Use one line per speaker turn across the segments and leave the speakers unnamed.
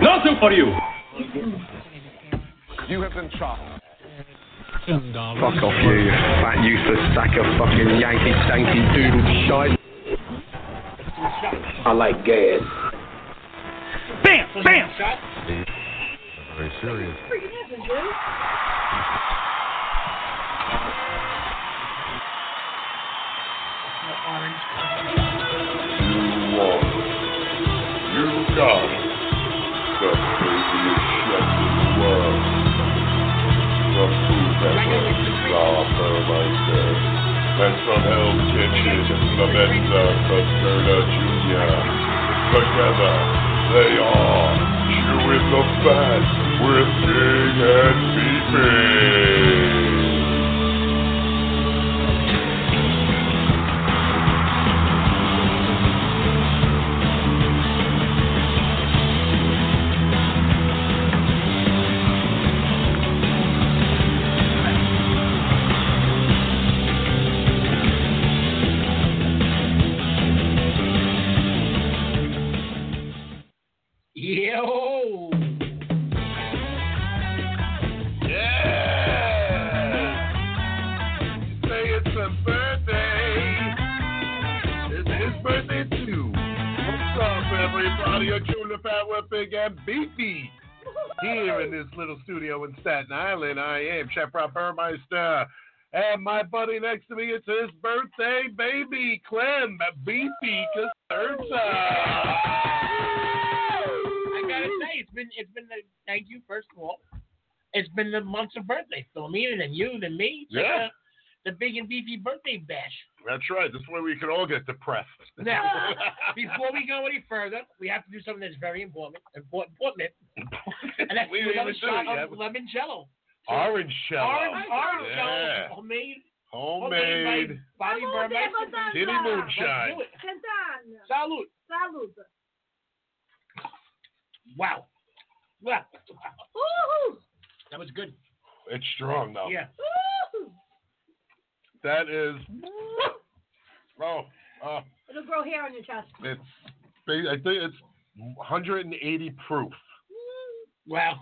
Nothing for you.
You have been shot.
Ten dollars.
Fuck off you, you fat useless sack of fucking Yankee stanky doodle shite. I like gas.
Bam, bam.
Very serious.
You want it. You got it. The craziest shit in the world. The food that burns is all for myself. And from Hell Kitchen, the Mensa, Paterna Jr. Together, they are chewing the fat with Big and Beeping.
oh.
Yo.
Yeah! Say it's a birthday. It's his birthday too. What's up, everybody? You're chewing the fat with Big and Beefy. Here in this little studio in Staten Island, I am Chef Rob Burmeister. And my buddy next to me, it's his birthday, baby, Clem Beefy
I gotta
Caserta.
say, it's been it's been the thank you first of all. It's been the months of birthday, Philomena, and you, and me. It's like
Yeah.
The, the big and beefy birthday bash.
That's right. This way we can all get depressed.
Now, before we go any further, we have to do something that's very important, important, important, and that's
we didn't
another
even do
shot
it yet.
of lemon jello.
Orange shell.
Orange, orange
yeah.
jello, homemade,
Homemade
homemade by Bobby
Vamos
Burmeister.
levantar.
kitty moonshine.
Let's do it.
Cantando.
Salute.
Saluda.
Wow. Wow.
Uhul.
That was good.
It's strong though.
Yeah.
Uhul.
That is. Oh, oh,
It'll grow hair on your chest.
it's. I think it's 180 proof,
Wow.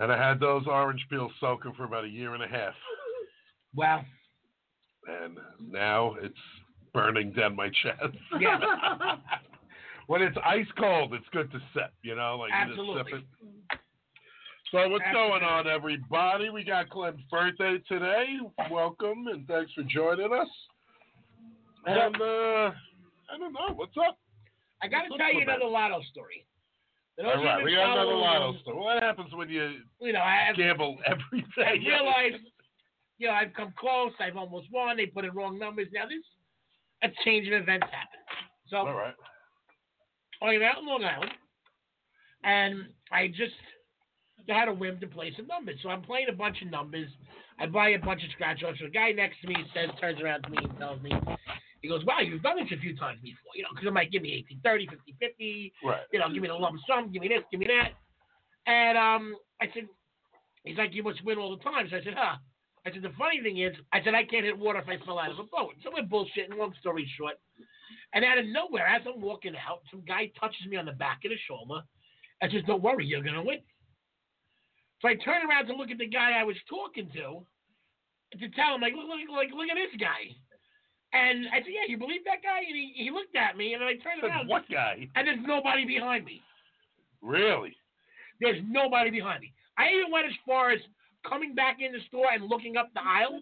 and I had those orange peels soaking for about a year and a half,
Wow.
and now it's burning down my chest.
Yeah.
when it's ice cold, it's good to sip. You know, like you just
Absolutely.
sip it. So what's going
Absolutely.
on, everybody? We got Clem's birthday today. Welcome and thanks for joining us. And uh, I don't know what's up.
I got to
Let's
tell you
look at
another lotto story. For those
All
of you
right,
who've
we
been
got another
following
lotto
along,
story. What happens when you
You know, I,
gamble every
I
day?
realized, you know, I've come close. I've almost won. They put in wrong numbers. Now, this a change of events happened. So
All right.
I'm Oh, out in Long Island, and I just had a whim to play some numbers. So I'm playing a bunch of numbers. I buy a bunch of scratch offs. So the guy next to me says, turns around to me and tells me, he goes, "Wow, you've done this a few times before, you know, because I'm like, give me 18, 30, 50, 50,
Right.
you know, give me the lump sum, give me this, give me that." And um, I said, "He's like, you must win all the time." So I said, "Huh." I said, "The funny thing is, I said I can't hit water if I fell out of a boat." So we're bullshitting. Long story short, and out of nowhere, as I'm walking out, some guy touches me on the back of the shoulder and says, Don't worry, you're going to win. So I turn around to look at the guy I was talking to to tell him, like, look, look, like, look at this guy. And I said, Yeah, you believe that guy? And he, he looked at me, and I turned
Said
around,
What guy?
and there's nobody behind me.
Really?
There's nobody behind me. I even went as far as coming back in the store and looking up the aisle.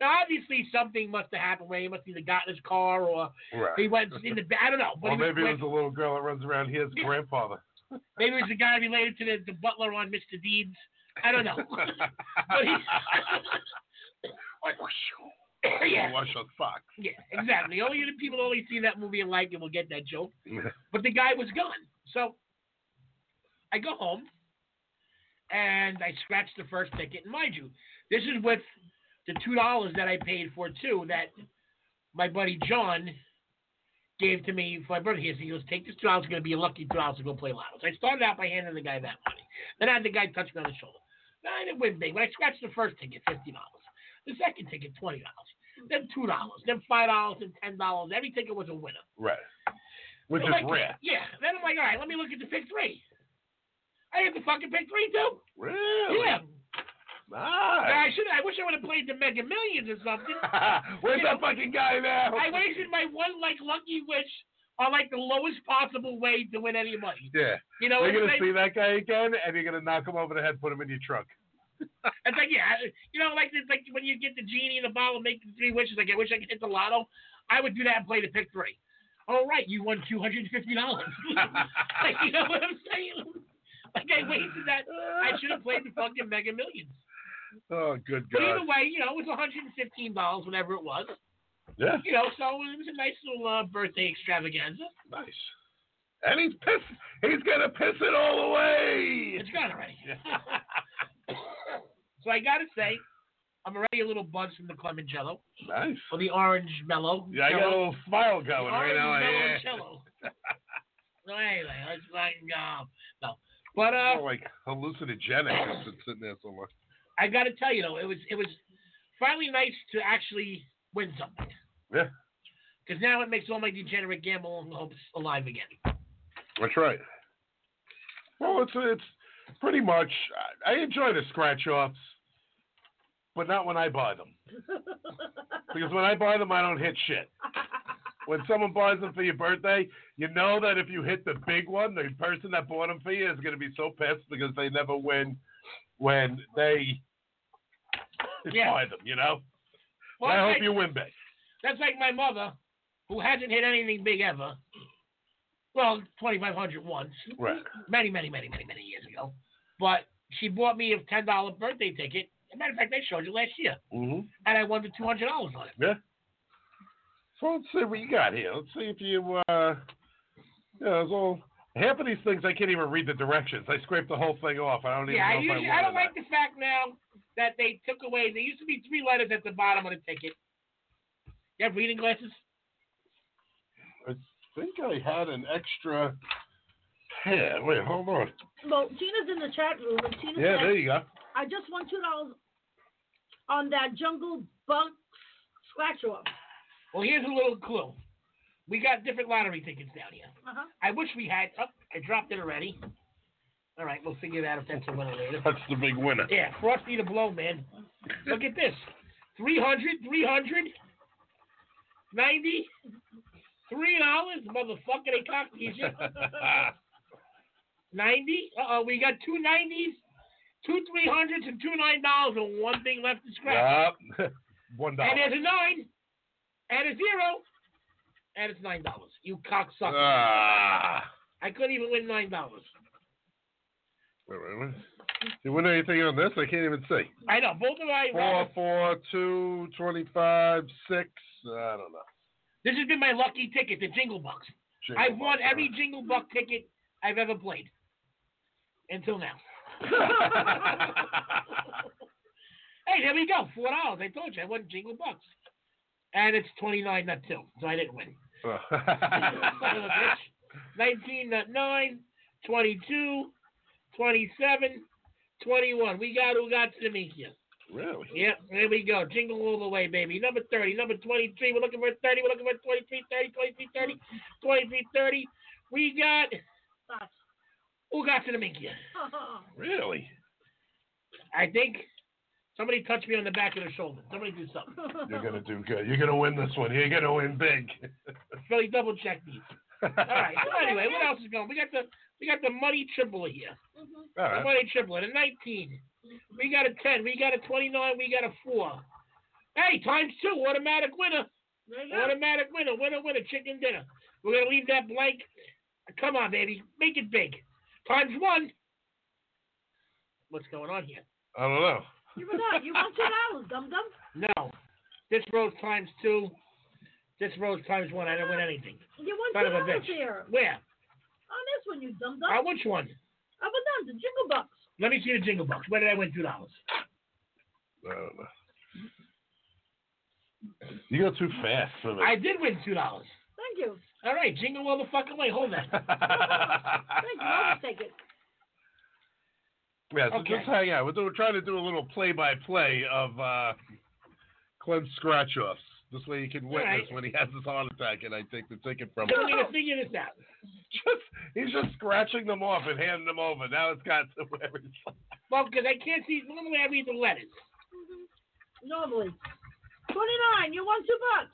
Now, obviously, something must have happened where he must either got in his car or he
Right.
went in the back. I don't know. But
Or
he was
maybe it
quick.
was a little girl that runs around here as
Yeah.
grandfather.
Maybe it was the guy related to the, the butler on Mr. Deeds. I don't know. but he, yeah,
Wash a fox.
yeah, exactly. Only the people only see that movie and like it will get that joke. But the guy was gone. So I go home and I scratch the first ticket. And mind you, this is with the two dollars that I paid for too that my buddy John gave to me for my birthday. He said, he goes, take this two dollars, it's gonna be a lucky two dollars to go play lotto. So I started out by handing the guy that money. Then I had the guy touch me on the shoulder. Now I didn't win big, but I scratched the first ticket, fifty dollars. The second ticket, twenty dollars. then two dollars, then five dollars, then ten dollars. Every ticket was a winner.
Right. Which
I'm
is
like,
rare.
Yeah. Then I'm like, all right, let me look at the pick three. I had the fucking pick three too.
Really?
Yeah.
Nice.
I should. I wish I would have played the Mega Millions or something.
Where's
You
that
know,
fucking guy now?
I wasted my one like lucky wish on like the lowest possible way to win any money.
Yeah.
You know,
You're gonna
it's like,
see that guy again, and you're gonna knock him over the head, put him in your trunk.
it's like yeah, you know, like it's like when you get the genie in the bottle and make the three wishes. Like I wish I could hit the lotto. I would do that and play the pick three. All right, you won two hundred and fifty dollars. like you know what I'm saying? Like I wasted that. I should have played the fucking Mega Millions.
Oh, good
But
God.
either way, you know, it was one hundred and fifteen dollars, whatever it was.
Yeah.
You know, so it was a nice little uh, birthday extravaganza.
Nice. And he's pissed. He's gonna piss it all away.
It's gone already. so I gotta say, I'm already a little buzzed from the Clemencello
Nice.
or the orange mellow.
Yeah, I got a
cello.
little smile
The
going right
orange
now.
mellow
Yeah.
cello. so anyway, let's fucking go. No, but uh,
More like hallucinogenic. It's been sitting there so long.
I gotta tell you though, it was it was finally nice to actually win something.
Yeah.
Because now it makes all my degenerate gambling hopes alive again.
That's right. Well, it's it's pretty much. I, I enjoy the scratch offs, but not when I buy them. Because when I buy them, I don't hit shit. When someone buys them for your birthday, you know that if you hit the big one, the person that bought them for you is going to be so pissed because they never win when they
Yeah.
buy them. You know.
Well,
I
that's
hope
like,
you win big.
that's like my mother, who hasn't hit anything big ever. Well, 2,500 once.
Right.
many, many, many, many, many years ago. But she bought me a ten dollar birthday ticket. As a matter of fact, I showed you last year,
Mm-hmm.
and I won the two hundred dollars on it.
So let's see what you got here. Let's see if you. Uh, yeah, it's all. Half of these things I can't even read the directions. I scraped the whole thing off. I don't even
Yeah, I
know if
usually
I,
I don't like the fact now that they took away. There used to be three letters at the bottom of the ticket. You have reading glasses.
I think I had an extra. Yeah, wait, hold on.
Well, Tina's in the chat room. And Tina
Yeah,
said,
there you go.
I just won two dollars on that jungle bug scratch off.
Well, here's a little clue. We got different lottery tickets down here.
Uh-huh.
I wish we had. Oh, I dropped it already. All right, we'll figure it out if that's a winner later.
That's the big winner.
Yeah, Frosty the Blow, man. Look at this 300, 300, 90, $3. Motherfucker, they cocked these. shit. 90. Uh oh, we got two 90s, two 300s, and two $9, and one thing left to scratch.
Yup. One
and
dollar.
there's a 9, and a 0, and it's $9. You cocksucker.
Ah.
I couldn't even win $9.
Wait, wait, wait. You win anything on this? I can't even see.
I know, both of my.
Four, four, two, twenty-five, six. I don't know.
This has been my lucky ticket, the Jingle Bucks.
Jingle
I've won
bells,
every Jingle Buck ticket I've ever played until now. Hey, there we go, four dollars. I told you I won Jingle Bucks, and it's twenty nine not two, so I didn't win. Nineteen not nine, twenty two, twenty seven, twenty one. We got who got to meet you.
really?
Yep, there we go. Jingle all the way, baby. Number 30, number 23. We're looking for 30. We're looking for 23, 30, 23, 30, 23, 30. We got. Who got to the minky?
Uh-huh.
Really?
I think somebody touched me on the back of the shoulder. Somebody do something.
You're gonna do good. You're gonna win this one. You're gonna win big.
Philly, double check these.
All
All right. So anyway, what else is going? We got the we got the muddy triple here.
Mm-hmm.
All
The
right.
money triple, a 19. We got a 10. We got a 29. We got a 4. Hey, times two. Automatic winner. Automatic winner. Winner, winner. Chicken dinner. We're going to leave that blank. Come on, baby. Make it big. Times one. What's going on here?
I don't know.
You were not. You won two dollars, dum dum.
No. This rose times two. This rose times one. I didn't win anything.
You won two
Son of a
dollars
bitch.
here. On
Where?
this one, you dum
Uh,
dum.
which one?
Up and down, the jingle bucks.
Let me see the jingle box. Where did I win $2?
I don't know. You go too fast for me.
I did win $2. All
Thank you.
right. Jingle all the fucking way. Hold that.
Thank you. I'll just take it.
yeah, so
Okay.
just hang out. We're, doing- we're trying to do a little play-by-play of uh, Clem's scratch-offs. This way you can
All right.
witness when he has his heart attack and I take the ticket from
So
him.
we need to figure this out.
just he's just scratching them off and handing them over. Now it's got to where it's like,
Well, because I can't see. Normally I read the letters.
Normally. 29, you won two bucks.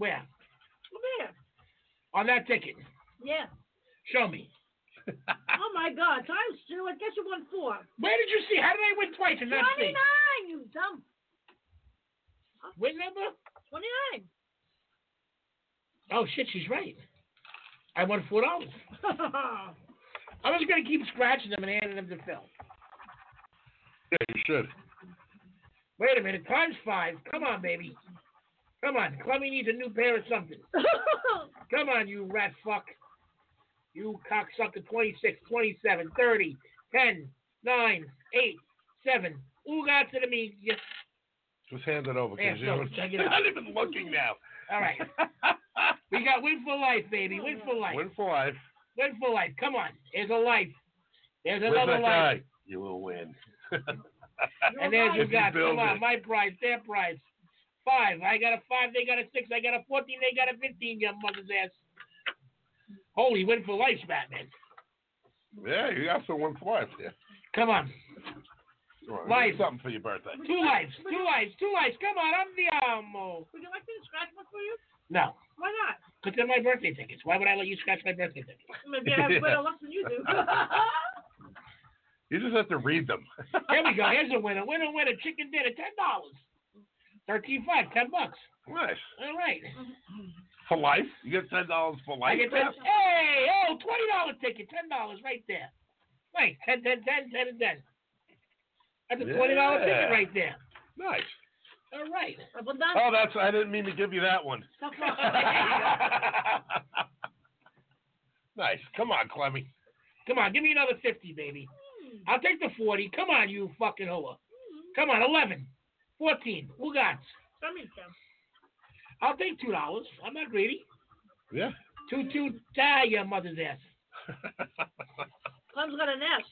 Where?
Come here.
On that ticket.
Yeah.
Show me.
Oh my God. Times two. I guess you won four.
Ah. Where did you see? How did I win twice and not see?
29, you dumb.
Win number?
29.
Oh shit, she's right. I won four dollars. I'm just gonna keep scratching them and handing them to Phil.
yeah, you should.
Wait a minute, times five. Come on, baby. Come on, Clemmy needs a new pair of something. Come on, you rat fuck. You cocksucker. 26, 27, 30, 10, 9, 8, 7. Ooga to the me. Yes.
Just hand it over
Yeah,
because
so
you're
check it
you're
out.
not even looking now.
All right. We got win for life, baby. Win for life.
Win for life.
Win for life. Come on. There's a life. There's
Where's that
another life.
guy? You will win.
And there's
If
you
you
got. Come
build
on,
it.
my prize, their prize. Five. I got a five. They got a six. I got a fourteen. They got a fifteen. Your mother's ass. Holy win for life, Batman.
yeah, you got some win for life. Yeah.
Come on.
Come on,
Life.
do Something for your birthday.
Two lives. Two lives. Two lives. Come on. I'm the amo.
Would you like me to scratch one for you?
No.
Why not?
Because they're my birthday tickets. Why would I let you scratch my birthday tickets?
Maybe I have better luck than you do.
You just have to read them.
Here we go. Here's a winner. Winner, winner. Chicken dinner. Ten dollars. Thirteen five. Ten bucks.
nice.
All right.
For life? You get ten dollars for
I
life?
get ten. Hey, oh, twenty dollar ticket. Ten dollars right there. Right. Ten, ten, ten, ten, and ten. That's a twenty dollar ticket
Yeah.
right there.
Nice.
All right.
well done.
Oh, that's I didn't mean to give you that one. nice. Come on, Clemmy.
Come on, give me another fifty, baby. I'll take the forty. Come on, you fucking whore. Come on, eleven. Fourteen. Who got?
That means them.
I'll take two dollars. I'm not greedy.
Yeah.
Two two die your mother's ass.
Clem's got an S.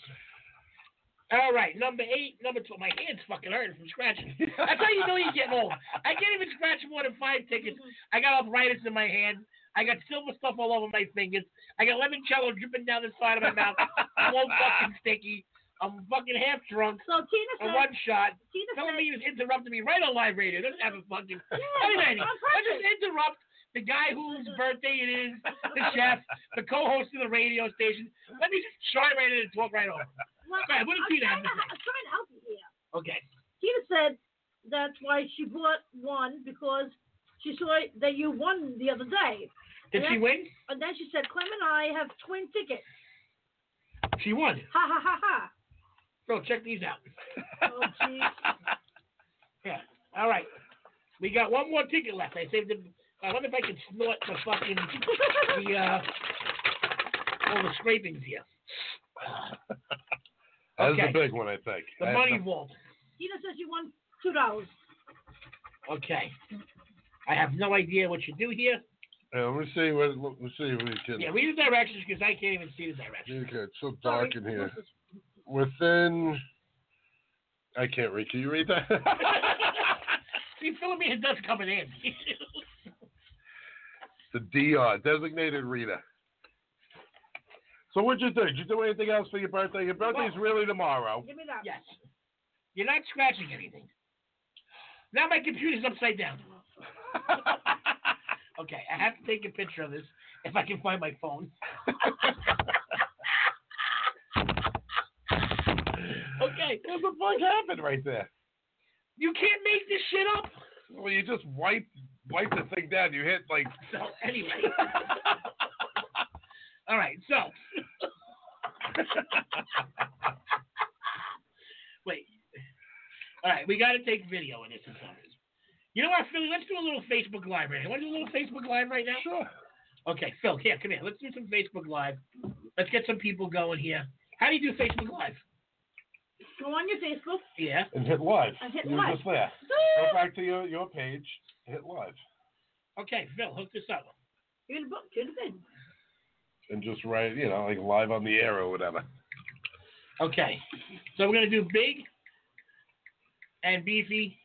All right, number eight, number two. My hand's fucking hurting from scratching. That's how you know you're getting old. I can't even scratch more than five tickets. I got arthritis in my hand. I got silver stuff all over my fingers. I got limoncello dripping down the side of my mouth. I'm all fucking sticky. I'm fucking half drunk.
So Tina
A
said.
one shot.
Tina
Tell
said.
me you interrupted me right on live radio. Doesn't have a fucking.
Yeah,
Wait a minute.
on
I just
purpose.
interrupt the guy whose birthday it is, the chef, the co-host of the radio station. Let me just try right in and talk right over.
Well,
All right, what did
I'm
Tina have
trying
to
to,
say?
I'm trying to help you here.
Okay.
Tina said that's why she bought one because she saw that you won the other day.
Did she win?
And then she said, Clem and I have twin tickets.
She won.
Ha ha ha ha.
So check these out.
Oh, jeez.
Yeah. All right. We got one more ticket left. I saved the. I wonder if I can snort the fucking the uh all the scrapings here.
That's
Okay.
a big one, I think.
The
I have
money
no-
vault.
Tina says you won two dollars.
Okay. I have no idea what you do here.
Yeah, let me see. What, let me see if we can.
Yeah, read the directions because I can't even see the directions.
Okay, it's so dark in here. Within. I can't read. Can you read that?
see, Philomena does come in handy.
the DR, designated reader. So what'd you do? Did you do anything else for your birthday? Your birthday's
Well-
really tomorrow.
Give me that.
yes. You're not scratching anything. Now my computer's upside down. Okay, I have to take a picture of this if I can find my phone. okay.
What the fuck happened right there?
You can't make this shit up.
Well, you just wiped wiped the thing down. You hit like
So anyway. All right, so wait. All right, we gotta take video of this and stuff. You know what, Philly? Let's do a little Facebook live right now. Want to do a little Facebook live right now?
sure.
Okay, Phil, here, come here. Let's do some Facebook live. Let's get some people going here. How do you do Facebook live?
Go on your Facebook.
Yeah.
And hit live.
And hit
you were
live.
just there. Go back to your, your page. Hit live.
Okay, Phil, hook this up.
You're in the book. You're in the bin.
And just write, you know, like live on the air or whatever.
Okay. So we're gonna do big and beefy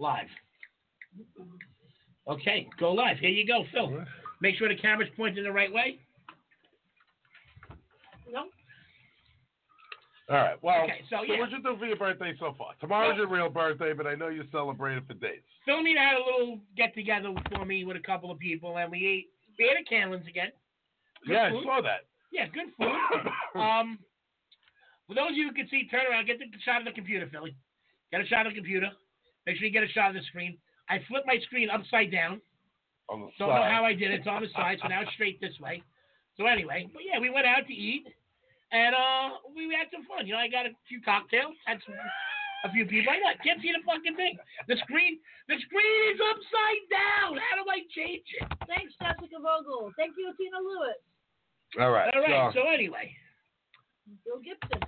live. Okay, go live. Here you go, Phil. Make sure the camera's pointed the right way.
No?
All right. Well,
Okay, so
so
yeah,
what'd you do for your birthday so far? Tomorrow's your real birthday, but I know you celebrated for days.
Phil and I had a little get together for me with a couple of people, and we ate we ate at Canlin's again. Good
yeah,
food.
I saw that.
Yeah, good food. um, for those of you who can see, turn around, get the shot of the computer, Philly. Get a shot of the computer. Make sure you get a shot of the screen. I flipped my screen upside down.
On the
Don't know
side.
how I did it. It's on the side, so now it's straight this way. So anyway, but yeah, we went out to eat, and uh, we had some fun. You know, I got a few cocktails, had some, a few people. I got, can't see the fucking thing. The screen, the screen is upside down. How do I change it?
Thanks, Jessica Vogel. Thank you, Tina Lewis.
All right.
All right.
so-
So anyway,
Bill Gibson.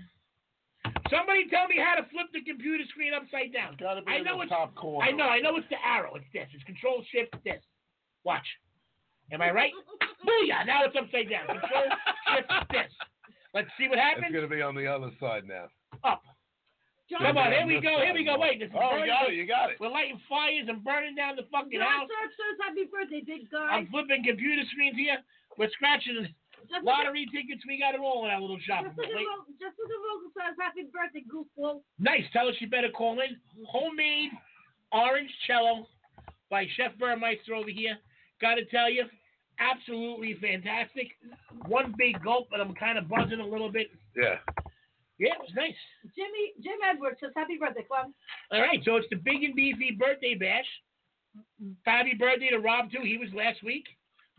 somebody tell me how to flip the computer screen upside down.
gotta be
I
in
know
the
it's-
top corner.
I know, I know it's the arrow. It's this. It's Control Shift this. Watch. Am I right? Booyah! Now it's upside down. Control Shift this. Let's see what
It's
happens.
gonna be on the other side now.
Up.
John,
Come on,
Yeah,
here we
this
go, here we
side.
go. Wait, this is
Oh, you
burning.
got it. You got it.
We're lighting fires and burning down the fucking
John
house.
Search says happy birthday, big guy.
I'm flipping computer screens here. We're scratching
Jessica,
lottery tickets. We got it all in our little shopping.
Jessica,
Wait.
Vogel, Jessica Vogel says happy birthday, goofball.
Nice. Tell us you better call in. Homemade orange cello by Chef Burmeister over here. Gotta tell you, absolutely fantastic. One big gulp, but I'm kind of buzzing a little bit.
Yeah.
Yeah, it was nice.
Jimmy, Jim Edwards says happy birthday, Clem.
All right, so it's the big and beefy birthday bash. Happy birthday to Rob too. He was last week.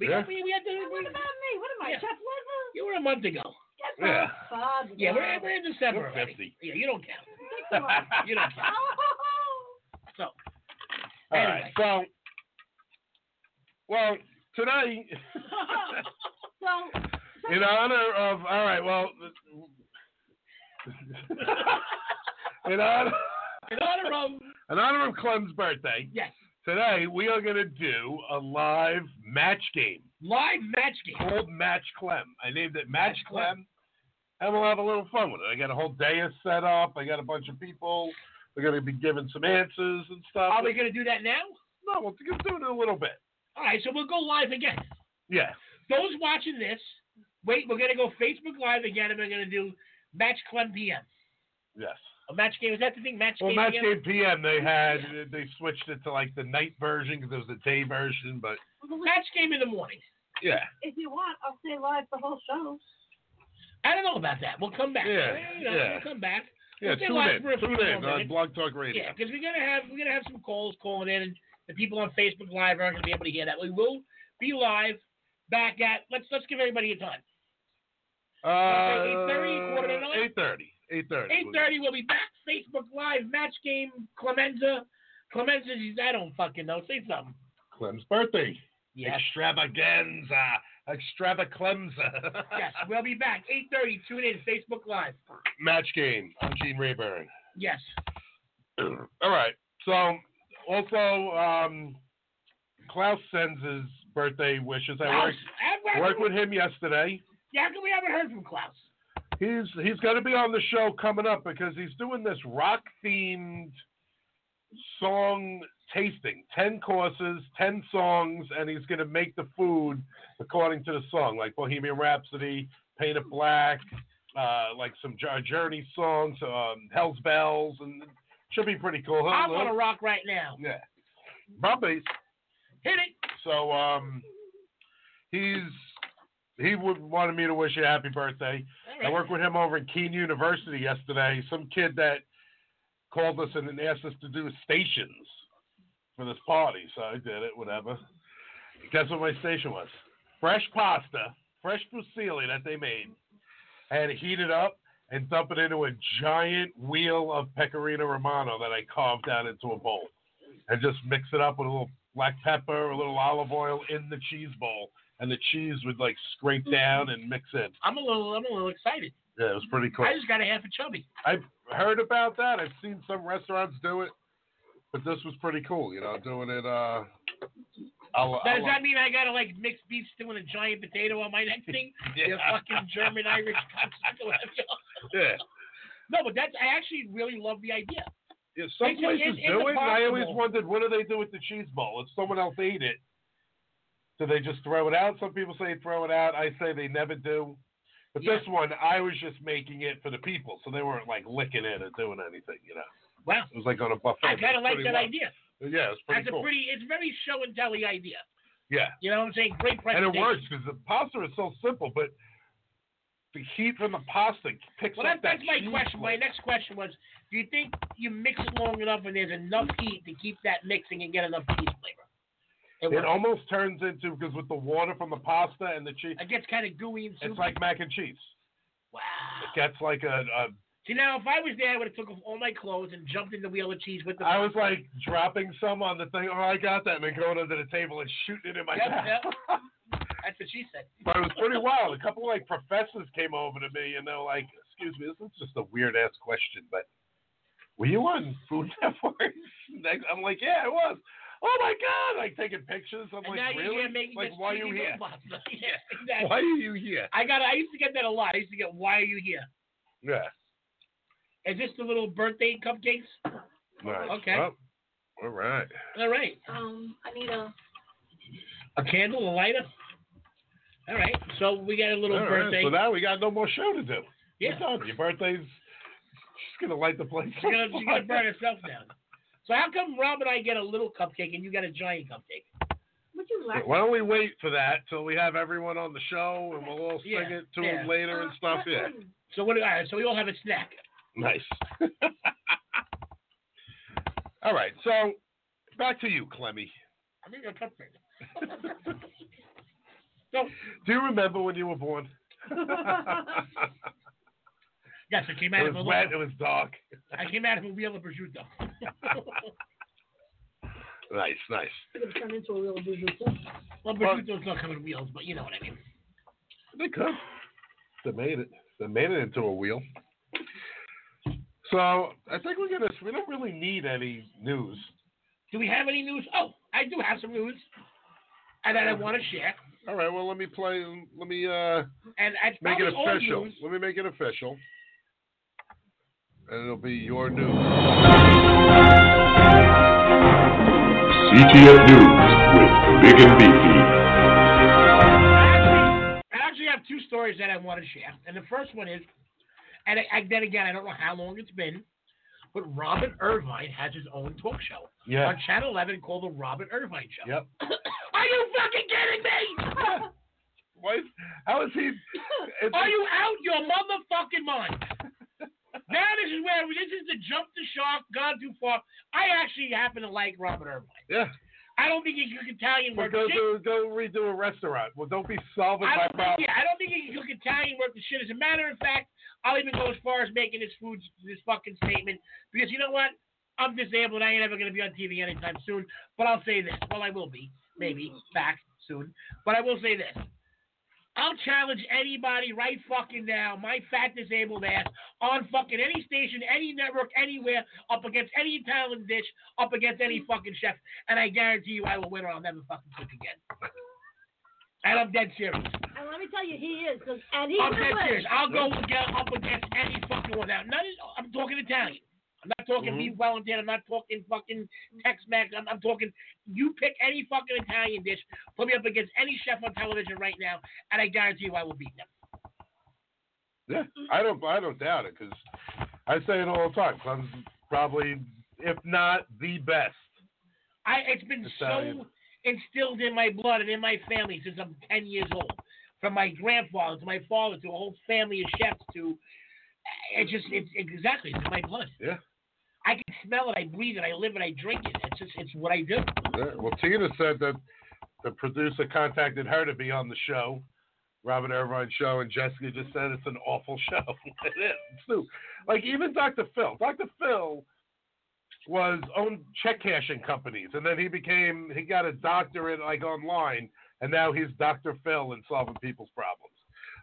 We,
Yeah.
we, we had
And what
to,
about me? What am I,
Yeah.
Chef Liver?
you were a month ago.
Get
Yeah.
fucked, Bob.
Yeah, we're, we're in December
You're 50.
already. Yeah, you don't count.
Thanks a lot.
You don't count.
All
Anyway.
right. So, well, today,
So,
in honor of, all right, well, in honor,
In honor of
in honor of Clem's birthday,
yes,
today we are going to do a live match game
live match game.
called Match Clem. I named it Match
Match Clem.
Clem, and we'll have a little fun with it. I got a whole day set up. I got a bunch of people. We're going to be giving some answers and stuff.
Are we gonna do that now?
no, we'll do it in a little bit.
All right, so we'll go live again.
Yeah.
Those watching this, wait, we're gonna go Facebook Live again, and we're gonna do match Clem PM.
Yes.
A match game. Is that the thing? Match
Well,
game.
Match
PM?
Game PM, they had they switched it to like the night version because there was a day version, but
Match game in the morning.
yeah,
if you want, I'll stay live the whole show.
I don't know about that. We'll come back.
Yeah,
You know,
yeah.
We'll come back.
yeah.
Okay,
Tune
live
in,
for a few
tune
more
in on
minutes.
Blog Talk Radio.
Yeah, because we're gonna have we're gonna have some calls calling in, and the people on Facebook Live aren't gonna be able to hear that. We will be live back at let's let's give everybody a time.
Uh,
8:30, quarter to nine?
Eight thirty. Eight thirty.
Eight thirty, we'll be back. Facebook Live match game. Clemenza, Clemenza, I don't fucking know. Say something.
Clem's birthday.
Yes,
Extravaganza. Extravaclemza.
yes, we'll be back. Eight thirty. Tune in Facebook Live.
Match game. I'm Gene Rayburn.
Yes.
All right. So also, um, Klaus sends his birthday wishes. I
Klaus,
worked
I've worked
worked with him yesterday.
Yeah, how come we haven't heard from Klaus?
He's he's going to be on the show coming up because he's doing this rock themed song tasting. Ten courses, ten songs, and he's going to make the food according to the song, like Bohemian Rhapsody, Paint It Black, uh, like some J- Journey songs, um, Hell's Bells, and should be pretty cool.
I want to rock right now.
yeah, Bubby's.
Hit it.
So um, he's he would wanted me to wish you a happy birthday.
All
I
right.
worked with him over at Keene University yesterday. Some kid that called us and asked us to do stations for this party, so I did it. Whatever. Guess what my station was? Fresh pasta, fresh fusilli that they made. I had to heat it up and dump it into a giant wheel of pecorino romano that I carved out into a bowl, and just mix it up with a little black pepper, a little olive oil in the cheese bowl, and the cheese would like scrape down and mix in.
I'm a little I'm a little excited.
Yeah, it was pretty cool.
I just got a half a chubby.
I've heard about that. I've seen some restaurants do it, but this was pretty cool. You know, doing it. Uh, I'll,
Now, does that mean I gotta like mix beef stew and a giant potato on my next thing? You fucking German Irish cocksucker.
yeah.
No, but that's I actually really love the idea.
yeah, some
It's- it's-
places
it's
do it, and I always
impossible.
wondered what do they do with the cheese ball? If someone else ate it, do they just throw it out? Some people say throw it out. I say they never do. But
Yeah.
this one, I was just making it for the people, so they weren't like licking it or doing anything, you know.
Wow.
It was like on a buffet.
I
but
kind
it's
of like
pretty
that
well-
idea.
Yeah, it's pretty
That's
cool.
a pretty. It's very show and telly idea.
yeah,
You know what I'm saying? Great
and
presentation.
it works because the pasta is so simple, but the heat from the pasta picks
Well,
up
that,
that
that's my
cheese
question. My
flavor.
next question was: Do you think you mix it long enough and there's enough heat to keep that mixing and get enough cheese flavor? It,
It
works.
almost turns into because with the water from the pasta and the cheese,
it gets kind of gooey and soupy.
it's like mac and cheese.
wow.
It gets like a, a
See now, if I was there, I would have took off all my clothes and jumped in the wheel of cheese with the.
I was like dropping some on the thing. Oh, I got that, and then going under the table and shooting it in my
Yep,
mouth.
yep. That's what she said.
But it was pretty wild. A couple of like professors came over to me and they're like, "Excuse me, this is just a weird ass question, but were you on Food Network?" Next- I'm like, "Yeah, I was." Oh my god! Like taking pictures. I'm
and
like,
now
"Really?
you're making
like, why are you here?
yeah, exactly.
Why are you here?"
I got. I used to get that a lot. I used to get, "Why are you here?
Yeah.
Is this the little birthday cupcakes?"
Nice.
Okay.
Well, all right.
All right.
Um, I need a.
A candle, a lighter. All right. So we got a little
All right,
birthday.
So now we got no more show to do.
yeah.
You're done. Your birthday's just gonna light the place.
She's gonna,
on
she's gonna
fire.
burn herself down. So how come Rob and I get a little cupcake and you got a giant cupcake?
Would you like?
Why don't we wait for that till we have everyone on the show and we'll all sing
Yeah,
it to
yeah.
them later
Uh,
and stuff? Yeah.
So what? do- All right. So we all have a snack.
Nice. all right. So back to you, Clemmy.
I mean, a cupcake.
Do you remember when you were born?
Yes, I came out
it
of a
was wet. It was dark.
I came out of a wheel of prosciutto.
Nice, nice.
It's gonna turn into a real business.
well, prosciutto's not coming in wheels, but you know what I mean.
They could. They made it. They made it into a wheel. So I think we're gonna. We don't really need any news.
Do we have any news? Oh, I do have some news, and that I
Mm-hmm.
want to share.
All right. Well, let me play. Let me uh
And it's
make it
probably old
official.
news.
Let me make it official. And it'll be your news.
CTN News with Big and Beefy.
I actually have two stories that I want to share, and the first one is, and I, I, then again, I don't know how long it's been, but Robin Irvine has his own talk show
Yeah.
on Channel 11 called the Robin Irvine Show.
Yep.
Are you fucking kidding me?
Why? is- How is he? It's,
Are you out your motherfucking mind? now this is where this is the jump the shark, gone too far. I actually happen to like Robin Irvine.
Yeah.
I don't think he could Italian
Well,
work
go,
shit.
go go redo a restaurant. Well, don't be solving
I
my
don't, think,
problem.
yeah, I don't think he can cook Italian worth the shit. As a matter of fact, I'll even go as far as making this food this fucking statement because you know what? I'm disabled. I ain't ever gonna be on TV anytime soon. But I'll say this. Well, I will be maybe back soon. But I will say this. I'll challenge anybody right fucking now, my fat disabled ass, on fucking any station, any network, anywhere, up against any Italian dish, up against any fucking chef, and I guarantee you I will win or I'll never fucking cook again. And I'm dead serious.
And let me tell you, he is, 'cause- and he
I'm
will
dead serious.
win.
I'll go get up against any fucking one. Now, none of- I'm talking Italian. I'm not talking
Mhm.
beef Wellington. I'm not talking fucking Tex Mex. I'm, I'm talking. You pick any fucking Italian dish, put me up against any chef on television right now, and I guarantee you I will beat them.
Yeah, I don't. I don't doubt it because I say it all the time. Clem's probably, if not the best.
I it's been so
Italian.
instilled in my blood and in my family since I'm 10 years old, from my grandfather to my father to a whole family of chefs to. It just it's exactly it's in my blood.
Yeah.
I can smell it. I breathe it. I live it. I drink it. It's just it's what I do.
Yeah, Well, Tina said that the producer contacted her to be on the show, Robert Irvine's show, and Jessica just said it's an awful show. it is. too. Like even Dr. Phil. Dr. Phil was owned check cashing companies, and then he became he got a doctorate like online, and now he's Dr. Phil in solving people's problems.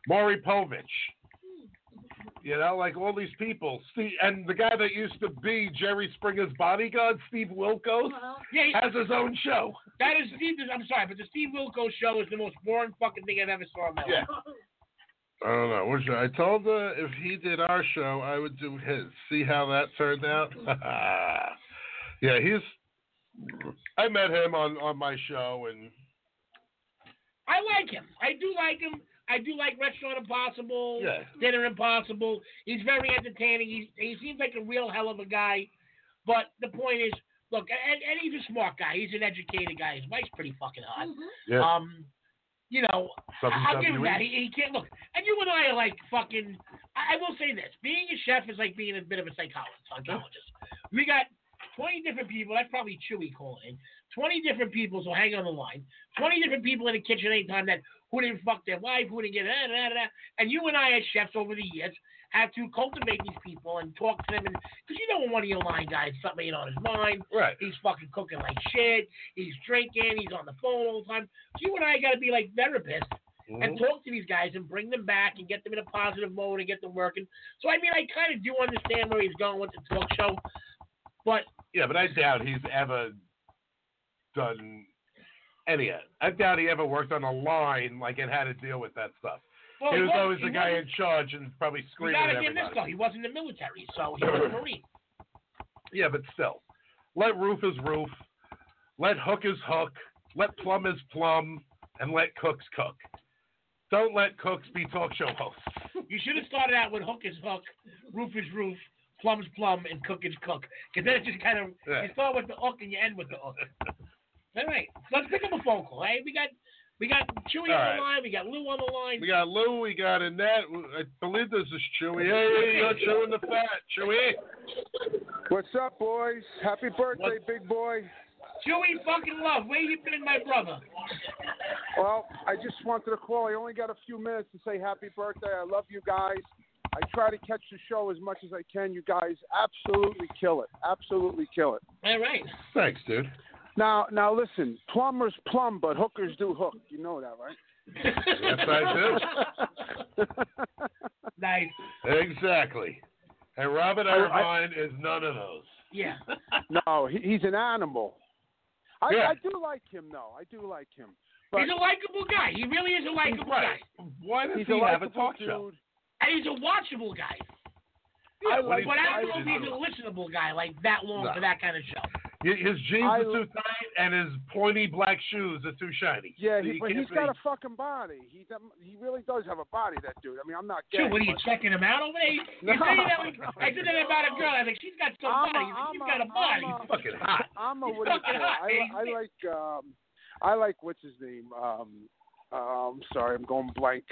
Maury Povich. You know, like all these people. Steve, and the guy that used to be Jerry Springer's bodyguard, Steve Wilkos
Well,
Yeah, he-
has his own show.
that is Steve. I'm sorry, but the Steve Wilco show is the most boring fucking thing I've ever saw in my life.
Yeah. I don't know. Which I told uh, if he did our show, I would do his. See how that turned out. yeah, he's. I met him on on my show, and
I like him. I do like him. I do like Restaurant Impossible,
Yeah.
Dinner Impossible. He's very entertaining. He's, he seems like a real hell of a guy. But the point is, look, and, and he's a smart guy. He's an educated guy. His wife's pretty fucking hot.
Yeah.
Um, you know, I- I'll give him
WWE.
that. He, he can't look. And you and I are like fucking. I, I will say this: being a chef is like being a bit of a psychologist. Psychologist. We got twenty different people. That's probably Chewy calling in. Twenty different people. So hang on the line. Twenty different people in the kitchen anytime that who didn't fuck their wife, who didn't get da, da, da, da. And you and I as chefs over the years have to cultivate these people and talk to them, and because you know when one of your line guys something ain't on his mind.
right.
He's fucking cooking like shit. He's drinking. He's on the phone all the time. You and I got to be like therapists
Mm-hmm.
and talk to these guys and bring them back and get them in a positive mode and get them working. So I mean, I kind of do understand where he's going with the talk show, but
Yeah, but I doubt he's ever done any of it. I doubt he ever worked on a line like and had to deal with that stuff.
well,
he was
wasn't-
always
he
the guy
wasn't-
in charge and probably
You
screaming at
gotta give this
everybody.
though. He was in the military, so he was a marine.
Yeah, but still, let roofers roof, let hookers hook, let plumbers plumb, and let cooks cook. Don't let cooks be talk show hosts.
You should have started out with hook is hook, roof is roof, plum's plum, and cook is cook. Because then it just kind of
Yeah.
you start with the hook and you end with the hook. All right, let's pick up a phone call. Hey, we got we got Chewy
All
on
right.
the line. We got Lou on the line.
We got Lou, we got Annette. I believe this is Chewy. Hey, you're chewing the fat, Chewy.
What's up, boys? Happy birthday,
What-
big boy.
Chewy fucking love. Where you been, my brother?
Well, I just wanted to call. I only got a few minutes to say happy birthday. I love you guys. I try to catch the show as much as I can. You guys absolutely kill it. Absolutely kill it.
All right.
Thanks, dude.
Now, now listen. Plumbers plumb, but hookers do hook. You know that,
Yes, I do.
right?
Nice.
Exactly. And Robert
Oh, I- I-
Irvine is none of those.
Yeah.
no, he, he's an animal. I,
Yeah.
I do like him, though. I do like him. But
He's a likable guy. He really is a likable guy.
Right. Why does
he's
he
a
have a
likable
talk
dude.
show?
And he's a watchable guy.
I
when
like-
he's
But I
talking
don't know if
to
he's
you.
a listenable guy like that long
No.
for that kind of show.
His jeans
I-
are too tight and his pointy black shoes are too shiny.
Yeah,
So
he,
you
but
can't
he's got a
really-
fucking body. He do- he really does have a body, that dude. I mean, I'm not
Dude,
kidding.
what are you checking him out over there? You
No,
say that when-
no.
I said that about a girl. I think she's got some
I'm a-
body. He's-
I'm
He's
a-
got a body.
I'm a-
fucking hot.
I'm a
He's
what do you
fucking
call it?
hot,
I, I like um, I like what's his name? Um, uh, I'm sorry, I'm going blank.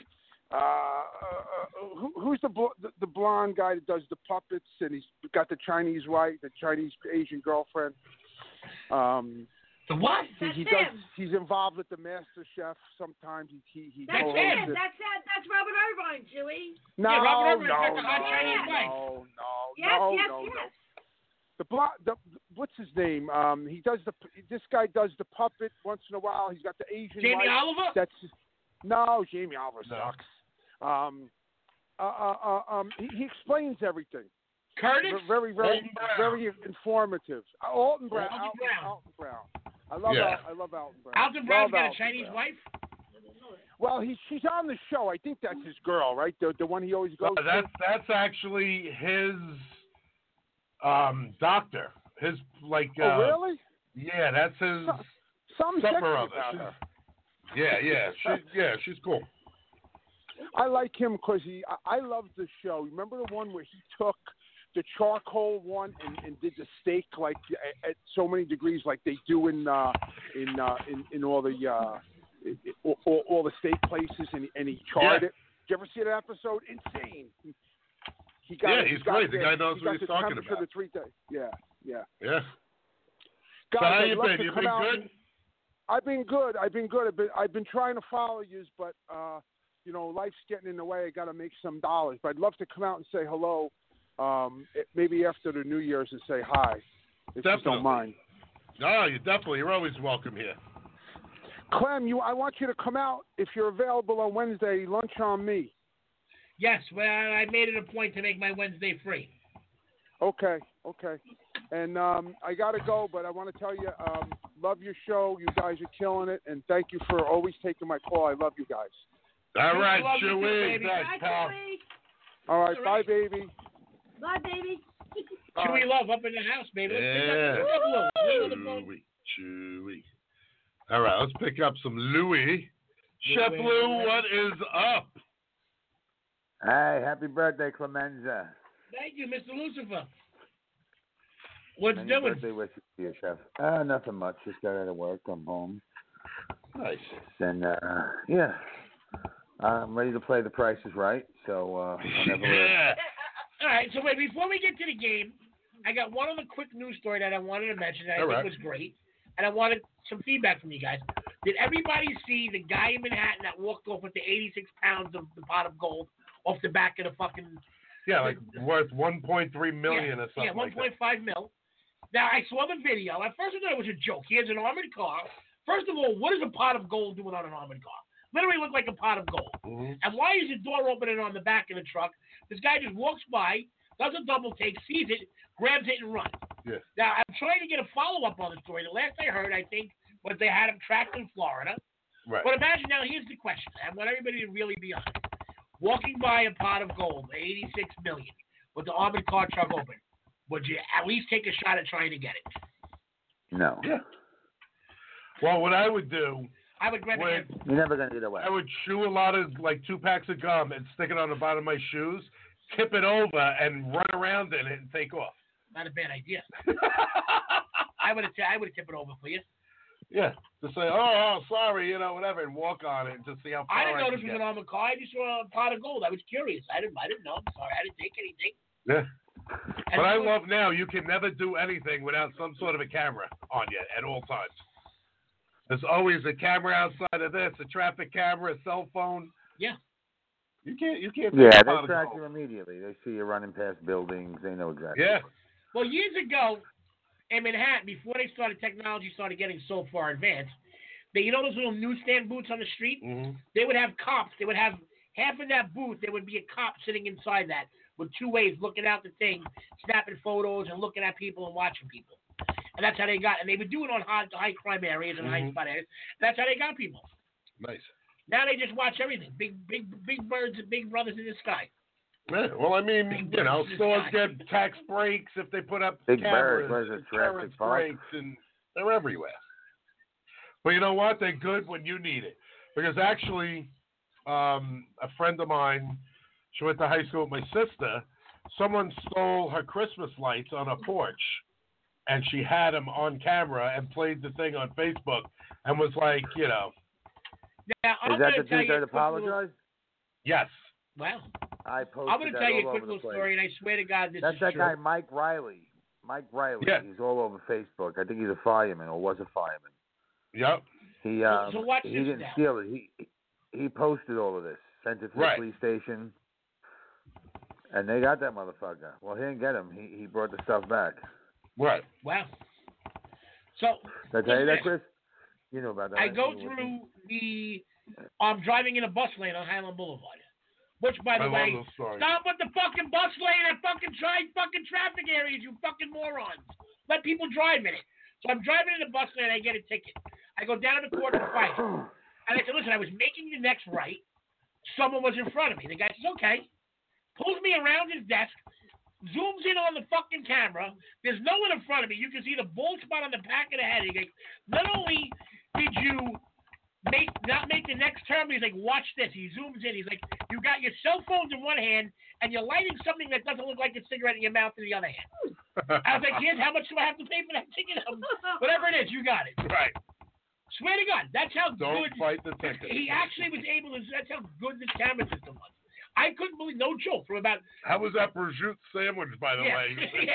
Uh, uh, who, who's the, bl- the the blonde guy that does the puppets and he's got the Chinese wife, the Chinese Asian girlfriend? Um,
The what?
he, he
That's
does.
him.
He's involved with the Master Chef. Sometimes he he he.
That's
co-hosts
it.
it.
That's it. That's Robert Irvine, Chewy.
No,
Yeah, Robert Irving's
no,
got
no,
the hot Chinese wife.
no, no,
Yes,
no,
yes,
no,
yes.
no. The block, the, what's his name? Um, he does the. This guy does the puppet once in a while. He's got the Asian. wife.
Jamie Oliver?
That's no, Jamie Oliver
No.
sucks. Um, uh, uh, uh, um, he, he explains everything.
Curtis?
Ver- Very, very,
Alton Brown.
very informative. Uh, Alton Brown.
Alton
Alton
Brown.
Alton Brown. I love.
Yeah.
Al- I love Alton Brown.
Alton
Love
Brown's got a
Alton
Chinese
Brown.
wife?
Well, he, she's on the show. I think that's his girl, right? The the one he always goes.
No,
to.
Uh, that's that's actually his um doctor. His like
oh,
uh
really?
yeah, that's his
Huh. Some
something
sexy
or
about
other.
her.
She's- Yeah, yeah, she, yeah, she's cool.
I like him because he. I, I love the show. Remember the one where he took the charcoal one and, and did the steak like at, at so many degrees, like they do in uh, in, uh, in in all the uh, in- in- all, all, all the steak places, and, he- and he charred
Yeah.
it. Did you ever see that episode? Insane. He got,
Yeah,
he
he's
got
great. The guy knows
he
what
got
he's
the
talking
temperature to
about.
three days. Yeah, yeah.
Yeah.
Guys,
so how
I'd
you
love
been?
to
You
come
been
out
good?
and- I've been good. I've been good. I've been I've been trying to follow you, but uh, you know, life's getting in the way. I got to make some dollars. But I'd love to come out and say hello, um, it- maybe after the New Year's and say hi, if you
Definitely.
don't mind.
No, you definitely. You're always welcome here.
Clem, you, I want you to come out if you're available on Wednesday. Lunch on me.
Yes, well, I made it a point to make my Wednesday free.
Okay, okay. And um, I gotta go, but I want to tell you, um, love your show. You guys are killing it, and thank you for always taking my call. I love you guys.
All right,
love you too,
Chewie.
baby.
Thanks,
Bye,
pal.
Chewie.
All right, bye, baby.
Bye, baby.
Chewy Love up in the house, baby. Let's
Yeah.
pick up the double O. Ring of the phone.
Chewy. Chewy. All right, let's pick up some Louis. Chef Lou, what is up?
Hey, happy birthday, Clemenza.
Thank you, Mr. Lucifer. What's
Many
doing?
birthday wishes to you, Chef. Uh, nothing much. Just got out of work. I'm home.
Nice.
And, uh, yeah, I'm ready to play The Price is Right. So, uh, whenever
Yeah.
All right, so wait, before we get to the game, I got one other quick news story that I wanted to mention that I
All
think
right.
was great, and I wanted some feedback from you guys. Did everybody see the guy in Manhattan that walked off with the 86 pounds of the pot of gold off the back of the fucking
Yeah, like worth 1.3 million
yeah,
or something
Yeah,
like that.
1.5 mil. Now I saw the video. At first I thought it was a joke. He has an armored car. First of all, what is a pot of gold doing on an armored car? Literally looked like a pot of gold.
Mhm.
And why is the door opening on the back of the truck? This guy just walks by, does a double take, sees it, grabs it, and runs.
Yes.
Now, I'm trying to get a follow up on the story. The last I heard, I think, was they had him tracked in Florida.
Right.
But imagine now, here's the question. I want everybody to really be honest. Walking by a pot of gold, 86 million, with the armored car truck open, would you at least take a shot at trying to get it?
no,
Yeah. Well, what I Oh, would do,
I would grab
Wait.
it. and-
you're never going to get away.
I would chew a lot of like two packs of gum and stick it on the bottom of my shoes, tip it over, and run around in it and take off.
Not a bad idea. I would have I would have tipped it over for you.
yeah. Just say, oh, oh, sorry, you know, whatever, and walk on it and just see how far
I didn't know
can
this was
get.
an armored car. I just saw a pot of gold. I was curious. I didn't. I didn't know. I'm sorry. I didn't take anything.
Yeah.
And
But I
so-
love now you can never do anything without some sort of a camera on you at all times. There's always a camera outside of this, a traffic camera, a cell phone.
Yeah.
You can't you can't
yeah,
think about
they
it
track
all.
you immediately. They see you running past buildings. They know exactly.
Yeah.
Well, years ago in Manhattan, before they started technology started getting so far advanced, they you know those little newsstand booths on the street.
Mhm.
They would have cops. They would have half of that booth. There would be a cop sitting inside that with two ways looking out the thing, snapping photos and looking at people and watching people. And that's how they got. And they would do it on high, high crime areas and high
Mhm.
spot areas. That's how they got people.
Nice.
Now they just watch everything. Big, big, big birds and big brothers in the sky.
Yeah, well, I mean, you know, stores get tax breaks if they put up
Big
cameras.
Bird, what is it,
and
Jurassic
insurance
Park?
breaks, and they're everywhere. But you know what? They're good when you need it. Because actually, um, a friend of mine, she went to high school with my sister. Someone stole her Christmas lights on a porch, and she had them on camera and played the thing on Facebook and was like, you know,
Now, I'm
Is that the
gonna tell
dude
you a
that
quick little-
apologized?
yes.
Wow.
I posted
I'm going to
that
tell
all
you a
over
quick
the
little
place.
story, and I swear to God, this
That's
is
that
true.
guy, Mike Riley. Mike Riley.
Yeah.
He's all over Facebook. I think he's a fireman or was a fireman.
Yep.
He
So-
um,
so watch
he
this
didn't
now.
steal it. He he posted all of this, sent it to
Right.
the police station, and they got that motherfucker. Well, he didn't get him. He he brought the stuff back.
Right.
Wow. So
Did I tell you
Listen,
that, Chris? You know about that.
I
right?
go
You were with me.
through the. I'm driving in a bus lane on Highland Boulevard, which, by
I
the way,
love those stories.
stop with the fucking bus lane and fucking try fucking traffic areas, you fucking morons. Let people drive in it. So I'm driving in the bus lane. I get a ticket. I go down to the court for fight. And I said, listen, I was making the next right. Someone was in front of me. The guy says, okay. Pulls me around his desk, zooms in on the fucking camera. There's no one in front of me. You can see the bald spot on the back of the head. He goes, not only did you make not make the next turn, but he's like, watch this. He zooms in. He's like, you got your cell phones in one hand and you're lighting something that doesn't look like a cigarette in your mouth in the other hand. I was like, kid, how much do I have to pay for that ticket? Whatever it is, you got it.
right.
Swear to God, that's how
Don't
good
fight the ticket.
he actually was able to. That's how good this camera system was. I couldn't believe, no joke, from about
How was that prosciutto sandwich, by the
Yeah.
way?
Yeah.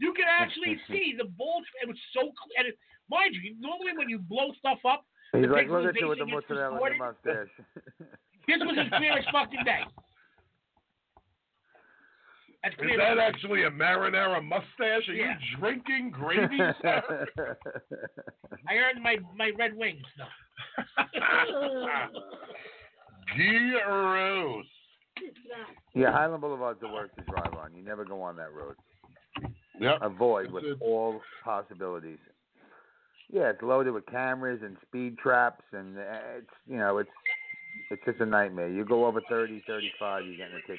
you could actually see the bulge. It was so clear. And it, mind you, normally when you blow stuff up,
He's
The
like,
big
look at
blue
you with the
basin gets
mozzarella and the mustache.
this was as clear as fucking day. As
Is
clear
that
as
actually a marinara mustache? Are
Yeah.
you drinking gravy, sir?
I earned my my red wings. No.
Gross.
yeah, Highland Boulevard's the worst to drive on. You never go on that road.
Yep.
avoid with
That's it.
all possibilities. Yeah, it's loaded with cameras and speed traps, and uh, it's you know it's It's just a nightmare. You go over 30, 35, you're getting a ticket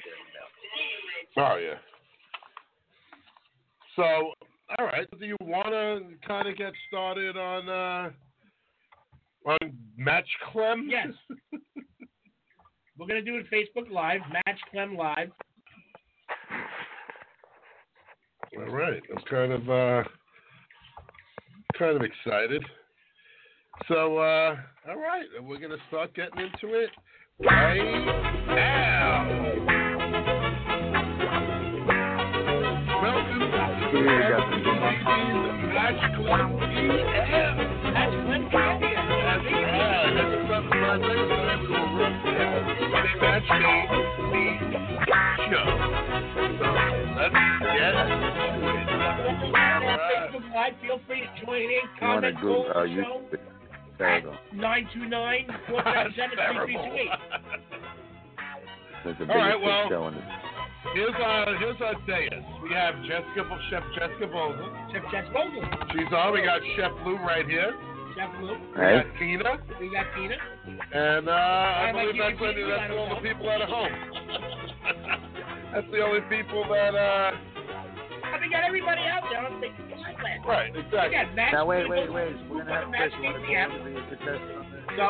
in
Oh yeah. So, all right. Do you want to kind of get started on uh, on match Clem?
Yes. We're gonna do it Facebook Live, Match Clem Live.
All right. I'm kind of uh, kind of excited. So, uh, all right. We're gonna start getting into it right now. Welcome to
the mail.
the Match Clem EM.
Match Clem Columbia.
uh,
Facebook Live. Feel free to join in.
You want to
Comment,
do
call
uh,
the
you?
show
There you go.
at 929 457 3328.
That's the biggest
All right, well-
show in the
Here's our here's our dais. We have Jessica Chef Jessica Bolden.
Chef Jess Vogel.
She's on. We got Chef Lou right here.
Chef Lou.
We
Right.
got Tina.
We got Tina.
And uh, I
Alright,
believe
Mike,
that's,
you
it.
can
that's
keep
all the
that
people at home. that's the only people that uh
I think got everybody out there. I'm thinking, my plan.
right,
We
exactly.
got Match
Now wait, wait,
Clem,
wait. We're gonna have Chris.
Match
You want to go
ATM.
over the contestant on this?
So,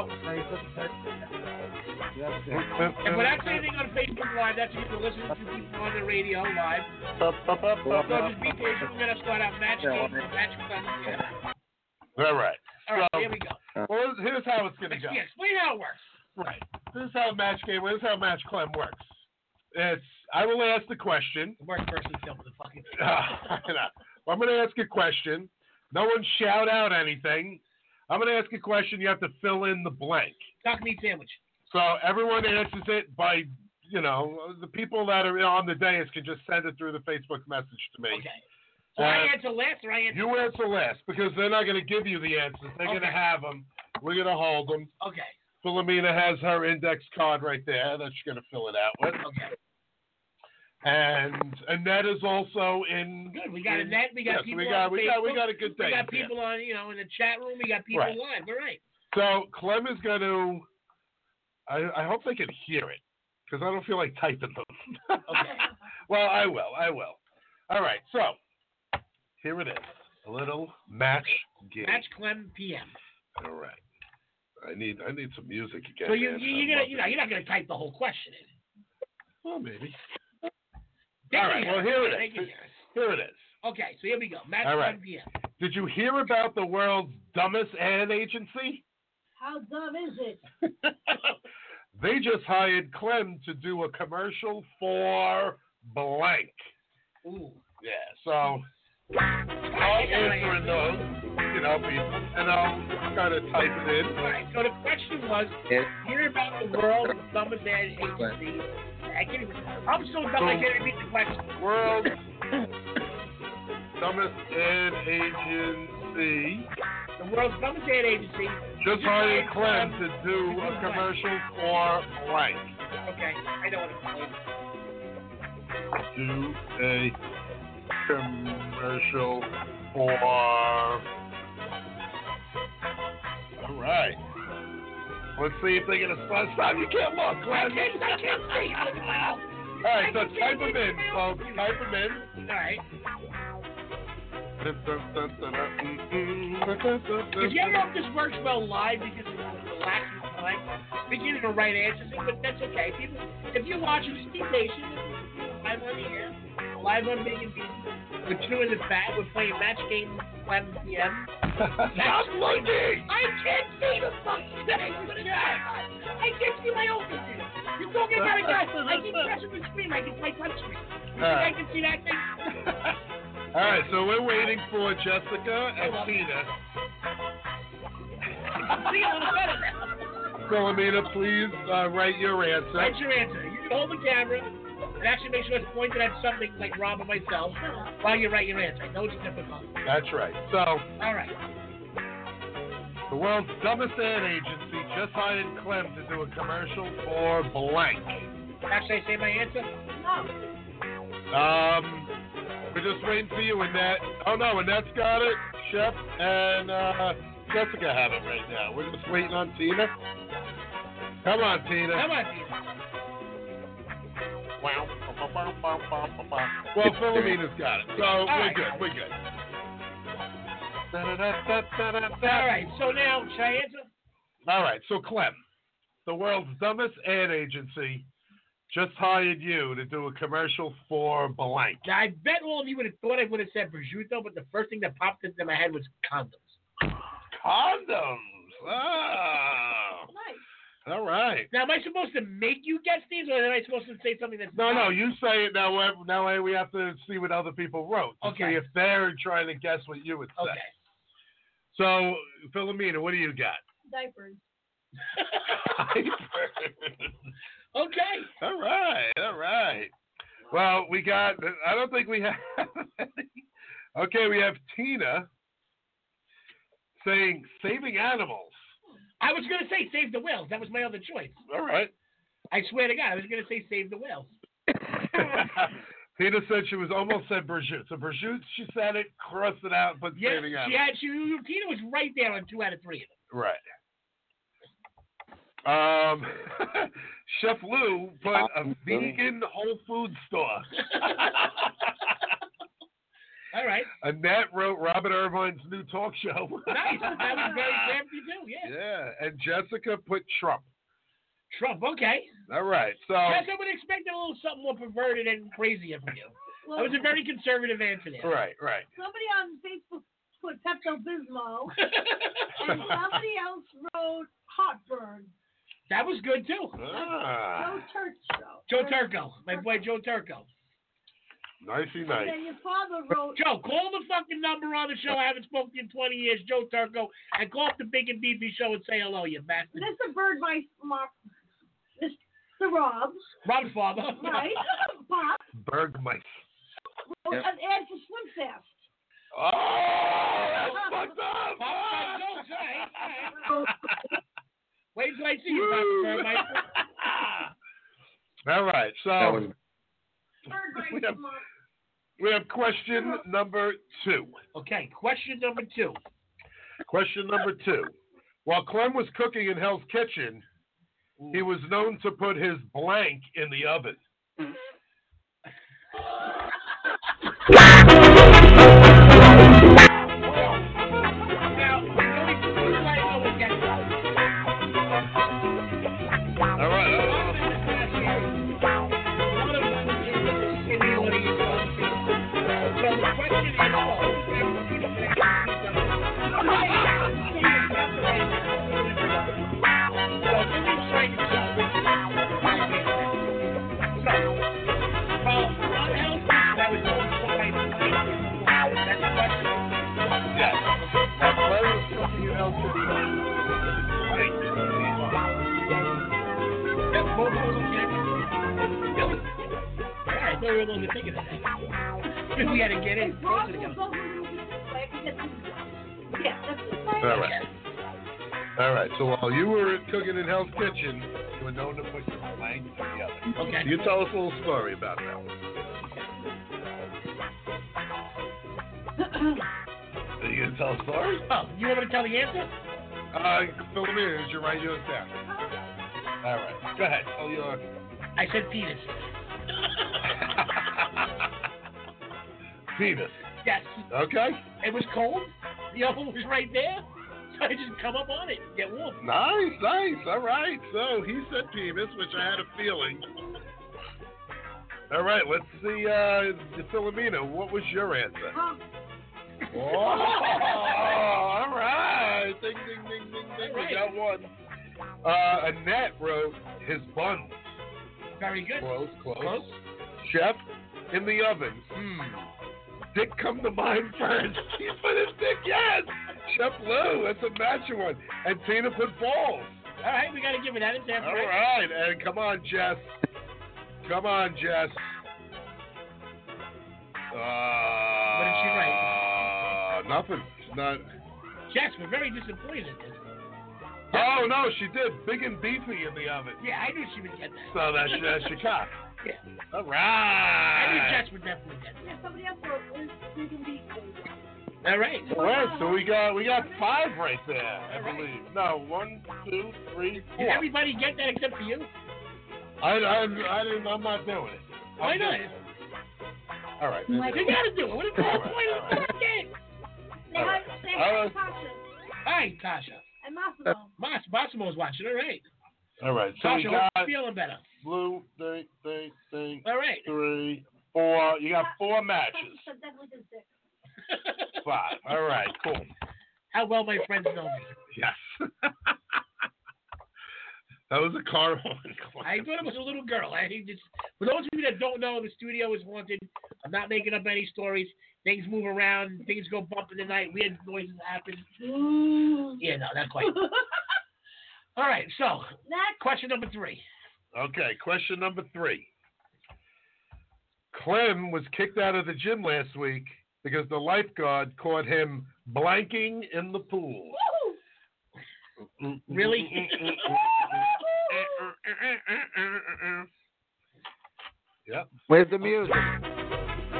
You have to-
and we're not saying anything on Facebook Live. That's what you can listen to people on the radio live. So just be patient. We're going to start out match game, match Clem. Yeah.
All right.
All right,
So-
here we go.
Well, here's how it's gonna go.
Yeah, explain how it works.
Right. This is how match game. This is how match climb works. It's I will ask the question.
The worst person film in the fucking
I know. I'm going to ask a question. No one shout out anything. I'm going to ask a question. You have to fill in the blank.
Duck meat sandwich.
So everyone answers it by, you know, the people that are on the dais can just send it through the Facebook message to me.
Okay. So
Uh,
I answer last or I answer.
You answer last because they're not going to give you the answers. They're going to
Okay.
have them. We're going to hold them.
Okay.
Philomena has her index card right there that she's going to fill it out with.
Okay.
And Annette is also in.
Good. We got
in-
Annette. We got
yes,
people
we got,
on
we
Facebook.
got, we got a good day.
We got
here.
people on, you know, in the chat room. We got people
Right.
live. All right.
So Clem is going to. I, I hope they can hear it because I don't feel like typing them. well, I will. I will. All right. So here it is. A little match game.
Match Clem PM.
All right. I need I need some music again.
So you,
man.
you
I
you're gonna
love
you
it.
know you're not gonna type the whole question in.
Well, maybe.
They
All
can
right,
hear
well,
us.
here it
They
is.
can hear us.
Here it is.
Okay, so here we go. Match
All right.
Clem PM.
Did you hear about the world's dumbest ad agency?
How dumb is it?
they just hired Clem to do a commercial for blank.
Ooh.
Yeah, so I'll answer in those, you know, people, and I'll kind of type it in.
All right. So the question was,
Yes.
hear about the world of dumbest ad agency. I can't even. I'm so dumb I can't even read the question.
World dumbest ad agency
The world's dumbest ad agency.
just hired Clem to do a commercial for blank.
Okay, I know what it's called.
do a commercial for. All right. Let's see if they get a spot. Stop! You can't look.
I
Glenn.
can't, I can't see. I don't know.
All right, so type them in, folks. Type them in.
All right. If you ever know if this works well live because it's relaxing time, beginning to write answers, but that's okay. People, if you're watching, just be patient. Live on the air, live on Big and Beat. We're chewing the fat. We're playing match game 11 p.m.
Stop looking!
I can't see the fucking thing. What is that? I can't see my own computer. You're talking about a guy. I keep pressing the screen like it's my touch screen. You think
Uh.
I can see that thing?
All right, so we're waiting for Jessica and Tina.
see a little better.
Philomena, please uh, write your answer.
That's your answer. You can hold the camera and actually make sure it's pointed at something like Rob or myself while you write your answer. I know it's difficult.
That's right. So.
All right.
The world's dumbest ad agency just hired Clem to do a commercial for blank.
Actually, I say my answer.
No.
Um, we're just waiting for you, Annette. Oh no, Annette's got it. Chef and uh, Jessica have it right now. We're just waiting on Tina. Come on, Tina.
Come on, Tina.
Well, Philomena's got it, so we're
right.
good. We're good.
All right, so now, should I answer?
All right, so Clem, the world's dumbest ad agency, just hired you to do a commercial for blank.
Now, I bet all of you would have thought I would have said prosciutto, but the first thing that popped into my head was condoms.
Condoms. Ah.
Nice.
All right.
Now, am I supposed to make you guess these, or am I supposed to say something that's
No,
not?
no, you say it now. we- Now we have to see what other people wrote to
Okay.
see if they're trying to guess what you would say.
Okay.
So, Philomena, what do you got?
Diapers.
okay.
All right, all right. Well, we got. I don't think we have. Any. Okay, we have Tina saying saving animals.
I was gonna say save the whales. That was my other choice.
All right.
I swear to God, I was gonna say save the whales.
Tina said she was almost said Brigitte. So Brigitte, she said it, crossed it out, but
Yeah,
saving
she
animals.
had she Tina was right there on two out of three of them.
Right. Um, Chef Lou put a vegan Whole Food store.
All right,
Annette wrote Robert Irvine's new talk show.
nice. that was very crafty too. Yeah.
Yeah, and Jessica put Trump.
Trump. Okay.
All right, so
Yes, I would expect a little something more perverted and crazier from you.
Well,
That was a very conservative answer there.
right, right.
somebody on Facebook put Pepto Bismol, and somebody else wrote heartburn.
that was good too.
Ah,
Joe Church though.
Joe Turco, my boy Joe Turco.
nicey
And
nice.
then your father wrote.
Joe, call the fucking number on the show. I haven't spoken to you in 20 years, Joe Turco, and call up the Big and BB show and say hello, you bastard.
Mr. Bird, my, my Mr. Rob,
Run, father.
right? Pop
Bergmeister.
wrote an ad for Swim Fest.
Oh, that's fucked up.
Pop my jokes, all right, all right.
So,
Wait till I see you, Pop Burmeister.
All right,
That
so
was
Bird, my
We have-
mom-
we have question number two.
Okay, question number two.
Question number two. While Clem was cooking in Hell's Kitchen, he was known to put his blank in the oven.
Now, only two people I know would get that.
All right.
One of them is in the audience. So the question is,
Yes. Now, Clem was cooking in Hell's Kitchen.
I thought we were going to think of that. We had to get
They
in.
brought those over to me this way because it's- Yeah, that's it.
All right. All right. So while you were cooking in Hell's Kitchen, you were known to put your blank in the oven.
Okay.
You tell us a little story about that one. Are you gonna tell a story?
Oh, you want me to tell the answer?
Uh, Philomena, did you write yours down? All right, go ahead. Oh, Tell your.
I said penis.
Penis.
Yes.
Okay.
It was cold. The oven was right there. So I just come up on it and get warm.
Nice, nice. All right. So he said penis, which I had a feeling. All right. Let's see, uh, Philomena, what was your answer?
Um,
Oh, all right. Ding, ding, ding, ding, ding. We got one. Uh, Annette wrote his buns.
Very good.
Close, close. Chef in the oven.
Hmm.
Dick come to mind first. He put his dick, yes. Chef Lou, that's a match one. And Tina put balls.
All right, we got to give it that. It's
All
halfway.
right. And come on, Jess. Come on, Jess. Uh, what
did she
write? Uh, nothing. She's not.
Jess, we're very disappointed. in this.
Oh no, she did. Big and beefy in the oven.
Yeah, I knew she would get that.
So that's that's your cock.
Yeah.
All
I knew
right. Ah.
Jess would definitely get that.
yeah, somebody else wrote, "Liz, you can be-
All right.
All right, so we got we got five right there, I believe. No, one, two, three,
Did
four.
everybody get that except for you?
I, I, I didn't, I'm not doing it. I'm
Why not?
doing it. All right.
My
You gotta do it. What is the
All
whole
right,
point
all
of the
right.
fucking game?
They have, they
All
have
right.
Tasha
Hi, Tasha.
and Massimo.
Mas, Massimo's watching. All right.
All right. So we
Tasha, hope
got
you're feeling better.
blue, three, three, three,
All right.
three, four. You got four matches.
Tasha definitely does dick.
Five. All right. Cool.
How well my friends know me.
Yes. that was a car horn.
I thought it was a little girl. I think it's, for those of you that don't know, the studio is haunted. I'm not making up any stories. Things move around. Things go bump in the night. Weird noises happen. Yeah, no, not quite. All right. So,
Next.
question number three.
Okay, question number three. Clem was kicked out of the gym last week because the lifeguard caught him blanking in the pool.
Really?
Mm, mm, yep.
Where's the music?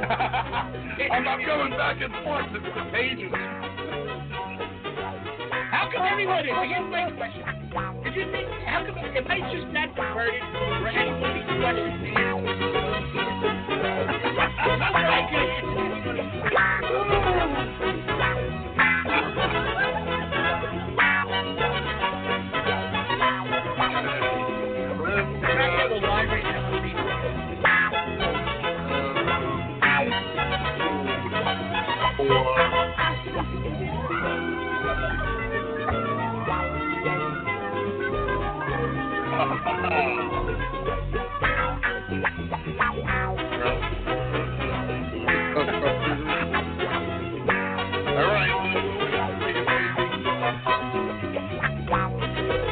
I'm not going back and forth. It's contagious.
How come everyone is? Here's my question. Did you think, how come, am I just not converted for anybody's question? Not that I
Clem,
could- I have a line right now.
All right.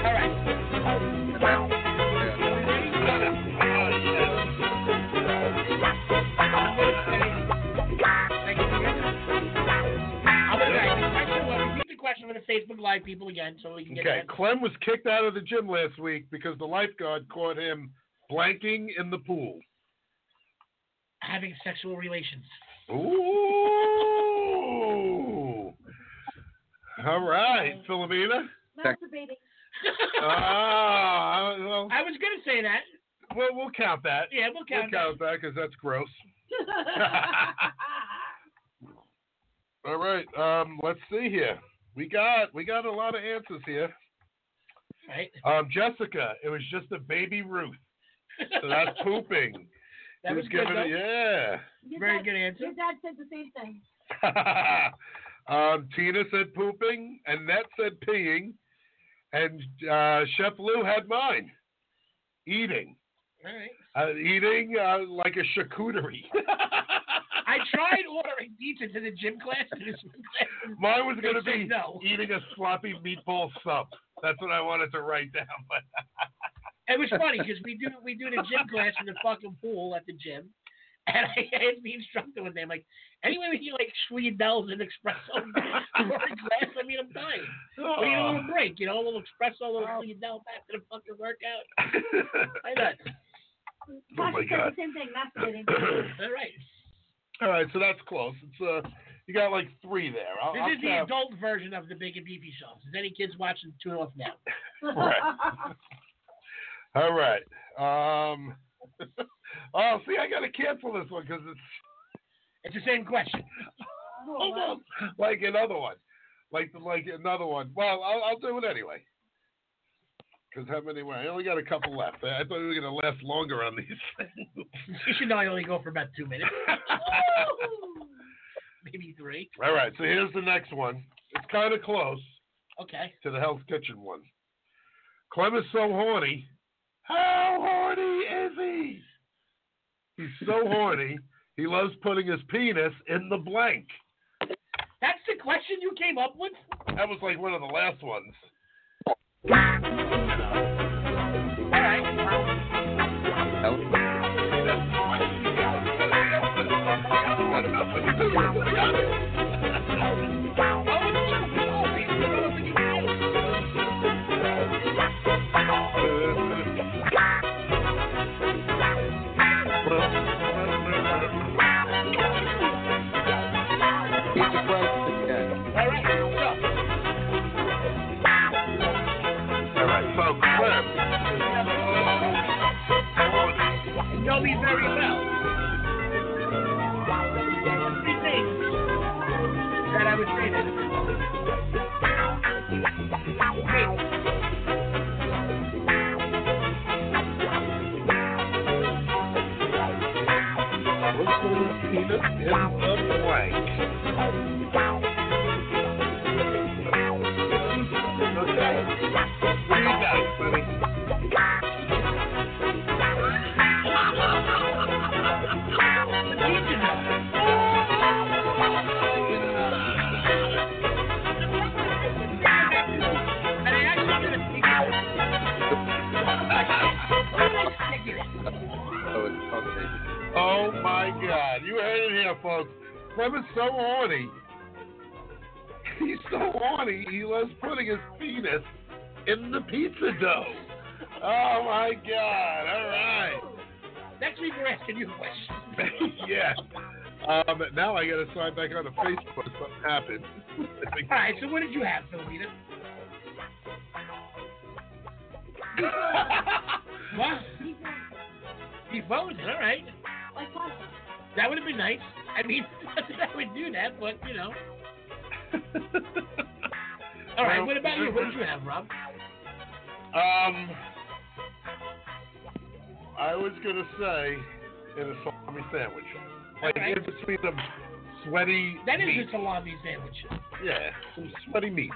All right. Thank you. I'm gonna I'm gonna repeat the question for the Facebook Live people again, so we can get
Okay,
that.
Clem was kicked out of the gym last week because the lifeguard caught him blanking in the pool.
having sexual relations.
Ooh. All right, Philomena.
Masturbating.
Ah, Oh, well,
I was gonna say that.
we'll, we'll count that.
Yeah, we'll
We'll
count that.
count that because that's gross. All right, um, let's see here. We got we got a lot of answers here.
Right.
Um, Jessica, it was just a baby Ruth. So that's pooping.
that was
Who's
good.
giving
though.
it- yeah.
Your
Very
dad-
good answer.
Your dad said the same thing.
um, Tina said pooping, Annette said peeing, and uh, Chef Lou had mine. Eating,
All right.
uh, eating uh, like a charcuterie.
I tried ordering pizza to the gym class. To the swim class.
Mine was going to
They
be
said no.
eating a sloppy meatball sub. That's what I wanted to write down, but
It was funny because we do we do the gym class in the fucking pool at the gym, and I asked the instructor one day, I'm like, anyway, we can like Schwiedels and espresso for a class. I mean, I'm dying.
Oh.
We need a little break, you know, a little espresso, a little Schwiedel back to the fucking workout. Why not?
Oh,
Tasha
my
said
God.
the same thing. Masturbating.
All right.
All right, so that's close. It's uh, you got like three there. I'll,
This
I'll
is the
count.
adult version of the Big and Beefy show. Is any kids watching tune off now?
Right. All right. Um, oh, see, I got to cancel this one because it's
It's the same question.
Oh, wow.
almost like another one, like like another one. Well, I'll, I'll do it anyway. Because how many were? I only got a couple left. I, I thought we were gonna last longer on these things.
You should know I only go for about two minutes, maybe three.
All right. So here's the next one. It's kind of close
Okay.
to the Hell's Kitchen one. Clem is so horny. How horny is he? He's so horny. He loves putting his penis in the blank.
That's the question you came up with?
That was like one of the last ones.
All right.
Here's the question.
All right, so Cliff,
You know me very well. Three things that I would say to them. And I actually did a secret. I did it.
So it's okay.
oh my God, you heard it here, folks. Cliff is so horny. He's so horny. He loves putting his penis in the pizza dough. Oh my God! All right.
Next week we're asking you a question.
yeah. Um, now I got to sign back on to Facebook. Something happened. I think-
All right, so what did you have, Philomena? What? He voted, all right. That would have been nice. I mean, I would do that, but you know. All right,
Well,
what about you? What did you have, Rob?
um, I was gonna say in a salami sandwich, like
Alright.
in between the sweaty
That is
meats.
a salami sandwich.
yeah, some sweaty meats.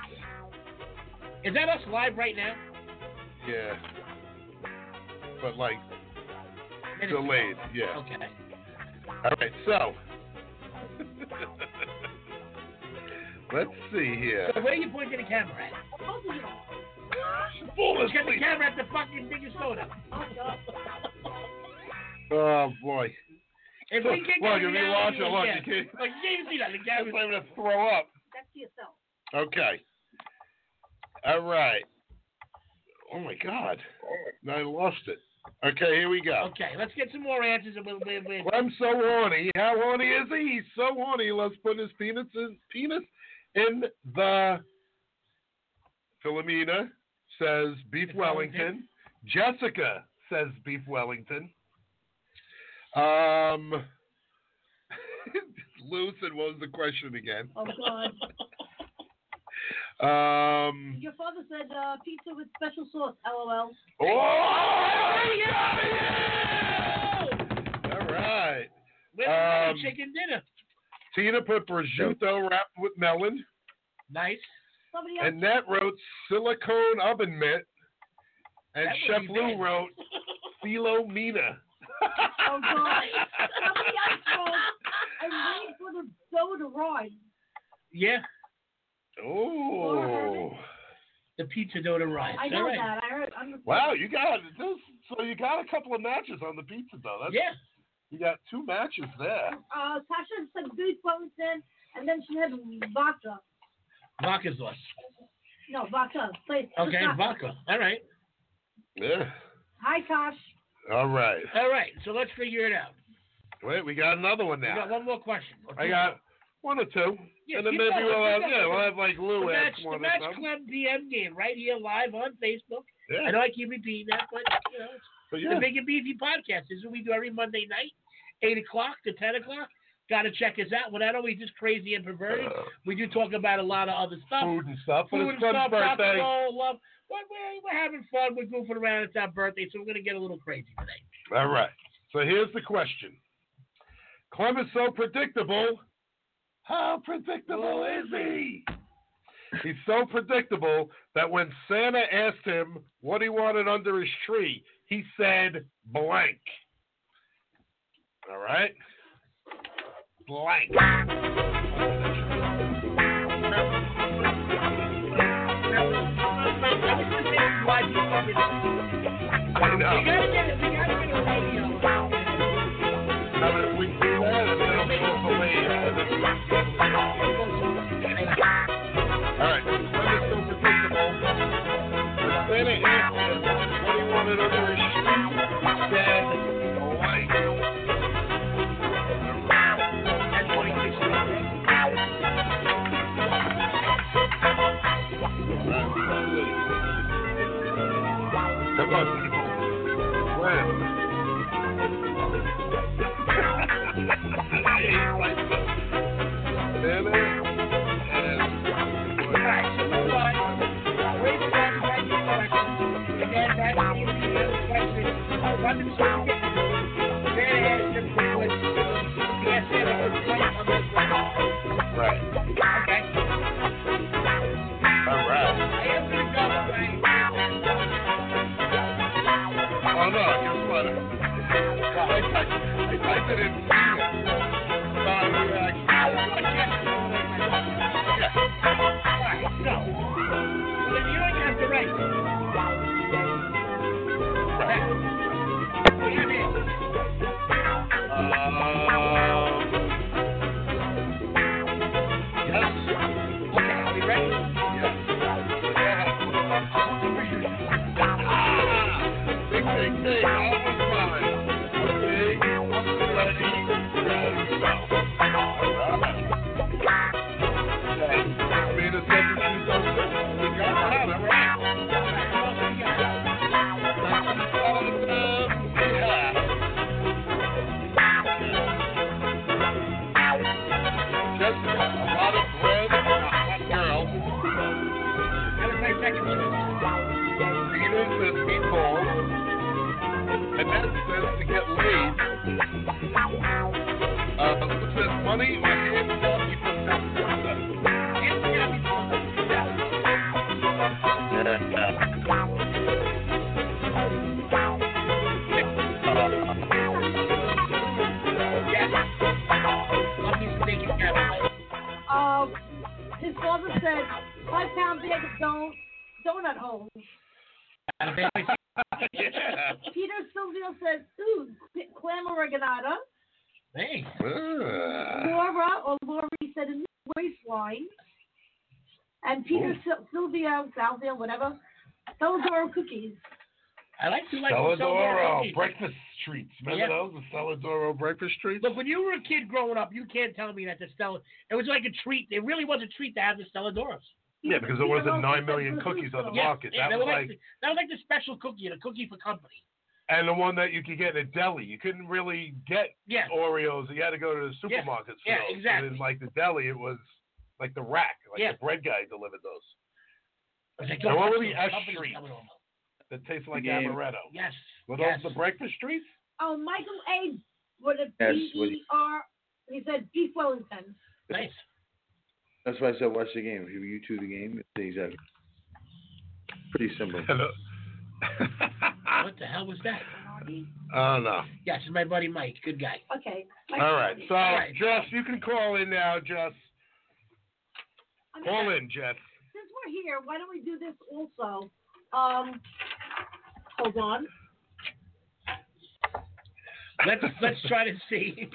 Is that us live right now?
Yeah, but like
That is
delayed.
salami.
Yeah.
Okay.
All right, so let's see here.
So where are you pointing the camera at?
Bullets,
Let's get the
please.
camera at the fucking thing of soda.
Oh boy.
If we can't
Look, if
get the
you watch it,
reality,
look,
yeah.
you can't-
Like, you can't see that. The
I'm
camera.
going to throw up.
That's yourself.
Okay. All right. Oh my God. I lost it. Okay, here we go.
Oh. Okay, let's get some more answers and we'll, we'll, we'll
I'm so horny. How horny is he? He's so horny. Let's put his penis his penis in the. Philomena says beef
It's
Wellington. Jessica says beef Wellington. Um. Lou said, "What was the question again?"
Oh, God.
Um.
Your father said uh, pizza with special sauce, lol.
Oh, yeah! All right.
we'll have
Um,
a chicken dinner.
Tina put prosciutto wrapped with melon.
Nice.
Somebody else.
And that wrote silicone oven mitt. And
That
Chef
would be
Lou
bad.
wrote Philomena.
Oh, God. Somebody else called and waited for the dough to rise.
Yeah,
Oh.
the pizza dough to rise.
I know
All right.
that. I heard. I'm
Wow, you got this. So you got a couple of matches on the pizza though. That's,
Yeah.
You got two matches there.
Uh, Tasha said beef Wellington, and then she had vodka.
Vodka sauce.
No, vodka. Please.
Okay, vodka. All right.
Yeah.
Hi, Tosh.
All right.
All right. So let's figure it out.
Wait, we got another one
We
now.
got one more question. or
I
two
got one or two.
Yeah,
and then
keep
maybe
going,
we'll
keep
have,
going.
yeah, we'll have like
more.
Lou
The match,
ask
the
one or
match
something.
club DM game right here live on Facebook. I
Yeah.
know I keep repeating that, but you know,
But
the
yeah.
Big and Beefy podcast is what we do every Monday night, eight o'clock to ten o'clock. Got to check us out. We're not always just crazy and perverted. We do talk about a lot of other stuff.
Uh. food and stuff. But
food
it's
and
Glenn's
stuff, rock and
birthday.
roll, love. But we're, we're having fun. We're goofing around. It's our birthday, so we're gonna get a little crazy today.
All right. So here's the question. Clem is so predictable. How predictable is he? He's so predictable that when Santa asked him what he wanted under his tree, he said blank. All right? Blank. I know.
We gotta get we gotta get a radio. out there.
I mean, if we do that, then it'll be over All right. Clem is so predictable. When Santa asked him what he wanted under his tree, he said blank. All right, Come on. Right. All right. Oh no, guess what? I typed, I typed it in. Um,
Um, his father said, five pound bag of don- donut holes. Peter Silvio says, ooh, c- clam oreganata.
Thanks.
Uh.
Laura or Lori said, in the waistline. And Peter Sil- Silvio, Salvia, whatever. Those are cookies.
I like to like the
Saladoro
Salvador.
breakfast treats. Remember
Yeah.
those? The Saladoro breakfast treats?
Look, when you were a kid growing up, you can't tell me that the Stella. It was like a treat. It really was a treat to have the Stella Doros.
Yeah, because there
Peter
wasn't
also
9
said
million
Blue
cookies on the
Stone.
Yeah,
market.
yeah,
That
they
was
were
like,
the, that was like the special cookie, the cookie for company.
and the one that you could get at a deli. You couldn't really get
Yeah,
Oreos. You had to go to the
Yeah.
supermarkets for
Yeah,
those.
exactly.
And in like the deli, it was like the rack, like
Yeah.
the bread guy delivered those.
It's like,
Now, what were
company-
the S
company
treats?
Stella Doros.
That tastes like
Yeah.
amaretto.
Yes.
Were
yes.
those the breakfast treats?
Oh, Michael A. What a
Yes,
B
what-
E R. He said beef Wellington.
Nice.
That's why I said watch the game. If you YouTube the game, it's the exact. Pretty simple.
Hello.
What the hell was that?
oh no.
Yes, it's my buddy Mike. Good guy.
Okay.
All right. So,
All right.
Jess, you can call in now, Jess.
I mean,
Call in, Jess.
Since we're here, why don't we do this also? Um, hold on.
Let's let's try to see.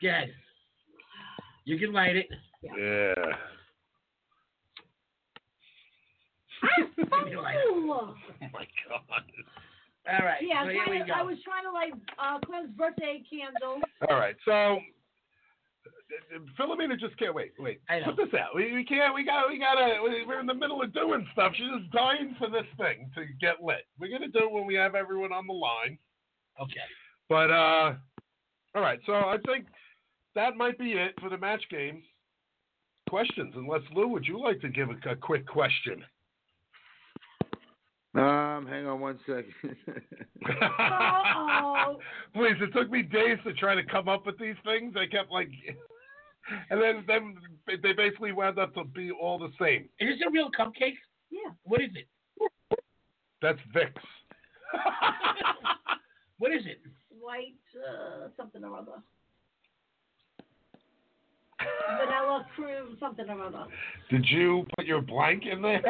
yes. You can light it.
Yeah.
Ah,
You can light it.
Ooh.
Oh my God.
All right.
Yeah,
so
I'm
here we
trying
go.
to, I was trying to light uh, Clem's birthday candle.
All right. So. uh, Philomena just can't wait. Wait,
I know.
put this out. We, we can't. We got. We gotta. we- We're in the middle of doing stuff. She's just dying for this thing to get lit. We're gonna do it when we have everyone on the line.
Okay.
But uh, all right, so I think that might be it for the match game questions. Unless Lou, would you like to give a, a quick question?
Um, hang on one second.
Uh-oh.
Please, it took me days to try to come up with these things. I kept like, and then then they basically wound up to be all the same.
Is this a real cupcake?
Yeah.
What is it?
That's Vix.
What is it?
White uh, something or other. Vanilla cream something or other.
Did you put your blank in there?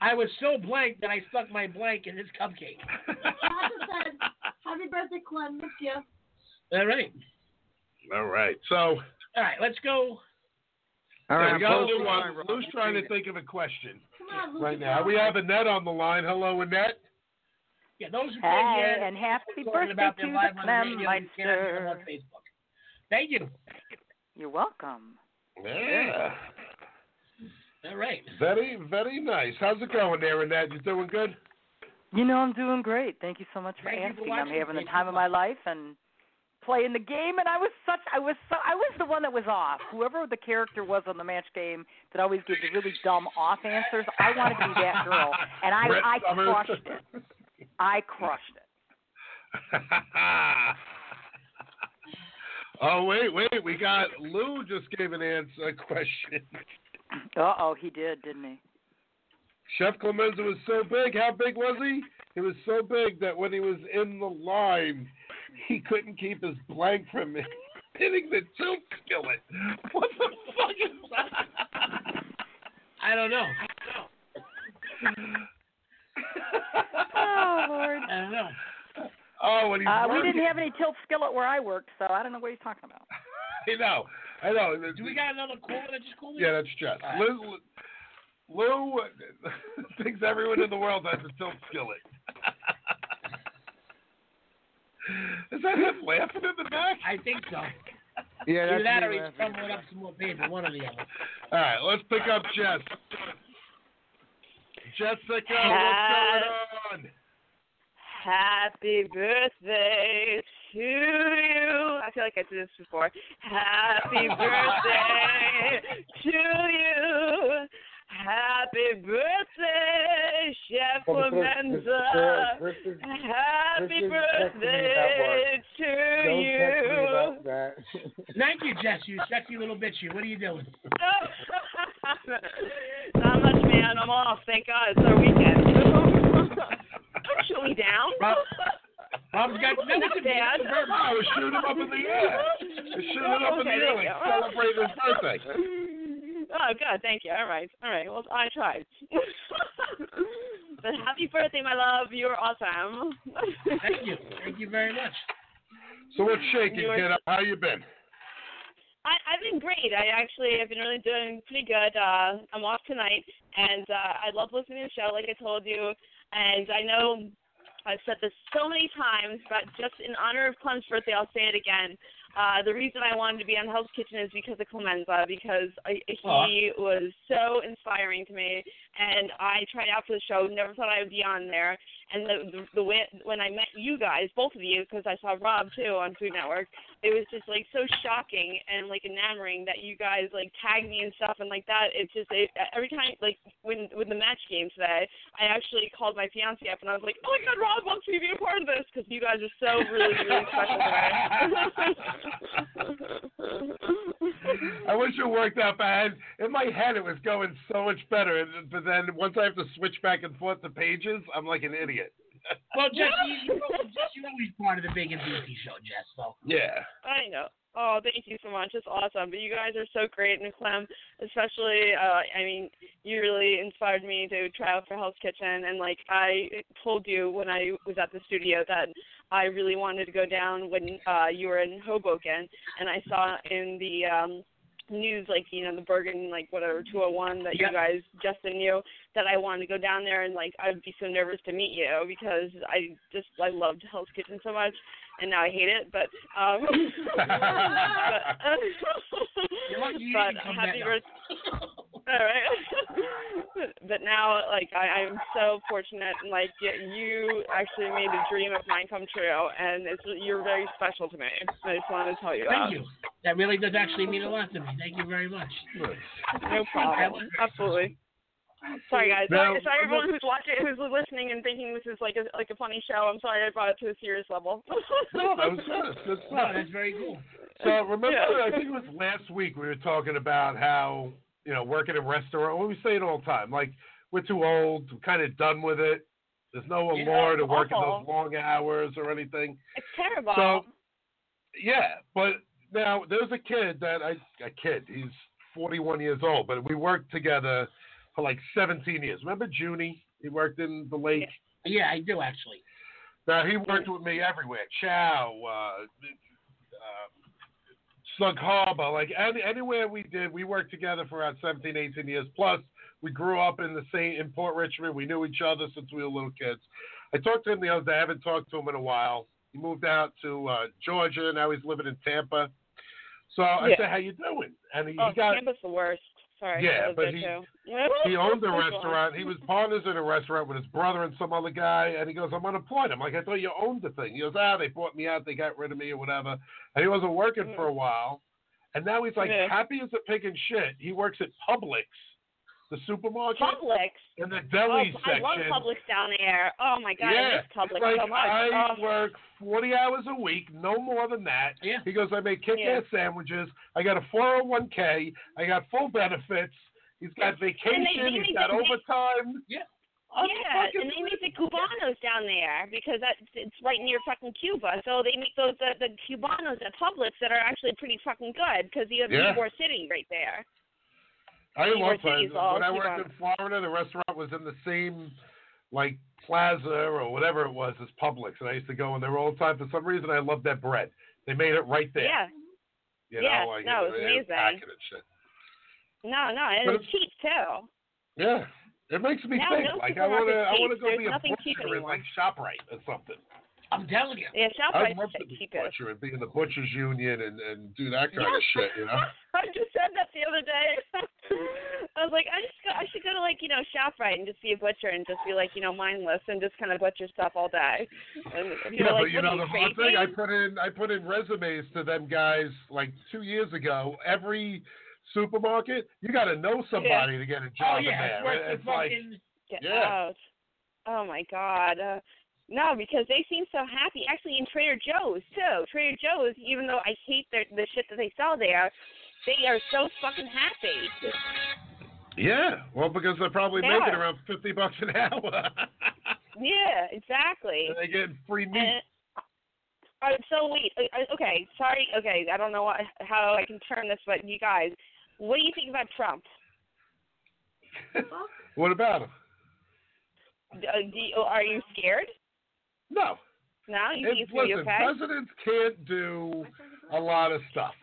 I was so blank that I stuck my blank in this cupcake.
Tasha said, "Happy birthday, Clem. Miss you."
All right.
all right, so
All right. Let's go.
All
there
right,
we
I'm
go.
posting
Lou,
my
uh, Lou's
Robert
trying to
Friedman.
think of a question.
Come on, Lucy.
right now. We have Annette on the line. Hello, Annette.
Yeah, those who can't
Hey,
hear
and happy
talking
birthday
about
to
their
the
live on the radio, you can't hear them on
Clemmeister.
Facebook. Thank you.
You're welcome.
Yeah.
All right.
Very, very nice. How's it going there, Annette? You doing good?
You know, I'm doing great. Thank you so much for
Thank you for
asking. I'm
watching.
having the
Thank
time
you.
of my life and playing the game. And I was such, I was, so, I was the one that was off. Whoever the character was on the match game that always gave the really dumb off answers, I wanted to be that girl, and I,
Brett
I
Summers.
crushed it. I crushed it.
oh wait, wait, we got Lou just gave an answer a question.
Uh oh, he did, didn't he?
Chef Clemenza was so big. How big was he? He was so big that when he was in the line, he couldn't keep his blank from hitting the tooth skillet. What the fuck is that?
I don't know.
Oh Lord.
I don't know.
Oh, when he's
Uh, we
working.
didn't have any tilt skillet where I worked, so I don't know what he's talking about.
I know. I know.
Do we got another caller that just called in?
Yeah, that's Jess.
All right.
Lou, Lou thinks everyone in the world has a tilt skillet. Is that him laughing in the back?
I think so.
Yeah,
Either
that's
that
me
or he's
laughing.
fumbling up some more paper, one or the other.
All right, let's pick up Jess. Jessica, what's going on?
Happy birthday to you. I feel like I did this before. Happy birthday to you. Happy birthday, Chef Clemenza. Happy
Christmas, text me
birthday to
Don't text me
you.
about that.
Thank you, Jess, you sexy little bitch. You. What are you doing?
Not much, man. I'm off. Thank God. It's our weekend. Don't shoot me down.
Rob-
Rob's got
Not bad.
I was shooting him up in the air. I was shooting him up in
Okay,
the air
there you
like
go.
celebrating his birthday.
Oh, good. Thank you. All right. All right. Well, I tried. but happy birthday, my love. You're awesome.
Thank you. Thank you very much.
So what's shaking,
You are-
kiddo? How you been?
I, I've been great. I actually have been really doing pretty good. Uh, I'm off tonight, and uh, I love listening to the show, like I told you. And I know I've said this so many times, but just in honor of Clem's birthday, I'll say it again. Uh, the reason I wanted to be on Hell's Kitchen is because of Clemenza, because I, he was so inspiring to me, and I tried out for the show, never thought I would be on there. And the the, the way, when I met you guys, both of you, because I saw Rob too on Food Network, it was just like so shocking and like enamoring that you guys like tagged me and stuff and like that. It's just it, every time like when with the match game today, I actually called my fiance up and I was like, oh my god, Rob wants me to be a part of this because you guys are so really really special
I
today.
wish it worked out, but I, in my head it was going so much better. And- But then once I have to switch back and forth to pages, I'm like an idiot.
Well, Jess, you, you know, Jess, you're always part of the big and beefy show, Jess. So
Yeah.
I know. Oh, thank you so much. It's awesome. But you guys are so great, and Clem, especially. Uh, I mean, you really inspired me to try out for Hell's Kitchen, and like I told you when I was at the studio that I really wanted to go down when uh, you were in Hoboken, and I saw in the um, news, like you know, the Bergen, like whatever 201 that
Yeah.
you guys, Justin knew that I wanted to go down there, and like I'd be so nervous to meet you because I just I loved Hell's Kitchen so much and now I hate it. But um, but,
you're lucky you
but
didn't come
happy
back
birthday.
up.
All right. but now, like, I, I'm so fortunate, and like, y- you actually made a dream of mine come true, and it's you're very special to me. I just wanted to tell you that.
Thank you. That really does actually mean a lot to me. Thank you very much.
No problem. Absolutely. Sorry guys.
Now-
sorry, sorry everyone who's watching, who's listening, and thinking this is like a like a funny show. I'm sorry I brought it to a serious level.
No, that was good. That's good
No,
stuff.
that's very cool.
So remember,
Yeah.
I think it was last week we were talking about how you know working in restaurant. Well, we say it all the time. Like we're too old, we're kind of done with it. There's no
Yeah,
allure to working those
uh-huh.
awful.
long hours or anything.
It's terrible.
So, yeah, but now there's a kid that I a kid. He's 41 years old, but we worked together for like 17 years. Remember Junie? He worked in the lake.
Yeah, I do actually.
Now he worked with me everywhere. Chow, uh, uh, Slug Harbor, like any, anywhere we did, we worked together for about 17, 18 years. Plus, we grew up in the same in Port Richmond. We knew each other since we were little kids. I talked to him the other day. I haven't talked to him in a while. He moved out to uh, Georgia. Now he's living in Tampa. So I
Yeah.
said, "How you doing?" And he,
oh,
he got
Tampa's the worst. Sorry.
Yeah,
I was
but
there
he-
too.
He owned a restaurant. He was partners in a restaurant with his brother and some other guy. And he goes, I'm unemployed. I'm like, I thought you owned the thing. He goes, ah, they bought me out. They got rid of me or whatever. And he wasn't working for a while. And now he's like
Yeah.
happy as a pig in shit. He works at Publix, the supermarket.
Publix.
In the deli
oh, I
section.
love Publix down there. Oh my god, I
yeah.
miss Publix
He's like,
so much.
I
Um,
work 40 hours a week, no more than that. Yeah. He goes, I make kick ass sandwiches. I got a 401k. I got full benefits. He's got vacation.
they- they
He's
make
got
the-
overtime. Yeah. I'm
oh, yeah, and
fucking
they make the cubanos down there because that it's right near fucking Cuba. So they make those the, the cubanos at Publix that are actually pretty fucking good because you have
Yeah.
Ybor City right there.
I didn't
New
want
York City's
Plaza.
all
When I
she
worked in Florida, the restaurant was in the same like plaza or whatever it was as Publix, and I used to go in there all the time. For some reason, I loved that bread. They made it right there.
Yeah.
You
Yeah,
know, like
no,
it,
it was
it was
amazing.
packing and shit.
No, no, and
But
it's cheap too.
Yeah. It makes me
Now
think.
those
Like
people
I want to,
have
I
receipts.
want to go
There's
be a
nothing cheap
butcher in
anymore.
like Shoprite or something.
I'm telling you.
Yeah,
I'd
Shoprite's
love to be a
cheapest.
butcher and be in the butcher's union and and do that kind of shit. You know.
I just said that the other day. I was like, I just go, I should go to like you know Shoprite and just be a butcher and just be like you know mindless and just kind of butcher stuff all day. And people
yeah,
are
but
like, "What
you
are
know the
crazy?
hard thing. I put in I put in resumes to them guys like two years ago. Every supermarket, you got to know somebody to get a job
Oh, yeah,
in
it's
there.
worth the
It's like
fucking- Get
Yeah.
out. Oh my god. Uh, no, because they seem so happy. Actually, in Trader Joe's too. Trader Joe's, even though I hate their, the shit that they sell there, they are so fucking happy.
yeah, well because they're probably
Yeah.
making around fifty bucks an hour.
Yeah, exactly.
and they getting free meat.
And, uh, so wait, uh, uh, okay, sorry, okay, I don't know what, how I can turn this, but you guys, what do you think about Trump?
what about them?
Uh, do you, are you scared?
No.
No, you
It's-
think he's gonna be
listen,
okay?
presidents can't do a lot of stuff.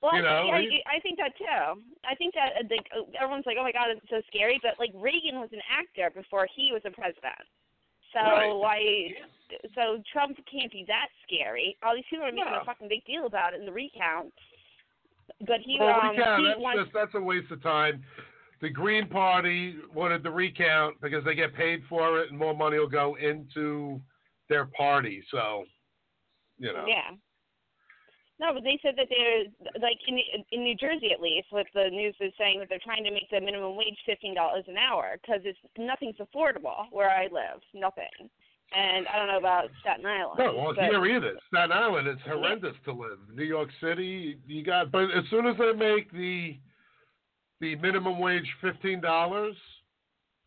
Well,
you know,
I, think,
he-
I, I think that too. I think that uh, like uh, everyone's like, oh my god, it's so scary. But like Reagan was an actor before he was a president, so
Right.
why? So Trump can't be that scary. All these people are making
No.
a fucking big deal about it in the recount. But he,
well,
um,
recount,
he
that's
wants
just that's a waste of time. The Green Party wanted the recount because they get paid for it, and more money will go into their party. So, you know,
Yeah. No, but they said that they're like in in New Jersey at least. What the news is saying that they're trying to make the minimum wage fifteen dollars an hour because it's nothing's affordable where I live, nothing. And I don't know about Staten Island.
no, well,
but,
here either. Staten Island, it's horrendous to live. New York City, you got, but as soon as they make the the minimum wage fifteen dollars,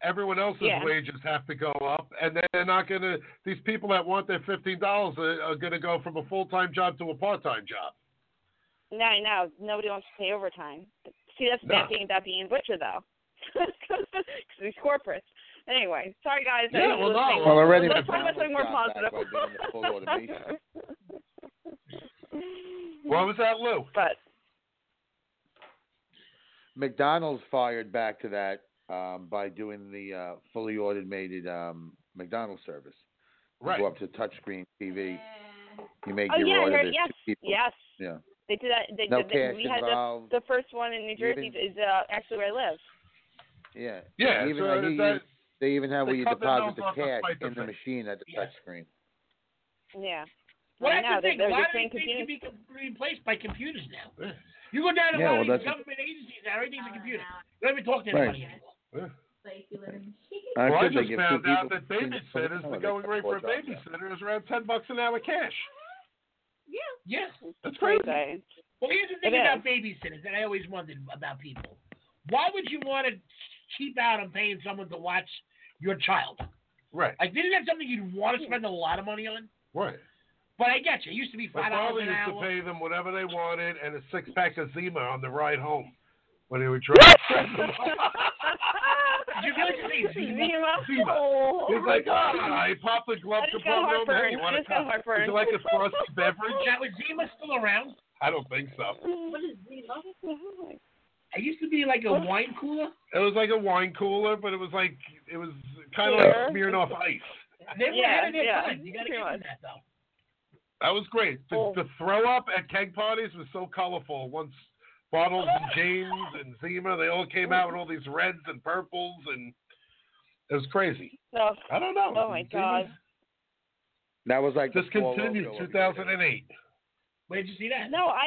everyone else's
Yeah.
wages have to go up, and then they're not gonna. These people that want their fifteen dollars are, are gonna go from a full time job to a part time job.
No, no, nobody wants to pay overtime. See, that's the bad
No.
thing about being a butcher though, because these corporates. Anyway, sorry guys. I
Yeah,
was
well, no,
listening.
well, already
Let's
the
talk about something more
McDonald's
positive. Oh,
got back by doing the full automation.
What was that, Lou?
Mm-hmm. But
McDonald's fired back to that um, by doing the uh, fully automated um, McDonald's service. You
Right.
Go up to touchscreen TV. You make
oh
your
yeah, you're-
order. there's
yes,
two people.
yes.
Yeah.
They did that. They,
No
did that-
cash
we had the,
involved.
the first one in New Jersey. Is uh, actually where I live.
Yeah.
Yeah,
And Even
so
I hear
is
you-
that-
they even have
they
where you
cut the
deposit
nose
the
off the
cash
spite
in
of
the
it.
machine at the touchscreen.
Yeah.
Well,
I know, they're-
that's the thing.
they're
a lot of
just saying
these things can be com- replaced by computers now. You go down to
Yeah, well,
a lot of these
that's-
government agencies now, everything's a computer. You don't even talk to
Right.
anybody anymore.
I
well, I
could, they
just
give
found
two
out
people
that
between the phone
babysitters, the
and
going
they
rate for a
cut the job
babysitter is around ten bucks an hour cash.
Yeah.
That's crazy.
Well, here's the
It
thing
is.
about babysitters that I always wondered about people. Why would you want to cheap out on paying someone to watch your child?
Right.
Like, isn't that something you'd want
Hmm.
to spend a lot of money on?
Right.
But I get you. It used to be
My
five
father
dollars an
used to
hour.
pay them whatever they wanted and a six pack of Zima on the ride home when they were driving.
Did you really say Zima?
Oh.
He's like, ah, he popped the glove
I just got
compartment open.
heartburn.
You
I
want a
just got
cup?
heartburn.
Would you like a frosty beverage?
Now, is Zima still around?
I don't think so.
What is Zima? It used to be like a
What?
wine cooler.
It was like a wine cooler, but it was like it was kind of
Beer.
like smearing off ice.
They were
Yeah,
ahead of their
yeah,
time. You got to give them that though.
Oh.
That was great. The, the throw up at keg parties was so colorful. Once Bottles and James and Zima, they all came out with all these reds and purples, and it was crazy.
So,
I don't know.
Oh my god.
That was like
This continued 2008.
Where did you see that?
No, I.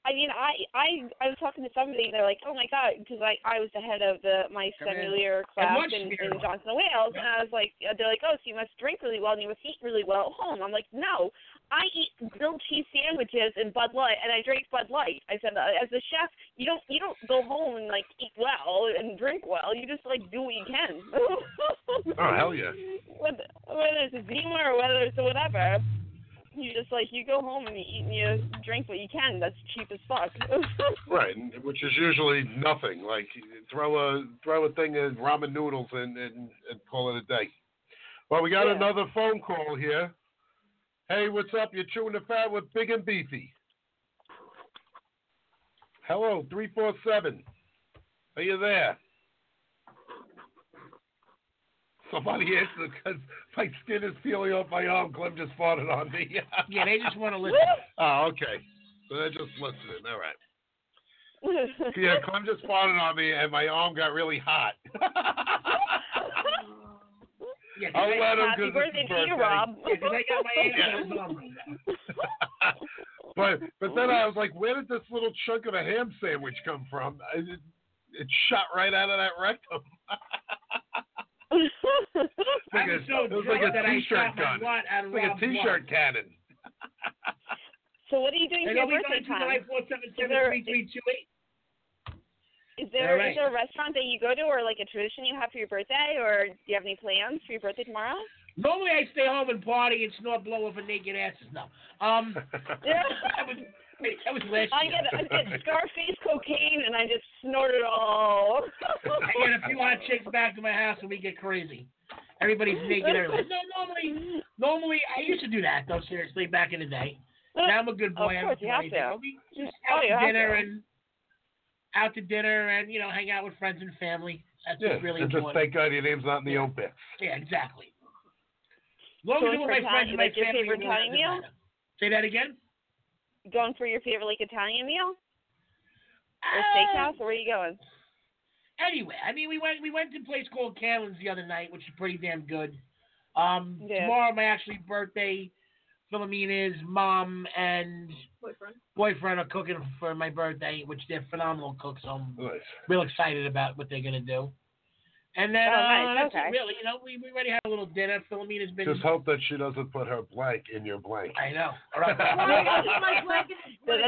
I mean, I I I was talking to somebody and they're like, oh my god, because I I was the head of the my
Come in.
seminar
And
class
what's
in,
your-
in Johnson Wales, and I was like, they're like, oh, so you must drink really well and you must eat really well at home. I'm like, no, I eat grilled cheese sandwiches and Bud Light, and I drink Bud Light. I said, uh, as a chef, you don't you don't go home and like eat well and drink well. You just like do what you can.
Oh, hell yeah.
whether, whether it's Zima or whether it's whatever, you just like you go home and you eat and you drink what you can. That's cheap as fuck.
Right, and- which is usually nothing. Like throw a throw a thing of ramen noodles and and, and call it a day. Well, we got
Yeah.
another phone call here. Hey, what's up? You're chewing the fat with Big and Beefy. Hello, three four seven. Are you there? Somebody answered because my skin is peeling off my arm. Clem just farted on me.
Yeah, they just want to listen.
Oh, okay. So they're just listening. All right. Yeah, Clem just farted on me, and my arm got really hot.
Yeah, 'cause
I'll
they-
let 'em 'cause it's his birthday.
Yeah, 'cause they got my
Yeah.
ass number.
But but then I was like, where did this little chunk of a ham sandwich come from? I- It, it shot right out of that rectum. It's like
I was
a-
so
it was like
drunk
a
that I
t-shirt
shot my
gun.
wad out of
It's like a
Rob's wad.
t-shirt cannon.
so what are you doing for
And
your
I'll be
birthday
going to
time?
947-73328.
Is there is
Alright.
there a restaurant that you go to or like a tradition you have for your birthday or do you have any plans for your birthday tomorrow?
Normally I stay home and party and snort blow off a naked asses. No. Um, that was that was last
I
year.
get I get Scarface cocaine and I just snort it all.
I get a few hot chicks back to my house and we get crazy. Everybody's naked. Everybody. No, normally, normally I used to do that though. Seriously, back in the day. Now I'm a good boy.
Of
I'm
course you have
20, so
to.
we Just
Oh,
out
you
to
have
dinner
to.
and out to dinner and you know hang out with friends and family. That's
Yeah,
what's really
and just
important.
thank God your name's not in the open.
Yeah, exactly. Long
Going
as I'm
for
with my
Italian-
friends and my
like your
family.
favorite
it doesn't
Italian meal?
matter. Say that again.
Going for your favorite like Italian meal?
Um,
Or steakhouse? Or where are you going?
anyway, I mean, we went we went to a place called Callan's the other night, which is pretty damn good. Um,
Yeah.
tomorrow my actually birthday. Philomena's mom and
Boyfriend.
boyfriend are cooking for my birthday, which they're phenomenal cooks. So I'm
Nice.
real excited about what they're gonna do. And then
Oh,
uh,
nice.
that's it,
Okay.
really, you know, we, we already had a little dinner. Philomena's been.
Just hope that she doesn't put her blank in your blank.
I know. Or else, or
Why
else
My blanket is blue.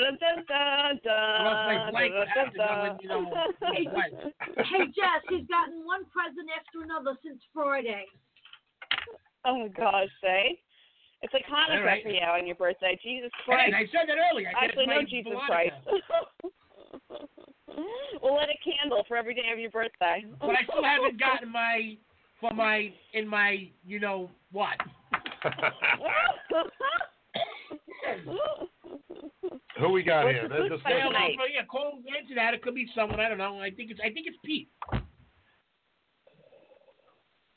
my blank would have to go with, you know, my wife.
Hey Jess, he's gotten one present after another since Friday.
Oh gosh, say. It's like Hanukkah
Alright.
for you on your birthday. Jesus Christ.
And I said that earlier. I
Actually, no, Jesus Christ. we'll light a candle for every day of your birthday.
but I still haven't gotten my for my in my you know what.
Who we got
What's the
here? They're
food
just
fight
Yeah,
looking-
tonight?
well, yeah, call into that. It could be someone. I don't know. I think it's I think it's Pete.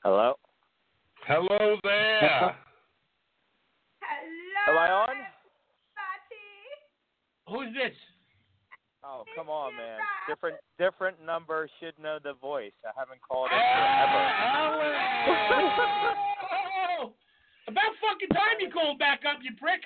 Hello?
Hello there.
Hello.
Am I on?
Who's this?
Oh, come on, man. Different different number should know the voice. I haven't called it
Oh, about fucking time you called back up, you prick.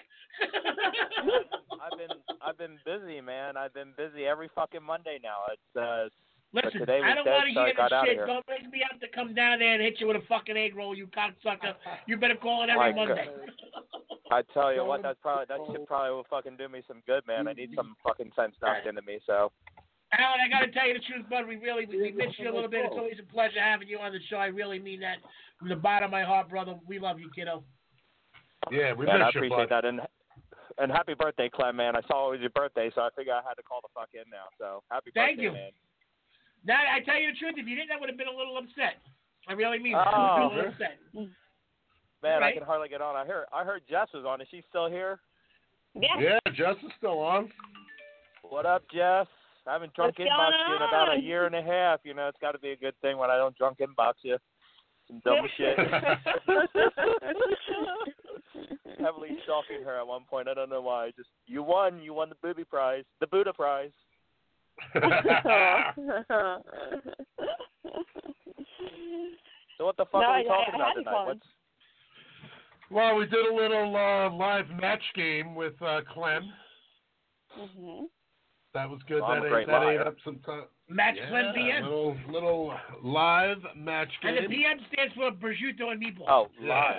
forever. I've been I've been busy, man. I've been busy every fucking Monday now. It's uh but
Listen,
today was
I don't
dead,
want to
so I
hear
got
this
out
shit.
of here.
Don't make me have to come down there and hit you with a fucking egg roll, you cocksucker. You better call it every
Like, uh,
Monday.
I tell you what, that's probably that shit probably will fucking do me some good, man. I need some fucking sense knocked into me, so
Alan, I got to tell you the truth, bud. We really we, we miss you a little bit. It's always a pleasure having you on the show. I really mean that from the bottom of my heart, brother. We love you, kiddo.
yeah, we
man, I
missed your
appreciate
blank.
that and and happy birthday, Clem, man. I saw it was your birthday, so I figured I had to call the fuck in now. So happy
Thank
birthday,
you.
man.
Now, I tell you the truth, if you didn't, I would have been a little upset. I really mean that. I
Oh.
would have been a little upset.
Man,
Right.
I can hardly get on. I heard I heard Jess was on. Is she still here?
yeah.
Yeah, Jess is still on.
What up, Jess? I haven't drunk
What's
inboxed
going
you in about a
on?
year and a half. You know, it's got to be a good thing when I don't drunk inbox you. Some dumb shit. Heavily stalking her at one point. I don't know why. Just you won. You won the booby prize, the Buddha prize. so what the fuck
No,
are
I- I
we talking about
had
tonight?
fun.
What's
Well, we did a little uh, live match game with uh, Clem.
Mm-hmm.
That was good.
Well, I'm
that
a
ate,
great
that ate
liar.
up some time.
Match
yeah,
Clem PM.
Little, little live match game.
And the PM stands for prosciutto and meatballs.
oh
Yeah.
live?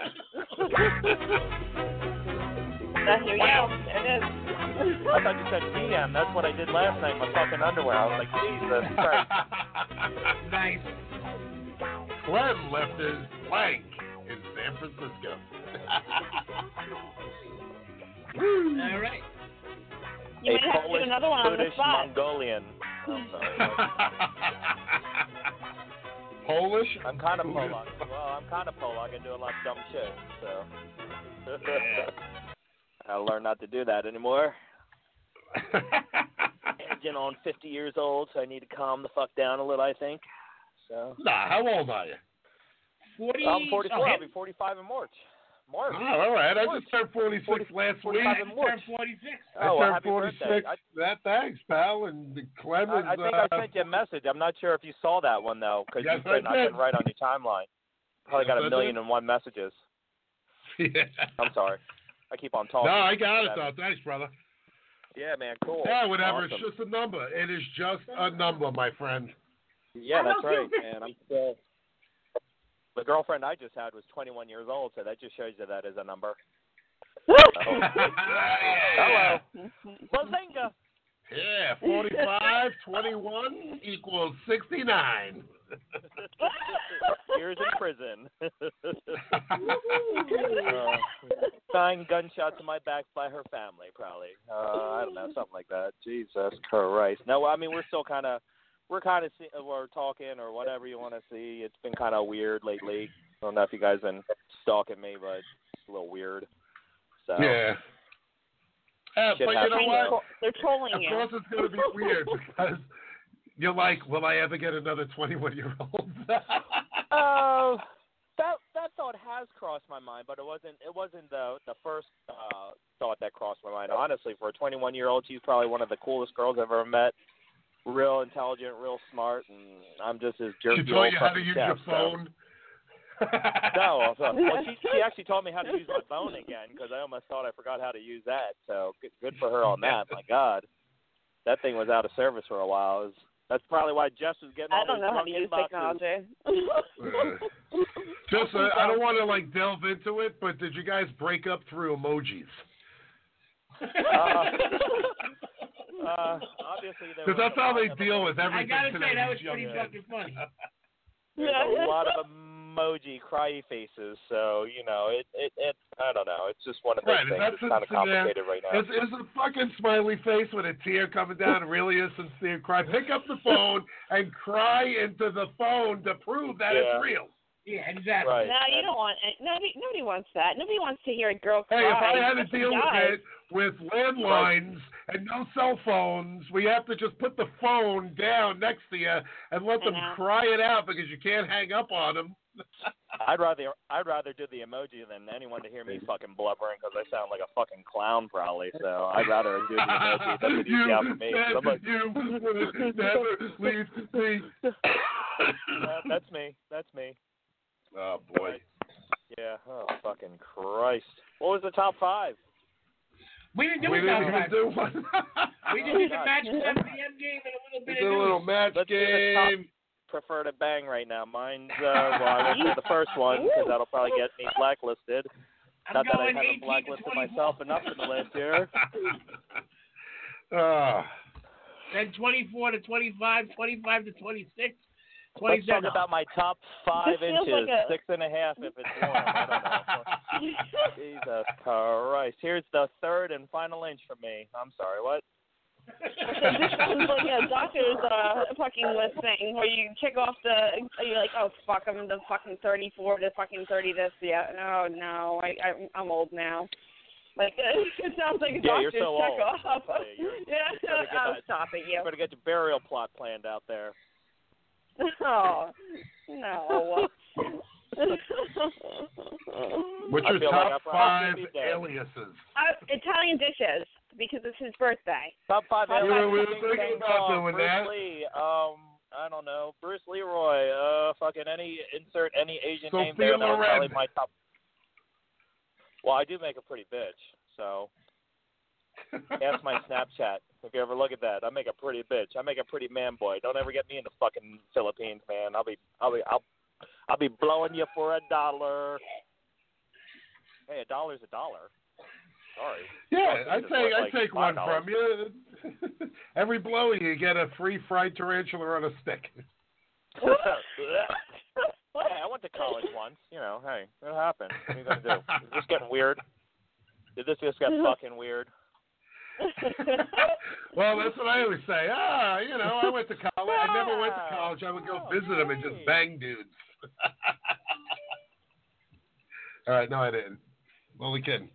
Oh.
That's your
Wow.
yeah. There it is.
I thought you said PM. That's what I did last night. My fucking underwear. I was like, Jesus Christ.
nice.
Clem left his blank in San Francisco.
All right.
You
a
might have to
Polish
do another one on the
Buddhist
spot.
Mongolian. I'm sorry.
Polish?
I'm kind of
Buddhist.
Polak. Well, I'm kind of Polak. I do a lot of dumb shit. So I learned not to do that anymore. You know, I'm 50 years old, so I need to calm the fuck down a little. I think. So
nah, how old are you?
40,
I'm 44.
oh,
I'll
him-
be 45 in March. March.
Oh, all right. I just turned 46 last week.
45 in March.
turned 46.
I
Oh, well,
turned
happy
46.
birthday. I,
That thanks, pal. And Clem is.
I, I think
uh,
I sent you a message. I'm not sure if you saw that one though, because
Yes,
you couldn't.
I
I
did.
couldn't write on your timeline. Probably
Yes,
got
I
a million
did.
and one messages.
yeah.
I'm sorry. I keep on
No,
talking.
I got it though. Thanks, brother.
Yeah, man, cool.
Yeah, whatever.
Awesome.
It's just a number. It is just a number, my friend.
Yeah,
I
that's
don't feel
right, man. I'm still. The girlfriend I just had was 21 years old, so that just shows you that is a number. Hello. Bazinga.
Yeah, 45, 21 equals 69.
Years in prison. uh, nine gunshots in my back by her family, probably. Uh, I don't know, something like that. Jesus Christ. No, I mean we're still kind of, we're kind of see, we're talking or whatever you want to see. It's been kind of weird lately. I don't know if you guys been stalking me, but it's a little weird. So
yeah. Uh,
Shit
but you know
happens,
what?
though.
They're trolling
Of
you.
course, it's going to be weird because you're like, will I ever get another 21 year old?
Uh, that that thought has crossed my mind, but it wasn't it wasn't the the first uh, thought that crossed my mind. Honestly, for a 21 year old, she's probably one of the coolest girls I've ever met. Real intelligent, real smart, and I'm just as jerky.
she taught
old
you how to
fucking
use
chef,
your
so-
phone.
No, I thought- well, she she actually taught me how to use my phone again because I almost thought I forgot how to use that. So good, good for her on that. My God, that thing was out of service for a while. It was, that's probably why Jess was getting all
I don't
those
know how
drunk
to use
inboxes.
technology.
Uh, Just, uh, I don't want to like delve into it, but did you guys break up through emojis?
Uh, uh, obviously, there
Because
was
that's
a
how
lot
they
of
deal with
I
everything.
gotta
today,
say that was
these
pretty
young kids.
fucking funny.
There's a lot of emoji cry faces, so you know it. It. it I don't know. It's just one of those
Right,
things.
that's
it's kind of
sincere.
complicated right now.
Is, is a fucking smiley face with a tear coming down really a sincere cry? Pick up the phone and cry into the phone to prove that
Yeah.
it's real.
Yeah, exactly.
right.
No, you don't want it. Nobody, nobody wants that. Nobody wants to hear a girl
Hey,
cry.
if I had to
She
deal
died.
with it with landlines and no cell phones, we have to just put the phone down next to you and let them
know.
cry it out because you can't hang up on them.
I'd rather I'd rather do the emoji than anyone to hear me fucking blubbering because I sound like a fucking clown probably. So I'd rather do the emoji. That's what you out for me. 'cause I'm like,
you would never leave me.
"Yeah, that's me. That's me.
oh boy.
Right. Yeah. Oh fucking Christ. What was the top five?
We didn't do
we
it
didn't
that
even
time.
do one.
We just
Oh,
did the
God.
match Clem PM game and a little
we
bit
did
of
a
news.
little match
Let's do the top
game.
prefer to bang right now. Mine's uh, well, I won't say the first one because that'll probably get me blacklisted.
I'm
Not that I
going
haven't
18 to
blacklisted
24.
myself enough for the last year.
Ah.
Then 24 to 25, 25 to 26,
Let's
27.
talk about my top five
This feels
inches,
like a-
six and a half if it's warm. I don't know. Jesus Christ. Here's the third and final inch for me. I'm sorry, what?
this is like a doctor's uh, fucking list thing where you check off the you're like, oh fuck, I'm the fucking 34 to fucking 30 this. Yeah, no, no, I, I I'm old now. Like it sounds like a
Yeah, you're
doctor's
so
check
old.
off.
Yeah, you're-
yeah,
gotta get
oh
that-
stop it,
You
you.
better get your burial plot planned out there.
Oh no.
What's
I
your
feel
top
like I probably
five
should be dead.
aliases?
uh, Italian dishes. because it's his birthday.
Top five
Top
aliens
five
we were
things
thinking
they
about
saw.
doing
Bruce
that.
Lee.
Um, I don't know. Bruce Leroy. Uh, fucking any insert any Asian name there.
Sophia
That was probably
Loren.
my top. Well, I do make a pretty bitch, so that's my Snapchat. If you ever look at that, I make a pretty bitch. I make a pretty man boy. Don't ever get me into fucking Philippines, man. I'll be, I'll be, I'll, I'll be blowing you for a dollar. Hey, a dollar's a dollar. Sorry.
Yeah, I
Fucking
take
just worth
I
like
take one
$5.
from you. Every blow you get a free fried tarantula on a stick.
hey, I went to college once. You know, hey, it happened. What are you gonna do? Is this getting weird? Did this just get fucking weird?
Well, that's what I always say. Ah, you know, I went to college. I never went to college. I would
Oh,
go visit them and just bang dudes. All right, no, I didn't. Only kidding.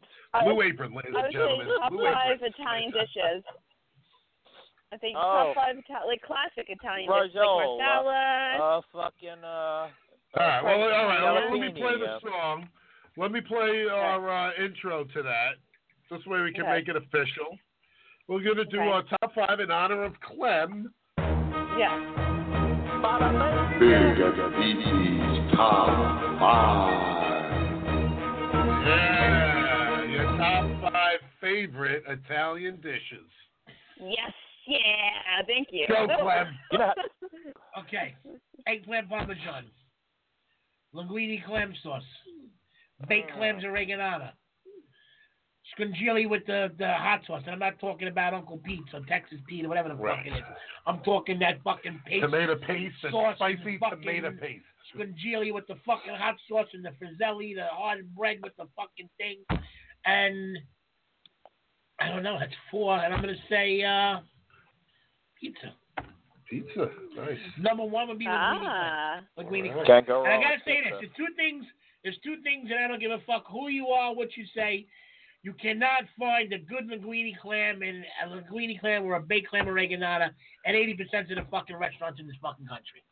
Blue apron, ladies
I
and
was
gentlemen.
saying top
Blue
five
apron.
Italian dishes. I think
Oh.
top five Ita- like classic Italian dishes, like
Rajol.
marsala.
Oh, Uh, fucking. Uh,
All right, well, all right.
Jalapeno,
Let me play the
yeah.
song. Let me play our uh, intro to that. This way we can
Okay.
make it official. We're going to do
Okay.
our top five in honor of Clem.
Yeah.
Big Diabetes Top 5.
Yeah, your top five favorite Italian dishes.
Yes, yeah. Thank you.
Go, Clem.
Okay. Eggplant parmesan. Linguine clam sauce.
Oh.
Baked clams oreganata. Scringili with the, the hot sauce. And I'm not talking about Uncle Pete's or Texas Pete or whatever the fuck
Right.
it is. I'm talking that fucking paste.
Tomato paste and
sauce
spicy
and fucking
tomato paste.
Scringili with the fucking hot sauce and the frizzelli, the hard bread with the fucking thing. And I don't know, that's four. And I'm going to say uh, pizza.
Pizza. Nice.
Number one would be linguine clam.
Ah.
Like we
Alright.
Can't go
and I
wrong
gotta
with
say this:
pizza.
there's two things. There's two things, and I don't give a fuck who you are, what you say. You cannot find a good linguine clam and a linguine clam or a baked clam oreganata at 80% of the fucking restaurants in this fucking country.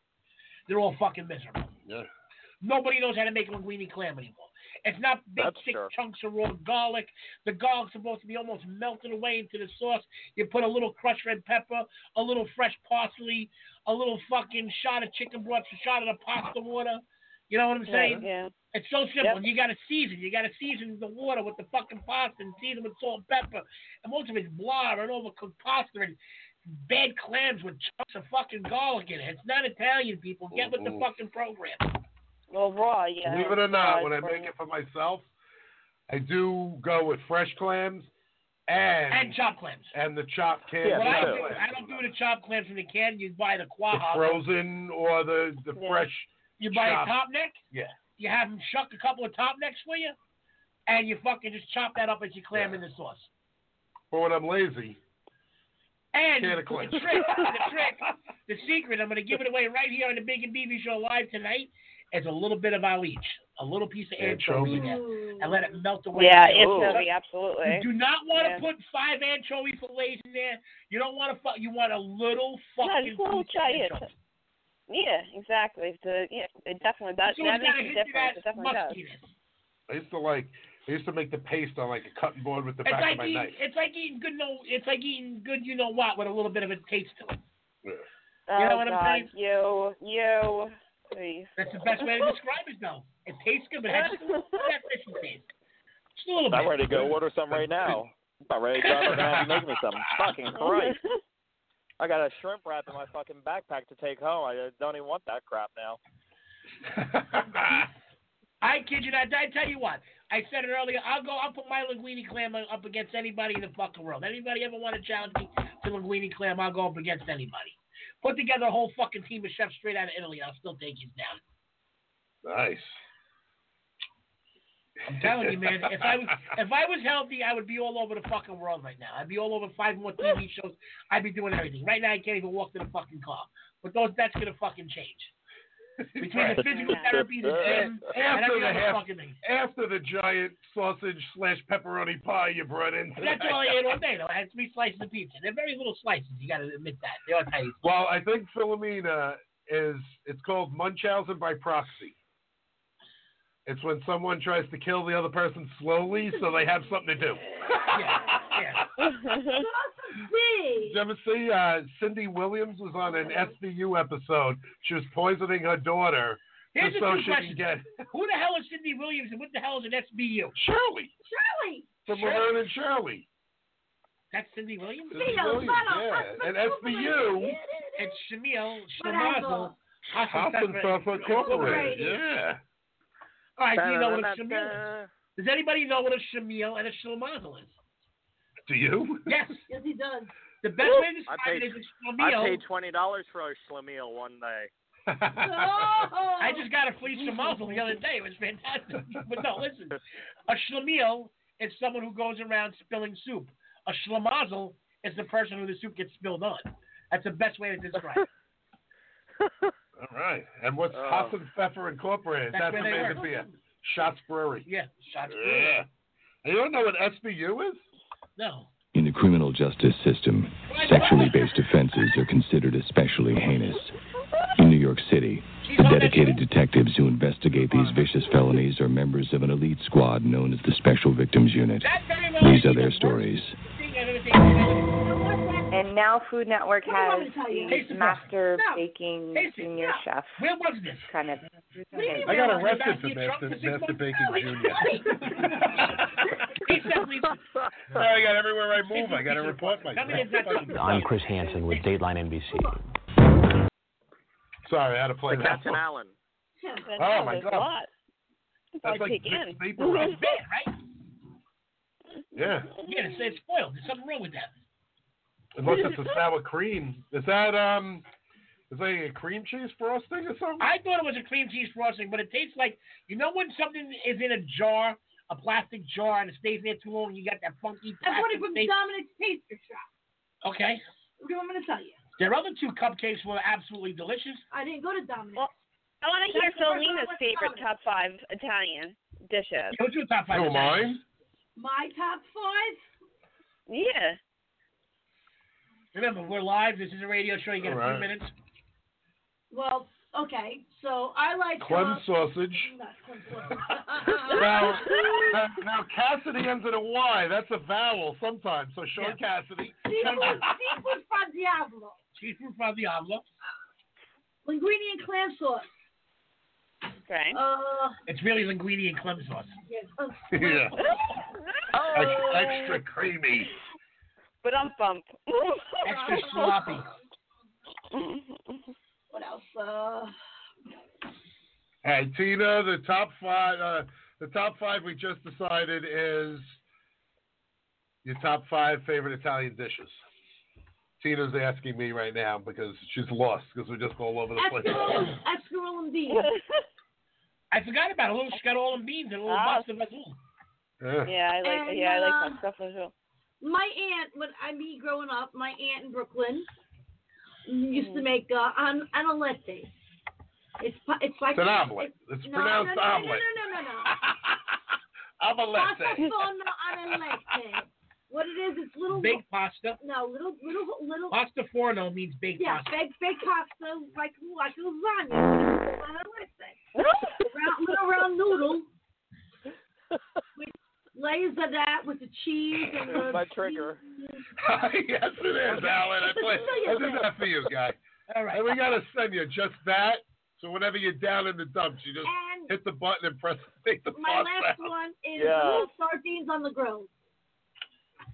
They're all fucking miserable.
Yeah.
Nobody knows how to make linguine clam anymore. It's not big
That's
thick
true.
chunks of raw garlic. The garlic's supposed to be almost melted away into the sauce. You put a little crushed red pepper, a little fresh parsley, a little fucking shot of chicken broth, a shot of the pasta water. You know what I'm saying?
Yeah.
It's so simple. You got to season. You got to season the water with the fucking pasta and season with salt and pepper. And most of it's blah and overcooked pasta and bad clams with chunks of fucking garlic in it. It's not Italian, people. Get with the
Mhm.
fucking program.
Oh,
Well, raw, yeah.
Believe it or not,
Uh,
when I
for-
make it for myself, I do go with fresh clams and
And chopped clams.
and the chopped canned
Yeah,
what I
clams.
do, I don't do the chopped clams from the can. You buy the
the
quaha.
frozen or the the
Yeah.
fresh.
You buy
chopped.
a top neck.
Yeah.
You have them shuck a couple of top necks for you, and you fucking just chop that up as you clam in the sauce.
Or when I'm lazy.
And
Can
the
of
trick,
clams.
the trick, the secret, I'm going to give it away right here on the Big and BB Show live tonight, is a little bit of our each, a little piece of anchovy in there, and let it melt away.
Yeah,
Ooh.
anchovy,
You
absolutely.
do not want to
Yeah.
put five anchovy fillets in there. You don't want to fuck. You want a little
No,
fucking
just a little
piece of
giant.
anchovy.
Yeah, exactly. The, yeah, it definitely does.
So
that
it's got a
makes a
hint of
difference. It
that
definitely does.
muskiness.
I used to like. I used to make the paste on like a cutting board with the
It's
back
like
of my
eating,
knife.
it's like eating good no, it's like eating good you know what with a little bit of a taste to it.
Oh,
You know what I'm
God,
saying?
You, you. Hey.
That's the best way to describe it though. It tastes good, but it has just a little bit of that fishy taste. Just a little bit.
I'm ready to go order some right now. I'm about ready to drive over now and make me some. Fucking Christ. I got a shrimp wrap in my fucking backpack to take home. I don't even want that crap now.
I kid you not. I tell you what. I said it earlier. I'll go. I'll put my linguine clam up against anybody in the fucking world. Anybody ever want to challenge me to linguine clam? I'll go up against anybody. Put together a whole fucking team of chefs straight out of Italy. I'll still take you down.
Nice.
I'm telling you, man. If I was if I was healthy, I would be all over the fucking world right now. I'd be all over five more TV shows. I'd be doing everything. Right now, I can't even walk to the fucking car. But those that's gonna fucking change. Between
Right.
the physical therapy, the gym, and
After
every
the
other
half-
fucking thing.
after the giant sausage slash pepperoni pie you brought in.
But that's all I
tonight.
ate all day. Though I had three slices of pizza. They're very little slices. You got to admit that. They are tiny.
Well, I think Philomena is. It's called Munchausen by proxy. It's when someone tries to kill the other person slowly, so they have something to do.
Yeah, yeah.
Did you ever see uh, Cindy Williams was on an SVU episode? She was poisoning her daughter
Here's the
just so
two
she
questions.
could get
Who the hell is Cindy Williams and what the hell is an SBU?
Shirley.
Shirley.
from Laverne and Shirley.
That's Cindy Williams?
Cindy Cindy Williams, Williams, yeah. And SBU.
And Shamil
Whatever.
Shamazel.
Hoffman Software Incorporated. Yeah.
All right, do you know what a Shamil is? Does anybody know what a Shamil and a Shlamazel is?
Do you?
Yes.
yes, he does.
The best
Whoop.
way to
I
describe
paid,
it is a
I
Shlamiel.
paid twenty dollars for a schlemiel one day.
I just got a free Shlamazel the other day. It was fantastic. but no, listen. A Shlemiel is someone who goes around spilling soup. A Shlamazel is the person who the soup gets spilled on. That's the best way to describe it.
All right. And what's
Oh.
Hoffman Pfeffer Incorporated?
That's
That's,
where
the
they
name
work.
of beer. Shots Brewery.
Yeah, Shots Brewery.
Yeah. And you don't know what SBU is?
No.
In the criminal justice system, sexually based offenses are considered especially heinous. In New York City, the dedicated detectives who investigate these vicious felonies are members of an elite squad known as the Special Victims Unit. These are their stories.
And now Food Network has
Taste
the
the
master baking junior chef.
Where was this?
Kind of.
I got arrested for master, master baking junior.
He said we
I got everywhere I move. I got to report myself.
I'm Chris Hansen with Dateline NBC.
Sorry, I had to play that.
That's an Allen.
Oh, my God.
That's
like
take
Vic
in.
Vapor Rub.
It's bad, right?
Yeah.
Yeah, it's, it's spoiled. There's something wrong with that.
Unless it's a sour cream. Is that um? Is that a cream cheese frosting or something?
I thought it was a cream cheese frosting, but it tastes like you know when something is in a jar, a plastic jar, and it stays there too long, you got that funky
I bought
plastic
it from
taste.
Dominic's Pastry Shop.
Okay.
What I'm going to tell you.
Their other two cupcakes were absolutely delicious.
I didn't go to Dominic's.
I want to hear
That's the first time I
Selena's
went to
favorite top five Italian dishes.
What's your top five?
Oh, mine?
My top five?
Yeah.
Remember, we're live. This is a radio show. You get a
Alright.
few minutes.
Well, okay. So I like.
Clem
uh,
sausage.
Not Clem
Now,
sausage.
now- now Cassidy ends in a Y. That's a vowel sometimes. So Sean Cassidy.
Seafood seafood from Diablo.
Seafood from Diablo.
Linguine and clam sauce.
Okay.
Uh,
It's really linguine and club sauce.
yes. uh,
yeah.
Oh.
Extra creamy.
But I'm bump.
Extra sloppy.
What else? Uh,
All right, Tina. The top five. Uh, the top five we just decided is your top five favorite Italian dishes. Tina's asking me right now because she's lost because we're just all over the place.
escarole, escarole and beans.
I forgot about a little scuttle and beans and a little
Ah.
bust of azul.
Yeah.
Yeah, I like
And,
yeah, I like
uh,
that stuff as well.
My aunt, when I me growing up, my aunt in Brooklyn used to
Mm.
make uh, an an omelette. It's pa- it's like
It's an omelet. It's
no,
pronounced
no, no,
omelet.
No, no, no, no, no.
Omelette.
Pasta forno omelette. What it is, it's little
Baked pasta.
no little little little
Pasta forno means baked
yeah
pasta.
baked baked pasta like like lasagna. It's an omelette. round little round noodle with layers of that with the cheese and the
My trigger.
yes, it is, Alan. I, play, I did that for you, guy.
All right.
And we got to send you just that. So whenever you're down in the dumps, you just
And-
hit the button and press take the
My
pasta
last
out.
one is
Yeah.
grilled sardines on the grill.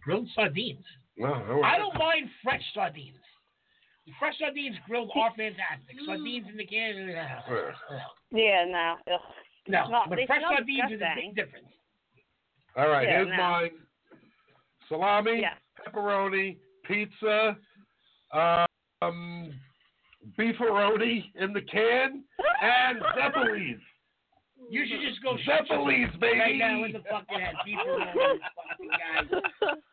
Grilled sardines. I don't mind fresh sardines. Fresh sardines grilled are fantastic. Sardines in the can.
Yeah, no. Ugh.
No,
Well,
but
they
fresh
smell
sardines is a
disgusting.
big difference.
All right,
Yeah,
here's
no.
mine: salami, pepperoni, pizza, um, beefaroni in the can, and zeppelis.
You should just go
Zeppelin's, baby.
Right now in the fucking head. People are fucking guys.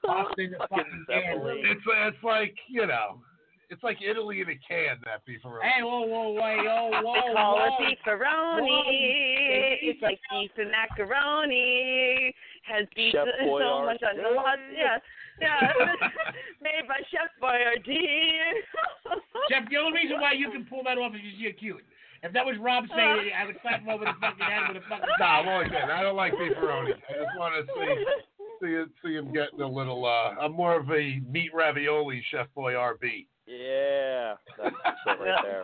Pasta in the fucking can.
It's it's like you know, it's like Italy in a can. That beefaroni.
Hey, whoa, whoa, whoa, yo, whoa,
They call it
whoa.
beefaroni. It's like beef and macaroni. Has beef
Chef
so
Boyardee.
much on the Yeah, yeah. Made by Chef Boyardee.
Jeff, the only reason why you can pull that off is because you're cute. If that was Rob saying it, I would slap him over the fucking head with a fucking.
No, I'm only kidding. I don't like beefaroni. I just want to see See, see, I'm getting a little. Uh, I'm more of a meat ravioli chef boy RB.
Yeah, that's it right there.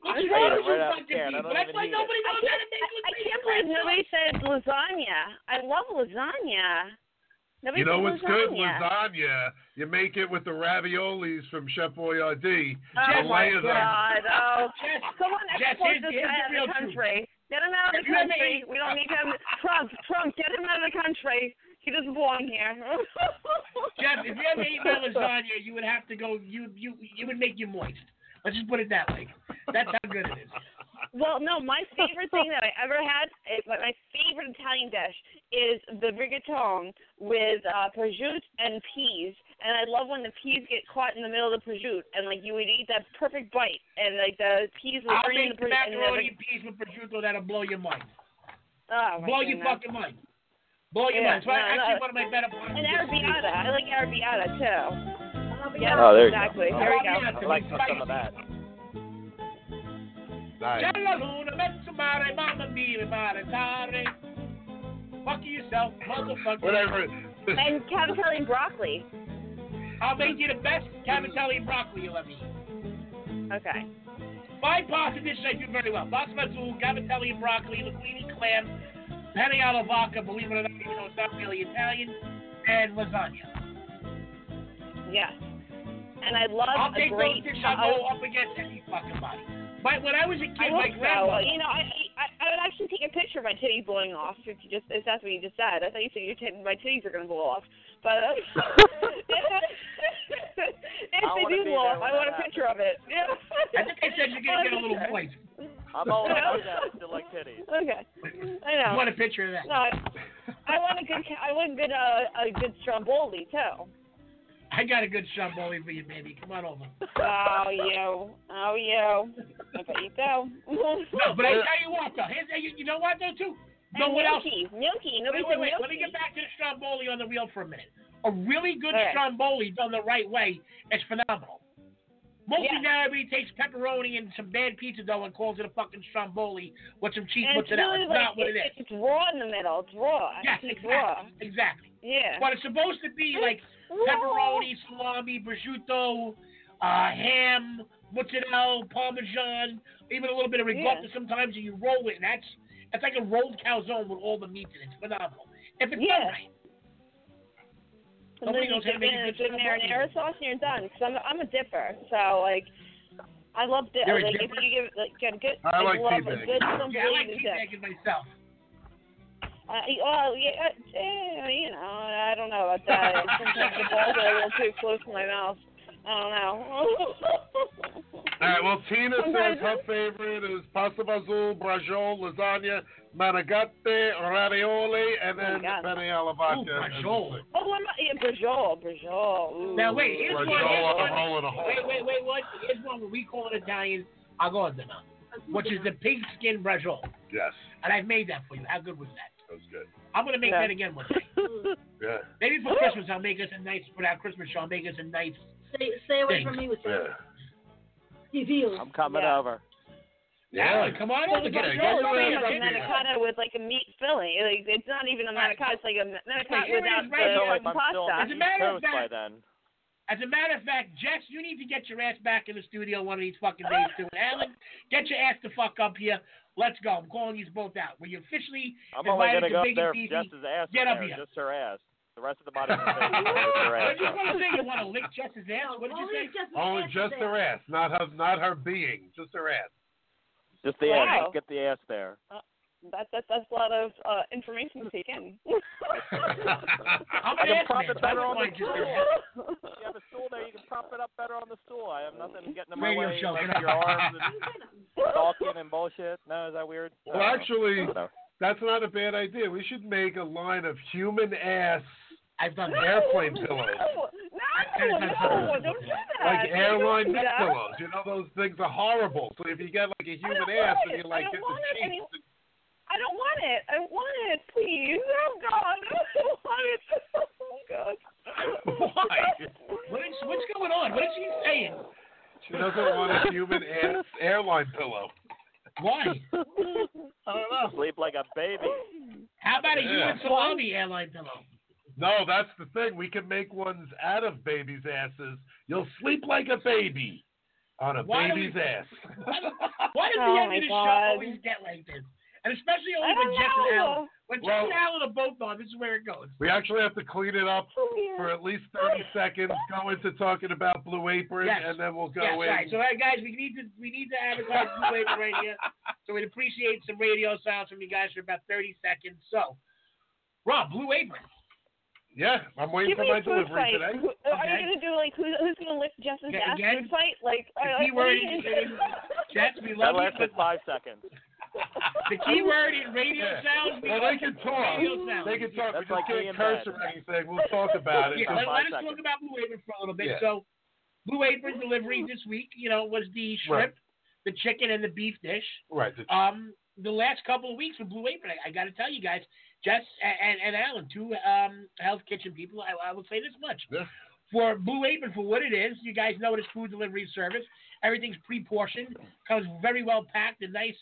What's
wrong with you fucking people? That's why nobody
I can't, I, I can't believe nobody said lasagna. I love lasagna. Nobody
you know
said
what's
lasagna.
good? Lasagna. You make it with the raviolis from Chef Boyardee.
Oh
You
my
layer them.
God! Oh,
Jess,
someone
Jess,
export
here's-
this
here's
guy
the
out
real
of the country. Get him out of the
If you let me-
country. We don't need him. Trump, Trump, get him out of the country. He doesn't belong here.
Jeff, if you ever ate my lasagna, you would have to go. You you it would make you moist. Let's just put it that way. That's how good it is.
Well, no, my favorite thing that I ever had, is, like, my favorite Italian dish is the rigatone with uh, prosciutto and peas. And I love when the peas get caught in the middle of the prosciutto, and like you would eat that perfect bite, and like the peas would
I'll
bring
make
the
the
prosciutto. and the-
macaroni and peas with prosciutto that'll blow your mind.
Oh, my
blow your
goodness.
fucking mind. Blow your
Yeah,
mind. So
no,
I- actually
no.
one of my better points.
And arrabbiata. I like arrabbiata too. Yeah,
Oh, there you go.
exactly.
Oh,
There we
yeah,
go.
I'd like some of that.
Nice.
C'è la luna, mezzo mare, mamma mia, mare, tare. Fuck yourself, motherfucker.
Whatever.
And cavatelli and broccoli.
I'll make you the best cavatelli and broccoli you'll ever eat.
Okay.
My pasta dish I do very well. Pasta mazzool, cavatelli and broccoli, linguine clam, penne alla vodka, believe it or not, even though it's not really Italian, and lasagna.
Yes. And I love
I'll
a
take
great.
those dishes. I'll go up against any fucking body. But when I was
I
a kid, my
hope so.
grandmother...
You know, I, I I would actually take a picture of my titty blowing off if you just if that's what you just said. I thought you said your tit my titties are gonna blow off, but uh, if they
I wanna
do
be
blow off,
there when
I want a
that
picture of it. Yeah.
I think I said you're going to get a little voice.
I'm all about that. I still like titties.
Okay, I know.
You want a picture of that?
No, I, I want a good ca- I want a good uh, a good stromboli too.
I got a good shamboli for you, baby. Come on over.
Oh you, oh you, I bet you do.
No, but I tell you what, though. Here's, you, you know what, though, too? No,
And
what else?
gnocchi, gnocchi. Nobody
wait, wait,
said
wait.
gnocchi.
Let me get back to the stromboli on the wheel for a minute. A really good
All right.
stromboli done the right way is phenomenal. Mostly
Yeah.
now everybody takes pepperoni and some bad pizza dough and calls it a fucking stromboli with some cheese
And it's
mozzarella.
really
It's
like,
not what it is.
It's raw in the middle. It's raw.
Yes,
it's raw.
exactly. Exactly.
Yeah.
But it's supposed to be like
Raw.
pepperoni, salami, prosciutto, uh, ham, mozzarella, parmesan, even a little bit of ricotta
Yeah.
sometimes, and you roll it. And that's that's like a rolled calzone with all the meat in it. It's phenomenal. If it's
Yeah.
done right.
And then
Nobody
you
knows how to
dip
make
it
a
in
good
the
stromboli.
marinara sauce and you're done. Cause I'm I'm a dipper, so like I love dip.
You're a
like if
dipper?
you give like get a good,
I like
love a
teabagging.
good
Yeah, I like
stromboli to dip.
teabagging myself.
Uh, well, yeah, uh, eh, you know, I don't know about that. Sometimes the balls are a little too close to my mouth. I don't know.
All right. Well, Tina
Sometimes-
says her favorite is pasta mazzool, brajol, lasagna, manigatte, ravioli, and
Oh, my
then
God.
penne alla vodka.
Ooh, brajol.
oh, what about yeah, brajol, brajol. Ooh.
Now wait, here's one.
Brajol on a
Here's
roll and a
one.
hole.
Wait, wait, wait. What? Here's one where we call it Italian agordana, which is the pig skin brajol,
Yes,
and I've made that for you. How good was that?
that was good.
I'm gonna make
Yeah.
that again one day.
Yeah.
Maybe for Christmas I'll make us a nice for that Christmas show I'll make us a nice
Stay, stay away
Thanks.
from me with
Yeah.
that. You feel.
I'm coming
Yeah.
over.
Yeah.
Come on
Well,
over
the
here.
brajol
go
is
ahead,
like a
yeah.
manicotta with like a meat filling. Like it's not even a
Alright.
manicotta. It's like a manicotta
here it
without
is
the
right
I feel
here.
like I'm still on
pasta.
As a
the East
matter of
Coast by
fact-
then.
As a matter of fact, Jess, you need to get your ass back in the studio one of these fucking days too. And Alan, get your ass the fuck up here. Let's go. I'm calling you both out. When you officially
I'm only gonna
invited to
go up
Big
there
and
if
Beefy.
Jess's ass
Get
is
up
there,
here.
just her ass. The rest of the body is just her
I
ass.
just want to say you want to lick Jess's ass. What did you
Only
say?
if just
Only
answer
Oh, just
that.
her ass, not her, not her being, just her ass.
Just the
Wow.
ass. Just get the ass there.
That, that, that's a lot of uh, information to take in.
I'm
I
an
can
ass
prop
man.
it
so I
better
don't
on
mind
the
just your
floor.
ass.
If you have a stool there, you can prop it up better on the stool. I have nothing getting in my
Radio
way.
show.
Like your arms and talking and bullshit. No, is that weird?
Well,
I don't know.
actually,
No.
that's not a bad idea. We should make a line of human ass,
I've done
No,
that.
Airplane
no,
pillow.
No, no, no, don't do that.
like
Don't
airline
do
neck
that.
pillows. You know those things are horrible. So if you get like a
I
human
don't
ass
want
and
it.
you like
I don't
get the
want it.
cheeks,
I don't want it. I don't want it. Please. Oh, God. I don't want it. Oh, God.
Why?
What is, what's going on? What is she saying?
she doesn't want a human ass airline pillow.
Why?
I don't know.
Sleep like a baby.
How about a
Yeah.
human salami airline pillow?
No, that's the thing. We can make ones out of babies' asses. You'll sleep like a baby on a
Why do we-
baby's ass.
Why do- why does
Oh,
the end
my
of the
God.
show always get like this? And especially only
I
when
don't
Jeff and
know.
Alan. When Jeff
Well-
and Alan are both on, this is where it goes.
We actually have to clean it up
Oh,
for at least 30 seconds, go into talking about Blue Apron,
Yes.
and then we'll go
yes,
in.
right. So, hey, guys, we need to we need to advertise the wave right here. So we'd appreciate some radio sounds from you guys for about 30 seconds. So, Rob, Blue Apron.
yeah, I'm waiting
Give
for
me
my
a food
delivery
fight.
today.
Who, Are
Okay.
you gonna do like who's, who's gonna lift Justin's
Okay,
ass?
again?
Food fight? Like,
The
I-
key
I-
word is Jets, we
That
love you.
lasted five seconds.
The key word is radio
Yeah.
sounds.
Well, they can talk.
Radio sounds.
They can talk.
That's
we just
like me
can't
and
curse
Matt.
or anything. We'll talk about it.
Yeah,
in
let,
five
let us talk
seconds.
about Blue Apron for a little bit.
Yeah.
So, Blue Apron delivery this week, you know, was the shrimp, the chicken, and the beef dish.
Right. the-
Um, the last couple of weeks with Blue Apron, I, I got to tell you guys, Jess and, and Alan, two um, health kitchen people, I, I will say this much. For Blue Apron, for what it is, you guys know it is food delivery service. Everything's pre portioned, comes very well packed, a nice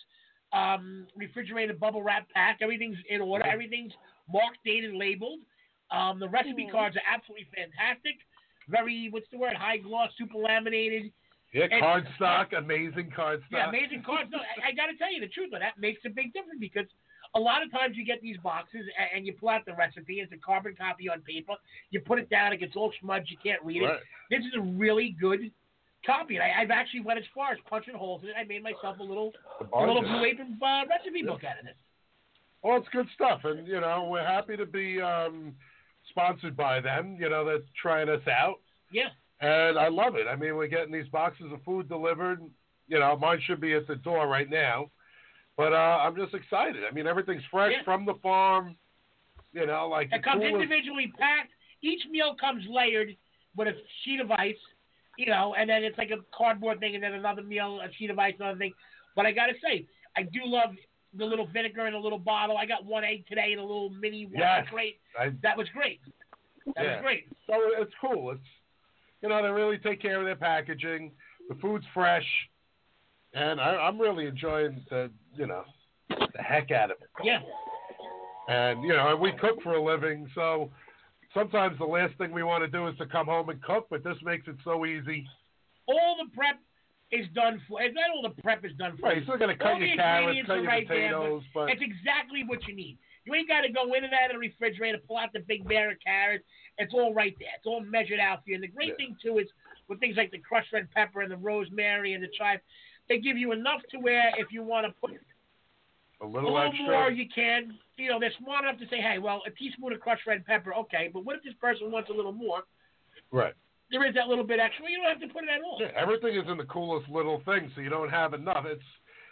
um, refrigerated bubble wrap pack. Everything's in order, everything's marked, dated, labeled. Um, the recipe cards are absolutely fantastic. Very, what's the word? High gloss, super laminated.
yeah,
and-
card stock. Amazing card stock.
Yeah, amazing cards. No, I, I got to tell you the truth, though. That makes a big difference because a lot of times you get these boxes and, and you pull out the recipe. It's a carbon copy on paper. You put it down, it gets all smudged. You can't read
Right.
it. This is a really good copy. And I, I've actually went as far as punching holes in it. I made myself a little, a
bargain.
little blue apron uh, recipe book out of this.
Well, it's good stuff, and you know we're happy to be um, sponsored by them. You know that's trying us out,
Yeah.
and I love it. I mean, we're getting these boxes of food delivered. You know, mine should be at the door right now, but uh, I'm just excited. I mean, everything's fresh
Yeah.
from the farm. You know, like
It comes
coolest-
individually packed. Each meal comes layered with a sheet of ice, you know, and then it's like a cardboard thing, and then another meal, a sheet of ice, another thing. But I gotta say, I do love the little vinegar in a little bottle. I got one egg today in a little mini one
Yes.
crate.
I,
That was great. That
yeah.
was great.
So it's cool. It's you know they really take care of their packaging. The food's fresh, and I, I'm really enjoying the you know the heck out of it.
Yeah.
And you know, and we cook for a living, so sometimes the last thing we want to do is to come home and cook, but this makes it so easy.
All the prep is done for. and Not all the prep is done for.
Right,
you.
you're still gonna cut
All
your
the
carrots,
ingredients
cut
are
your
right
potatoes,
there,
but-
it's exactly what you need. You ain't got to go in and out of the refrigerator, pull out the big bear of carrots. It's all right there. It's all measured out for you. And the great thing too is with things like the crushed red pepper and the rosemary and the chive, they give you enough to where if you want to put
A
a
little,
little
extra.
more you can. You know, they're smart enough to say, hey, well, a teaspoon of crushed red pepper, okay. But what if this person wants a little more?
Right.
There is that little bit extra. You don't have to put it at all.
Yeah, everything is in the coolest little thing, so you don't have enough. It's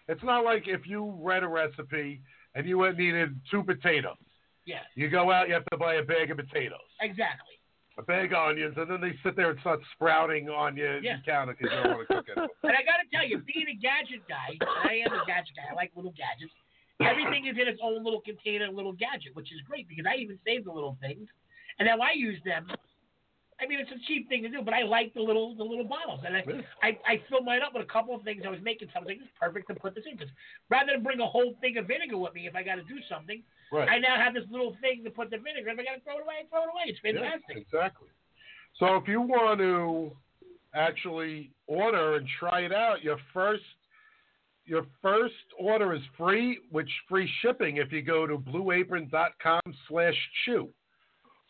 it's not like if you read a recipe and you went needed two potatoes.
Yeah.
You go out, you have to buy a bag of potatoes,
Exactly.
a bag of onions, and then they sit there and start sprouting on you
Yeah.
your counter because you don't want to cook it.
And I gotta tell you, being a gadget guy, and I am a gadget guy. I like little gadgets. Everything is in its own little container, little gadget, which is great because I even save the little things, and now I use them. I mean, it's a cheap thing to do, but I like the little the little bottles, and I I, I fill mine up with a couple of things I was making. Something it's perfect to put this in because rather than bring a whole thing of vinegar with me if I got to do something,
Right.
I now have this little thing to put the vinegar. If I got to throw it away, I throw it away. It's fantastic.
Yeah, exactly. So if you want to actually order and try it out, your first your first order is free, which free shipping if you go to blueapron.com slash chew.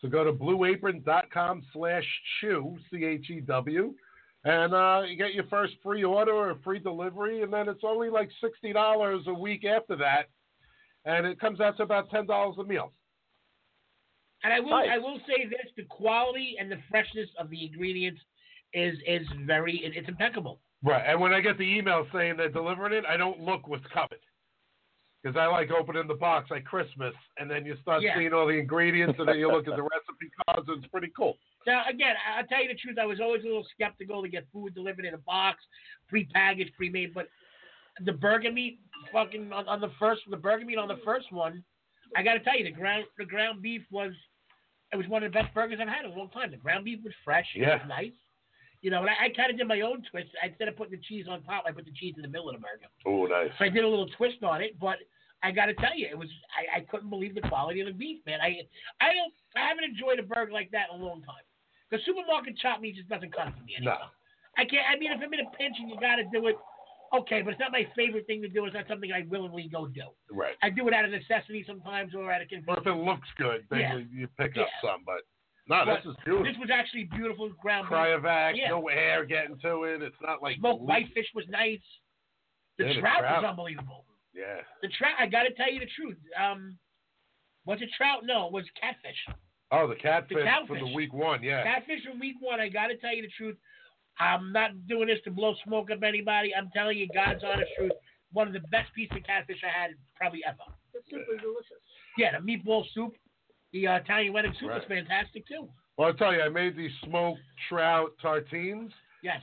So go to blueapron.com slash chew, C H E W, and uh, you get your first free order or free delivery, and then it's only like $60 a week after that, and it comes out to about $10 a meal.
And I will
Nice.
I will say this: the quality and the freshness of the ingredients is is very it, it's impeccable.
Right. And when I get the email saying they're delivering it, I don't look what's coming. Because I like opening the box like Christmas, and then you start
Yeah.
seeing all the ingredients, and then you look at the recipe cards, and it's pretty cool.
Now again, I- I'll tell you the truth: I was always a little skeptical to get food delivered in a box, pre-packaged, pre-made. But the burger meat, fucking on, on the first the burger meat on the first one, I got to tell you the ground the ground beef was it was one of the best burgers I've had in a long time. The ground beef was fresh, it
Yeah.
was nice. You know, and I, I kind of did my own twist. Instead of putting the cheese on top, I put the cheese in the middle of the burger.
Oh, nice.
So I did a little twist on it, but I got to tell you, it was I, I couldn't believe the quality of the beef, man. I I don't I haven't enjoyed a burger like that in a long time. The supermarket chopped meat just doesn't cut it for me anymore. I can't. I mean, if I'm in a pinch and you got to do it, okay, but it's not my favorite thing to do. It's not something I willingly go do.
Right.
I do it out of necessity sometimes or out of
Well,
convenience.
if it looks good, then
Yeah.
you, you pick up
Yeah.
some. But no,
But
this is beautiful.
This was actually beautiful ground beef.
cryovac,
Yeah.
no air getting to it. It's not like
Smoked
leaf.
whitefish was nice. The
Yeah, the
trout
trout.
was unbelievable.
Yeah.
The trout. I got to tell you the truth. Um, was it trout? No, it was catfish.
Oh, the catfish,
catfish.
from the week one. Yeah.
Catfish from week one. I got to tell you the truth. I'm not doing this to blow smoke up anybody. I'm telling you, God's honest truth. One of the best pieces of catfish I had probably ever.
The soup was delicious.
Yeah, the meatball soup, the uh, Italian wedding soup was
Right.
fantastic too.
Well, I'll tell you, I made these smoked trout tartines,
Yes.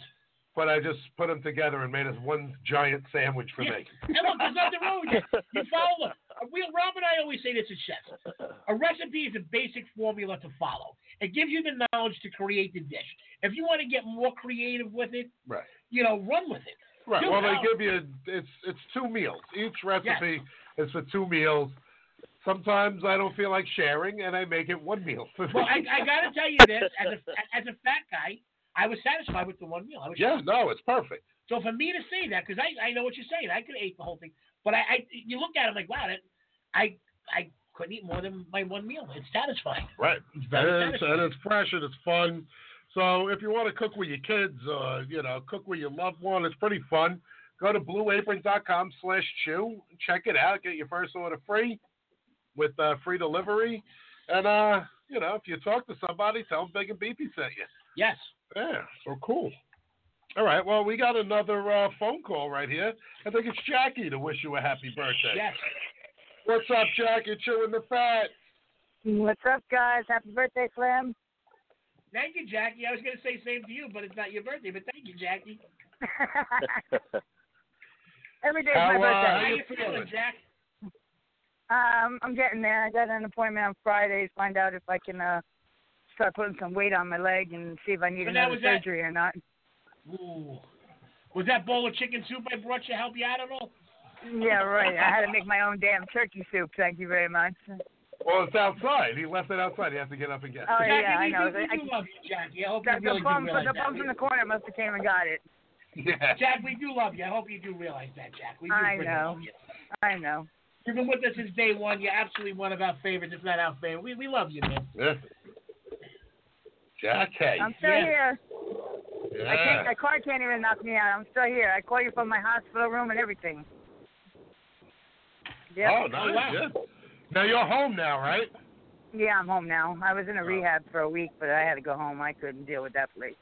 but I just put them together and made us one giant sandwich for me.
And look, there's nothing wrong with that. You follow them. We, Rob and I always say this as chefs. A recipe is a basic formula to follow. It gives you the knowledge to create the dish. If you want to get more creative with it,
Right.
you know, run with it.
Right.
You'll
well, they
know.
give you it's it's two meals. Each recipe is for two meals. Sometimes I don't feel like sharing, and I make it one meal.
Well, I, I got to tell you this. As a, as a fat guy, I was satisfied with the one meal. I was
yeah, no, it's perfect.
So for me to say that, because I, I know what you're saying, I could have ate the whole thing, but I, I you look at it I'm like wow, that, I I couldn't eat more than my one meal. It's satisfying.
Right.
very
And it's, and it's fresh and it's fun. So if you want to cook with your kids or, you know, cook with your loved one, it's pretty fun. Go to blueapron.com slash chew. Check it out. Get your first order free with uh, free delivery. And, uh, you know, if you talk to somebody, tell them Big and Beefy sent you.
Yes.
Yeah. So cool. All right. Well, we got another uh, phone call right here. I think it's Jackie to wish you a happy birthday.
Yes.
What's up, Jackie? Chewing the fat.
What's up, guys? Happy birthday, Slim.
Thank you, Jackie. I was gonna say same to you, but it's not your birthday. But thank you, Jackie.
Every day is my
How, uh,
birthday.
how you feeling, Jack?
Um, I'm getting there. I got an appointment on Friday to find out if I can uh start putting some weight on my leg and see if I need
But now
another
is that-
surgery or not.
Ooh. Was that bowl of chicken soup I brought you help you out at all?
Yeah, right. I had to make my own damn turkey soup. Thank you very much.
Well, it's outside. He left it outside. He has to get up and get it.
Oh yeah, I know. I,
Jackie, I hope
the,
you really
the
do
bum,
realize
the
that.
bums in the corner must have came and got it.
Yeah.
Jack, we do love you. I hope you do realize that, Jack. We do
I
really
know.
love you.
I know.
You've been with us since day one. You're absolutely one of our favorites, if not our favorite. We, we love you, man.
Yeah. Jack, hey.
I'm still
Yeah.
here. I
Yeah.
can't, my car can't even knock me out. I'm still here. I call you from my hospital room and everything. Yep.
Oh, nice. yeah. Now you're home now, right?
Yeah, I'm home now. I was
Oh.
in a rehab for a week, but I had to go home. I couldn't deal with that place.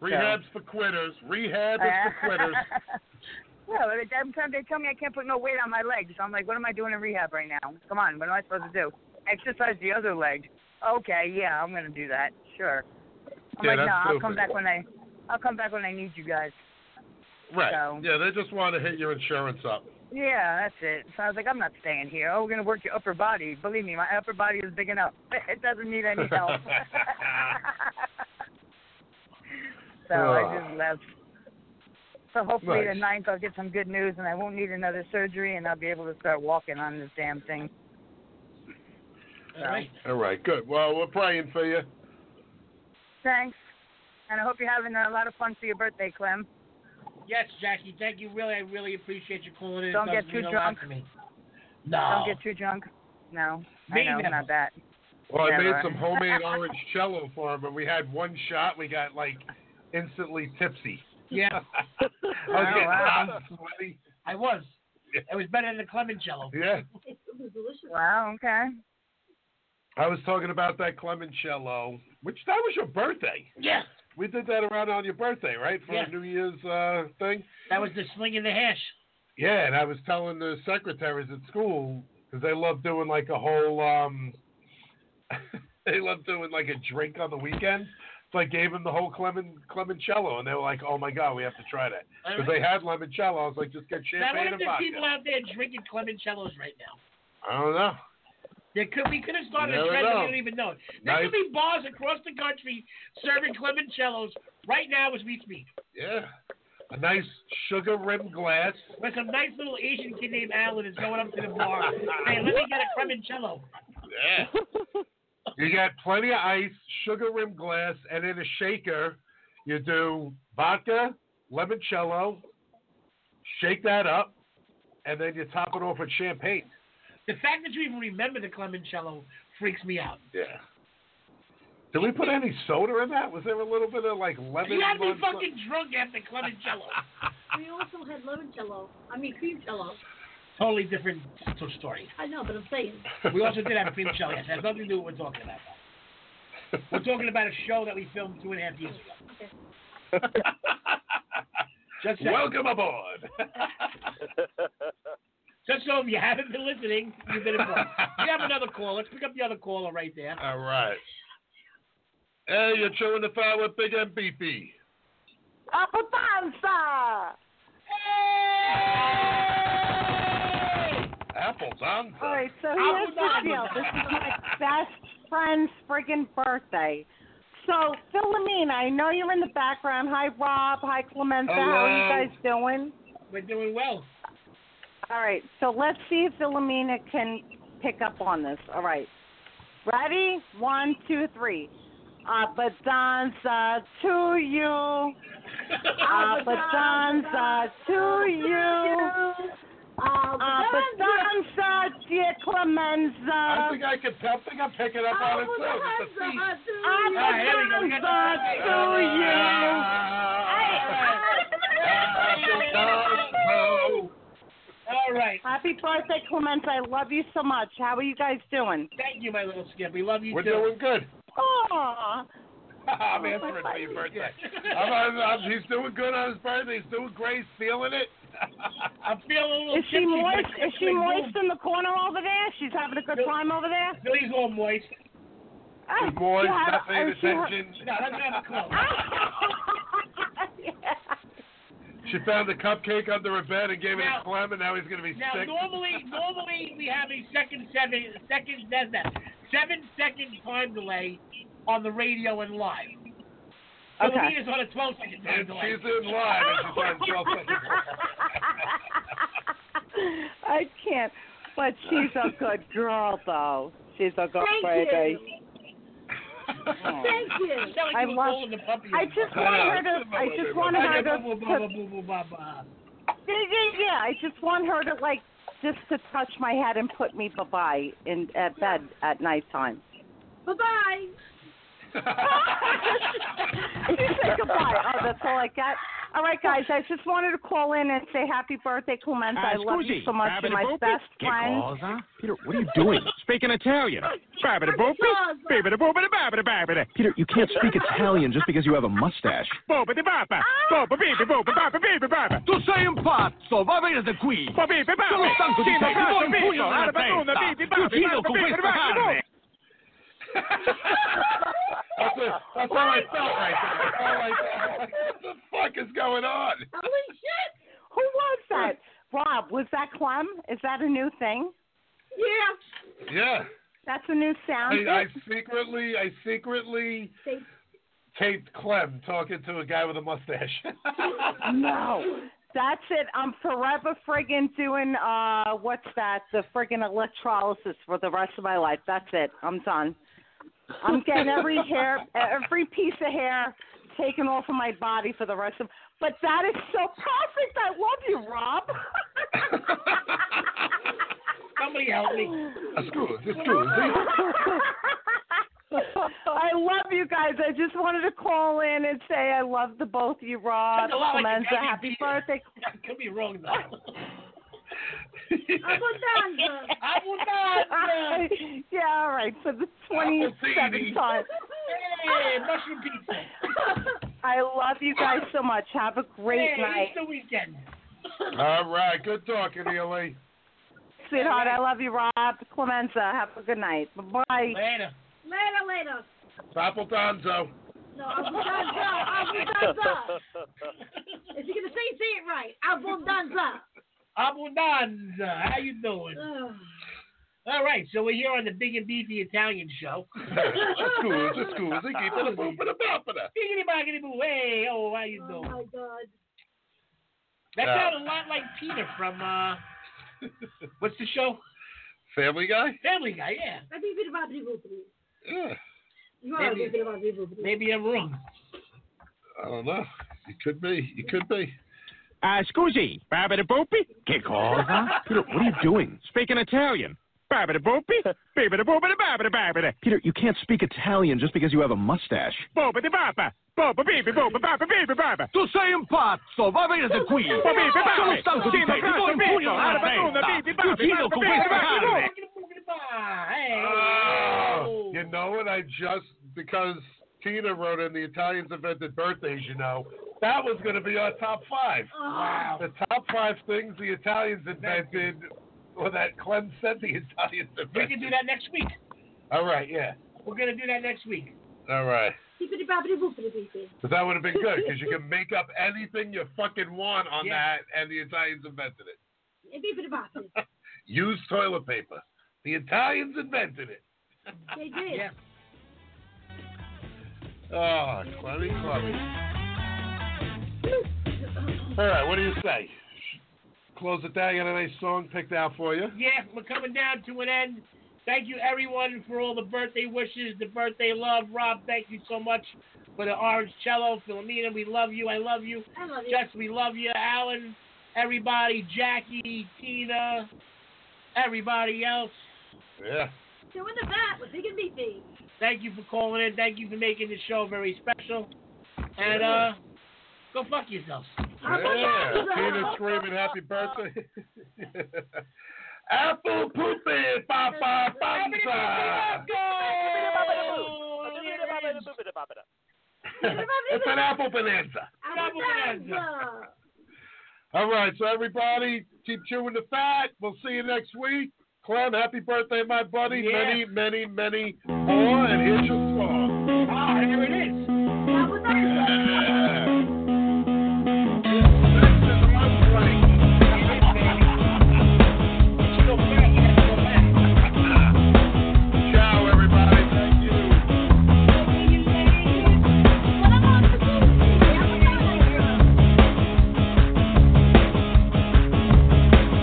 Rehab's for quitters. Rehab is for quitters.
well, every time they tell me I can't put no weight on my legs, so I'm like, what am I doing in rehab right now? Come on, what am I supposed to do? Exercise the other leg. Okay, yeah, I'm gonna do that. Sure. I'm
Yeah,
like, no,
that's
I'll
stupid.
come back when I, I'll come back when I need you guys.
Right.
So-
Yeah, they just want to hit your insurance up.
Yeah, that's it. So I was like, I'm not staying here. Oh, we're gonna work your upper body. Believe me, my upper body is big enough. It doesn't need any help. so I just left. So hopefully
Nice.
the ninth I'll get some good news and I won't need another surgery and I'll be able to start walking on this damn thing.
All right.
All right, good. Well, we're praying for you.
Thanks. And I hope you're having a lot of fun for your birthday, Clem.
Yes, Jackie, thank you. Really, I really appreciate you calling in. It
Don't
does
get too
mean a lot
drunk.
to me. No.
Don't get too drunk. No.
Me
I know,
never.
not that.
Well, I made
Never.
some homemade orange cello for him, and we had one shot. We got like instantly tipsy.
Yeah. Oh,
I was getting hot and sweaty.
I was. It was better than the Clemencello.
Yeah.
It was delicious.
Wow, okay.
I was talking about that Clemencello, which that was your birthday.
Yeah.
We did that around on your birthday, right? For
Yeah.
New Year's uh, thing.
That was the sling and the hash.
Yeah, and I was telling the secretaries at school because they love doing like a whole. um They love doing like a drink on the weekend. So I gave them the whole Clemen Clemencello, and they were like, "Oh my god, we have to try that."
All
Because
right.
they had limoncello. I was like, "Just get
Now, what
champagne
if
and
there's
vodka."
people out there drinking Clemencellos right now?
I don't know.
There could we could have started
You
a
never
trend
know.
and we don't even know it. There could be bars across the country serving Clemencellos right now as we speak.
Yeah. a nice sugar rimmed glass.
But some nice little Asian kid named Alan is going up to the bar. hey, let me get a cremoncello.
Yeah. you got plenty of ice, sugar rimmed glass, and in a shaker, you do vodka, limoncello, shake that up, and then you top it off with champagne.
The fact that you even remember the Clemencello freaks me out.
Yeah. Did we put any soda in that? Was there a little bit of like lemon?
You had me
lime-
fucking drunk after Clemencello.
We also had lemon cello. I mean cream cello.
totally different sort of story.
I know, but I'm saying.
We also did have a cream show. Yes, it has nothing to do with what we're talking about. though. We're talking about a show that we filmed two and a half years ago. Just saying.
Welcome aboard.
Just so if you haven't been listening, you've been informed. we have another call. Let's pick up the other caller right there.
All right. Hey, you're chewing the fire with Big MPP.
Up a dancer.
Apples on.
All right, so
Apple
here's the deal.
Domino's.
This is my best friend's friggin' birthday. So, Philomena, I know you're in the background. Hi, Rob. Hi, Clemenza. How
Hello.
are you guys doing?
We're doing well.
All right, so let's see if Philomena can pick up on this. All right. Ready? One, two, three. Abadanza to you. Abadanza to you. Abadanza, dear Clemenza.
I think I can. I think I'm picking up on it too. It's a thief.
Abadanza to you.
All right.
Happy birthday, Clemenza. I love you so much. How are you guys doing?
Thank you, my little skip. We love you
We're
too.
doing good.
Aw.
I'm answering for your birthday. I'm, I'm, I'm- he's doing good on his birthday. He's doing great. He's feeling it.
I'm feeling a little
Is she
tipsy, but
moist?
I
Is she
feel
moist
good.
in the corner over there? She's having a good time over there.
Billy's all moist.
Ah,
She's moist,
you had-
not paying
oh, she had-
attention.
No, doesn't have a clue.
She found a cupcake under her bed and gave it
Now-
to Clem, and now he's going to be
Now,
sick.
normally, normally we have a second seven, second that's that seven second time delay on the radio and live. So
Okay.
Lena's on a twelve second time
And she's
delay.
in live, and she's on 12 seconds.
I can't. But she's a good girl, though. She's a good
Thank
lady.
you. Thank you.
Sound
I
like you
love-
rolling the puppy
I
in the
just
car.
want her to. I just want her to. to yeah, yeah, yeah. I just want her to like just to touch my head and put me bye bye in at bed at nighttime.
Bye bye.
she said goodbye. Oh, that's all I got. All right, guys. I just wanted to call in and say happy birthday, Clemenza. I love you so much. You're my best friend.
Peter, what are you doing? Speaking Italian. Babbida boop, babbida boobida babbida babbida.
Peter, you can't speak Italian just because you have a mustache.
Bobbida bappa. Bobba baby boppa bappa baby bappa.
Tu sei un pazzo, va via da qui!
Bobba baby bappa.
Sono stanco di
Sì, ma
te, ti do
cosa
un
mi
pugno
dico?
nella
Alla madonna,
testa.
baby bappa,
Uccido
bappa,
con
baby
questa
bappa.
carne.
That's, a, that's all I felt right there. That's all I felt. What the fuck is going on?
Holy shit!
Who was that? Rob, was that Clem? Is that a new thing?
Yeah.
Yeah.
That's a new sound.
I, I secretly, I secretly taped Clem talking to a guy with a mustache.
no. That's it. I'm forever friggin' doing uh what's that? The friggin' electrolysis for the rest of my life. That's it. I'm done. I'm getting every hair every piece of hair taken off of my body for the rest of but that is so perfect. I love you, Rob.
Somebody help me.
Screw it. Screw it.
I love you guys. I just wanted to call in and say I love the both of you, Rob.
Sounds a lot like
Clemenza,
the
happy birthday.
I could be wrong though.
Abundanza.
Abundanza.
yeah, all right. For the
Appletini.
27th time.
Hey, mushroom pizza.
I love you guys so much. Have a great
hey,
night.
It's the weekend.
all right. Good talking, Ely.
Sweetheart, I love you, Rob. Clemenza, have a good night. Bye-bye.
Later.
Later, later.
Pappletonzo.
No, abundanza. Abundanza. If you're gonna say, say it right. Abundanza.
Abundanza. How you doing? All right, so we're here on the Big and Beefy Italian Show.
Scusa, scusa, keep it a boop and a bop and a-
Biggity boggity boo. Hey, oh, how you doing?
Oh my god.
That
Yeah.
sounded a lot like Peter from uh, what's the show?
Family Guy?
Family Guy. Yeah.
I think it's about people, please.
Yeah.
You are
Maybe-
thinking about people, please.
Maybe I'm wrong.
I don't know. You could be. You could be.
Uh, scusi, babada boopy, che cosa? Peter, what are you doing? Speaking Italian. Babada boopy, babada boopity, babada babada.
Peter, you can't speak Italian just because you have a mustache.
Boba di baba, boba baby, boba baba, baby baba.
Tu sei un pazzo, va bene da qui.
Va bene, va bene.
Sono stanco di
Sì, ma
te, ti do un
grazie, Pippo.
pugno nella
Allora,
testa.
Madonna, Pippi,
Ti
Barbie,
uccido con
Barbie,
questa
Barbie,
carne.
eh.
Oh, you know what? I just because Tina wrote in the Italians invented birthdays. You know that was going to be our top five.
Wow.
The top five things the Italians invented, or that Clem said the Italians invented.
We can do that next week.
All right, yeah.
We're gonna do that next week.
All right.
Bibbidi bobbidi boopidi beepity.
But that would have been good because you can make up anything you fucking want on
Yeah.
that, and the Italians invented it.
Bibbidi bobbidi.
Use toilet paper. The Italians invented it.
They did.
Yeah.
Oh, Clemmy, Clemmy. All right, what do you say? Close it down. Got a nice song picked out for you.
Yeah, we're coming down to an end. Thank you everyone for all the birthday wishes, the birthday love. Rob, thank you so much for the orange cello. Philomena, we love you. I love you.
I love you.
Jess, we love you. Alan, everybody, Jackie, Tina, everybody else.
Yeah.
Doing the bat with Big and Beefy.
Thank you for calling in. Thank you for making the show very special. And uh, go fuck yourself.
Yeah. Tina screaming happy birthday. Apple poopy, ba ba ba. It's an apple bonanza. All right, so everybody, keep chewing the fat. We'll see you next week. Clem, happy birthday, my buddy.
Yeah.
Many, many, many more. And here's your song.
Ah, here it is.
Yeah. Ciao, everybody. Thank you.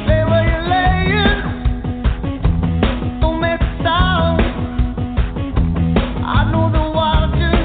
Lay where you're laying. Don't make a sound. I know the water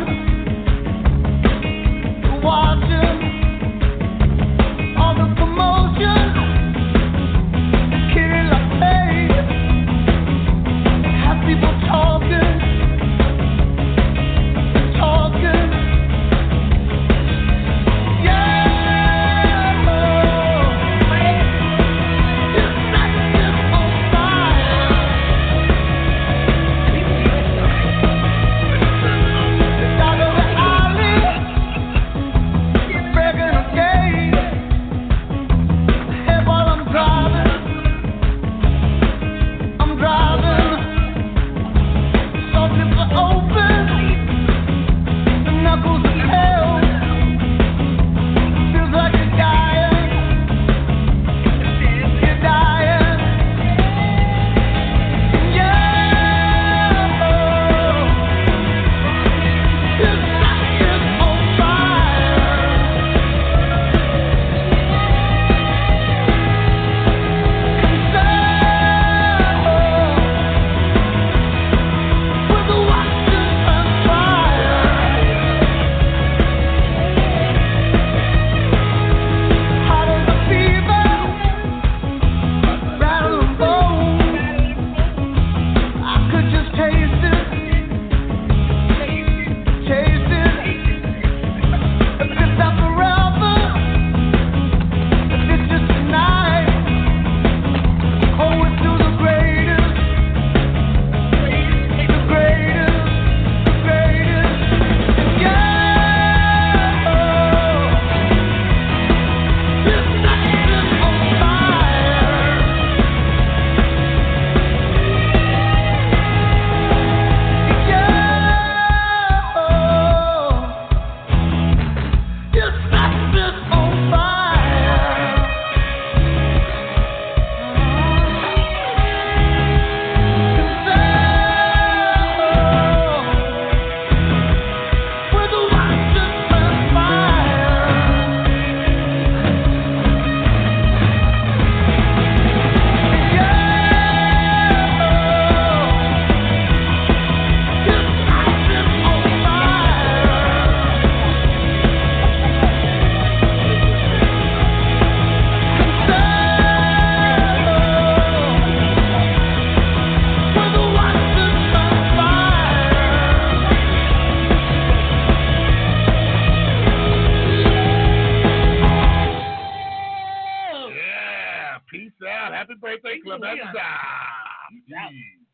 oh,
that's
Leon.
ah,
Mm. That-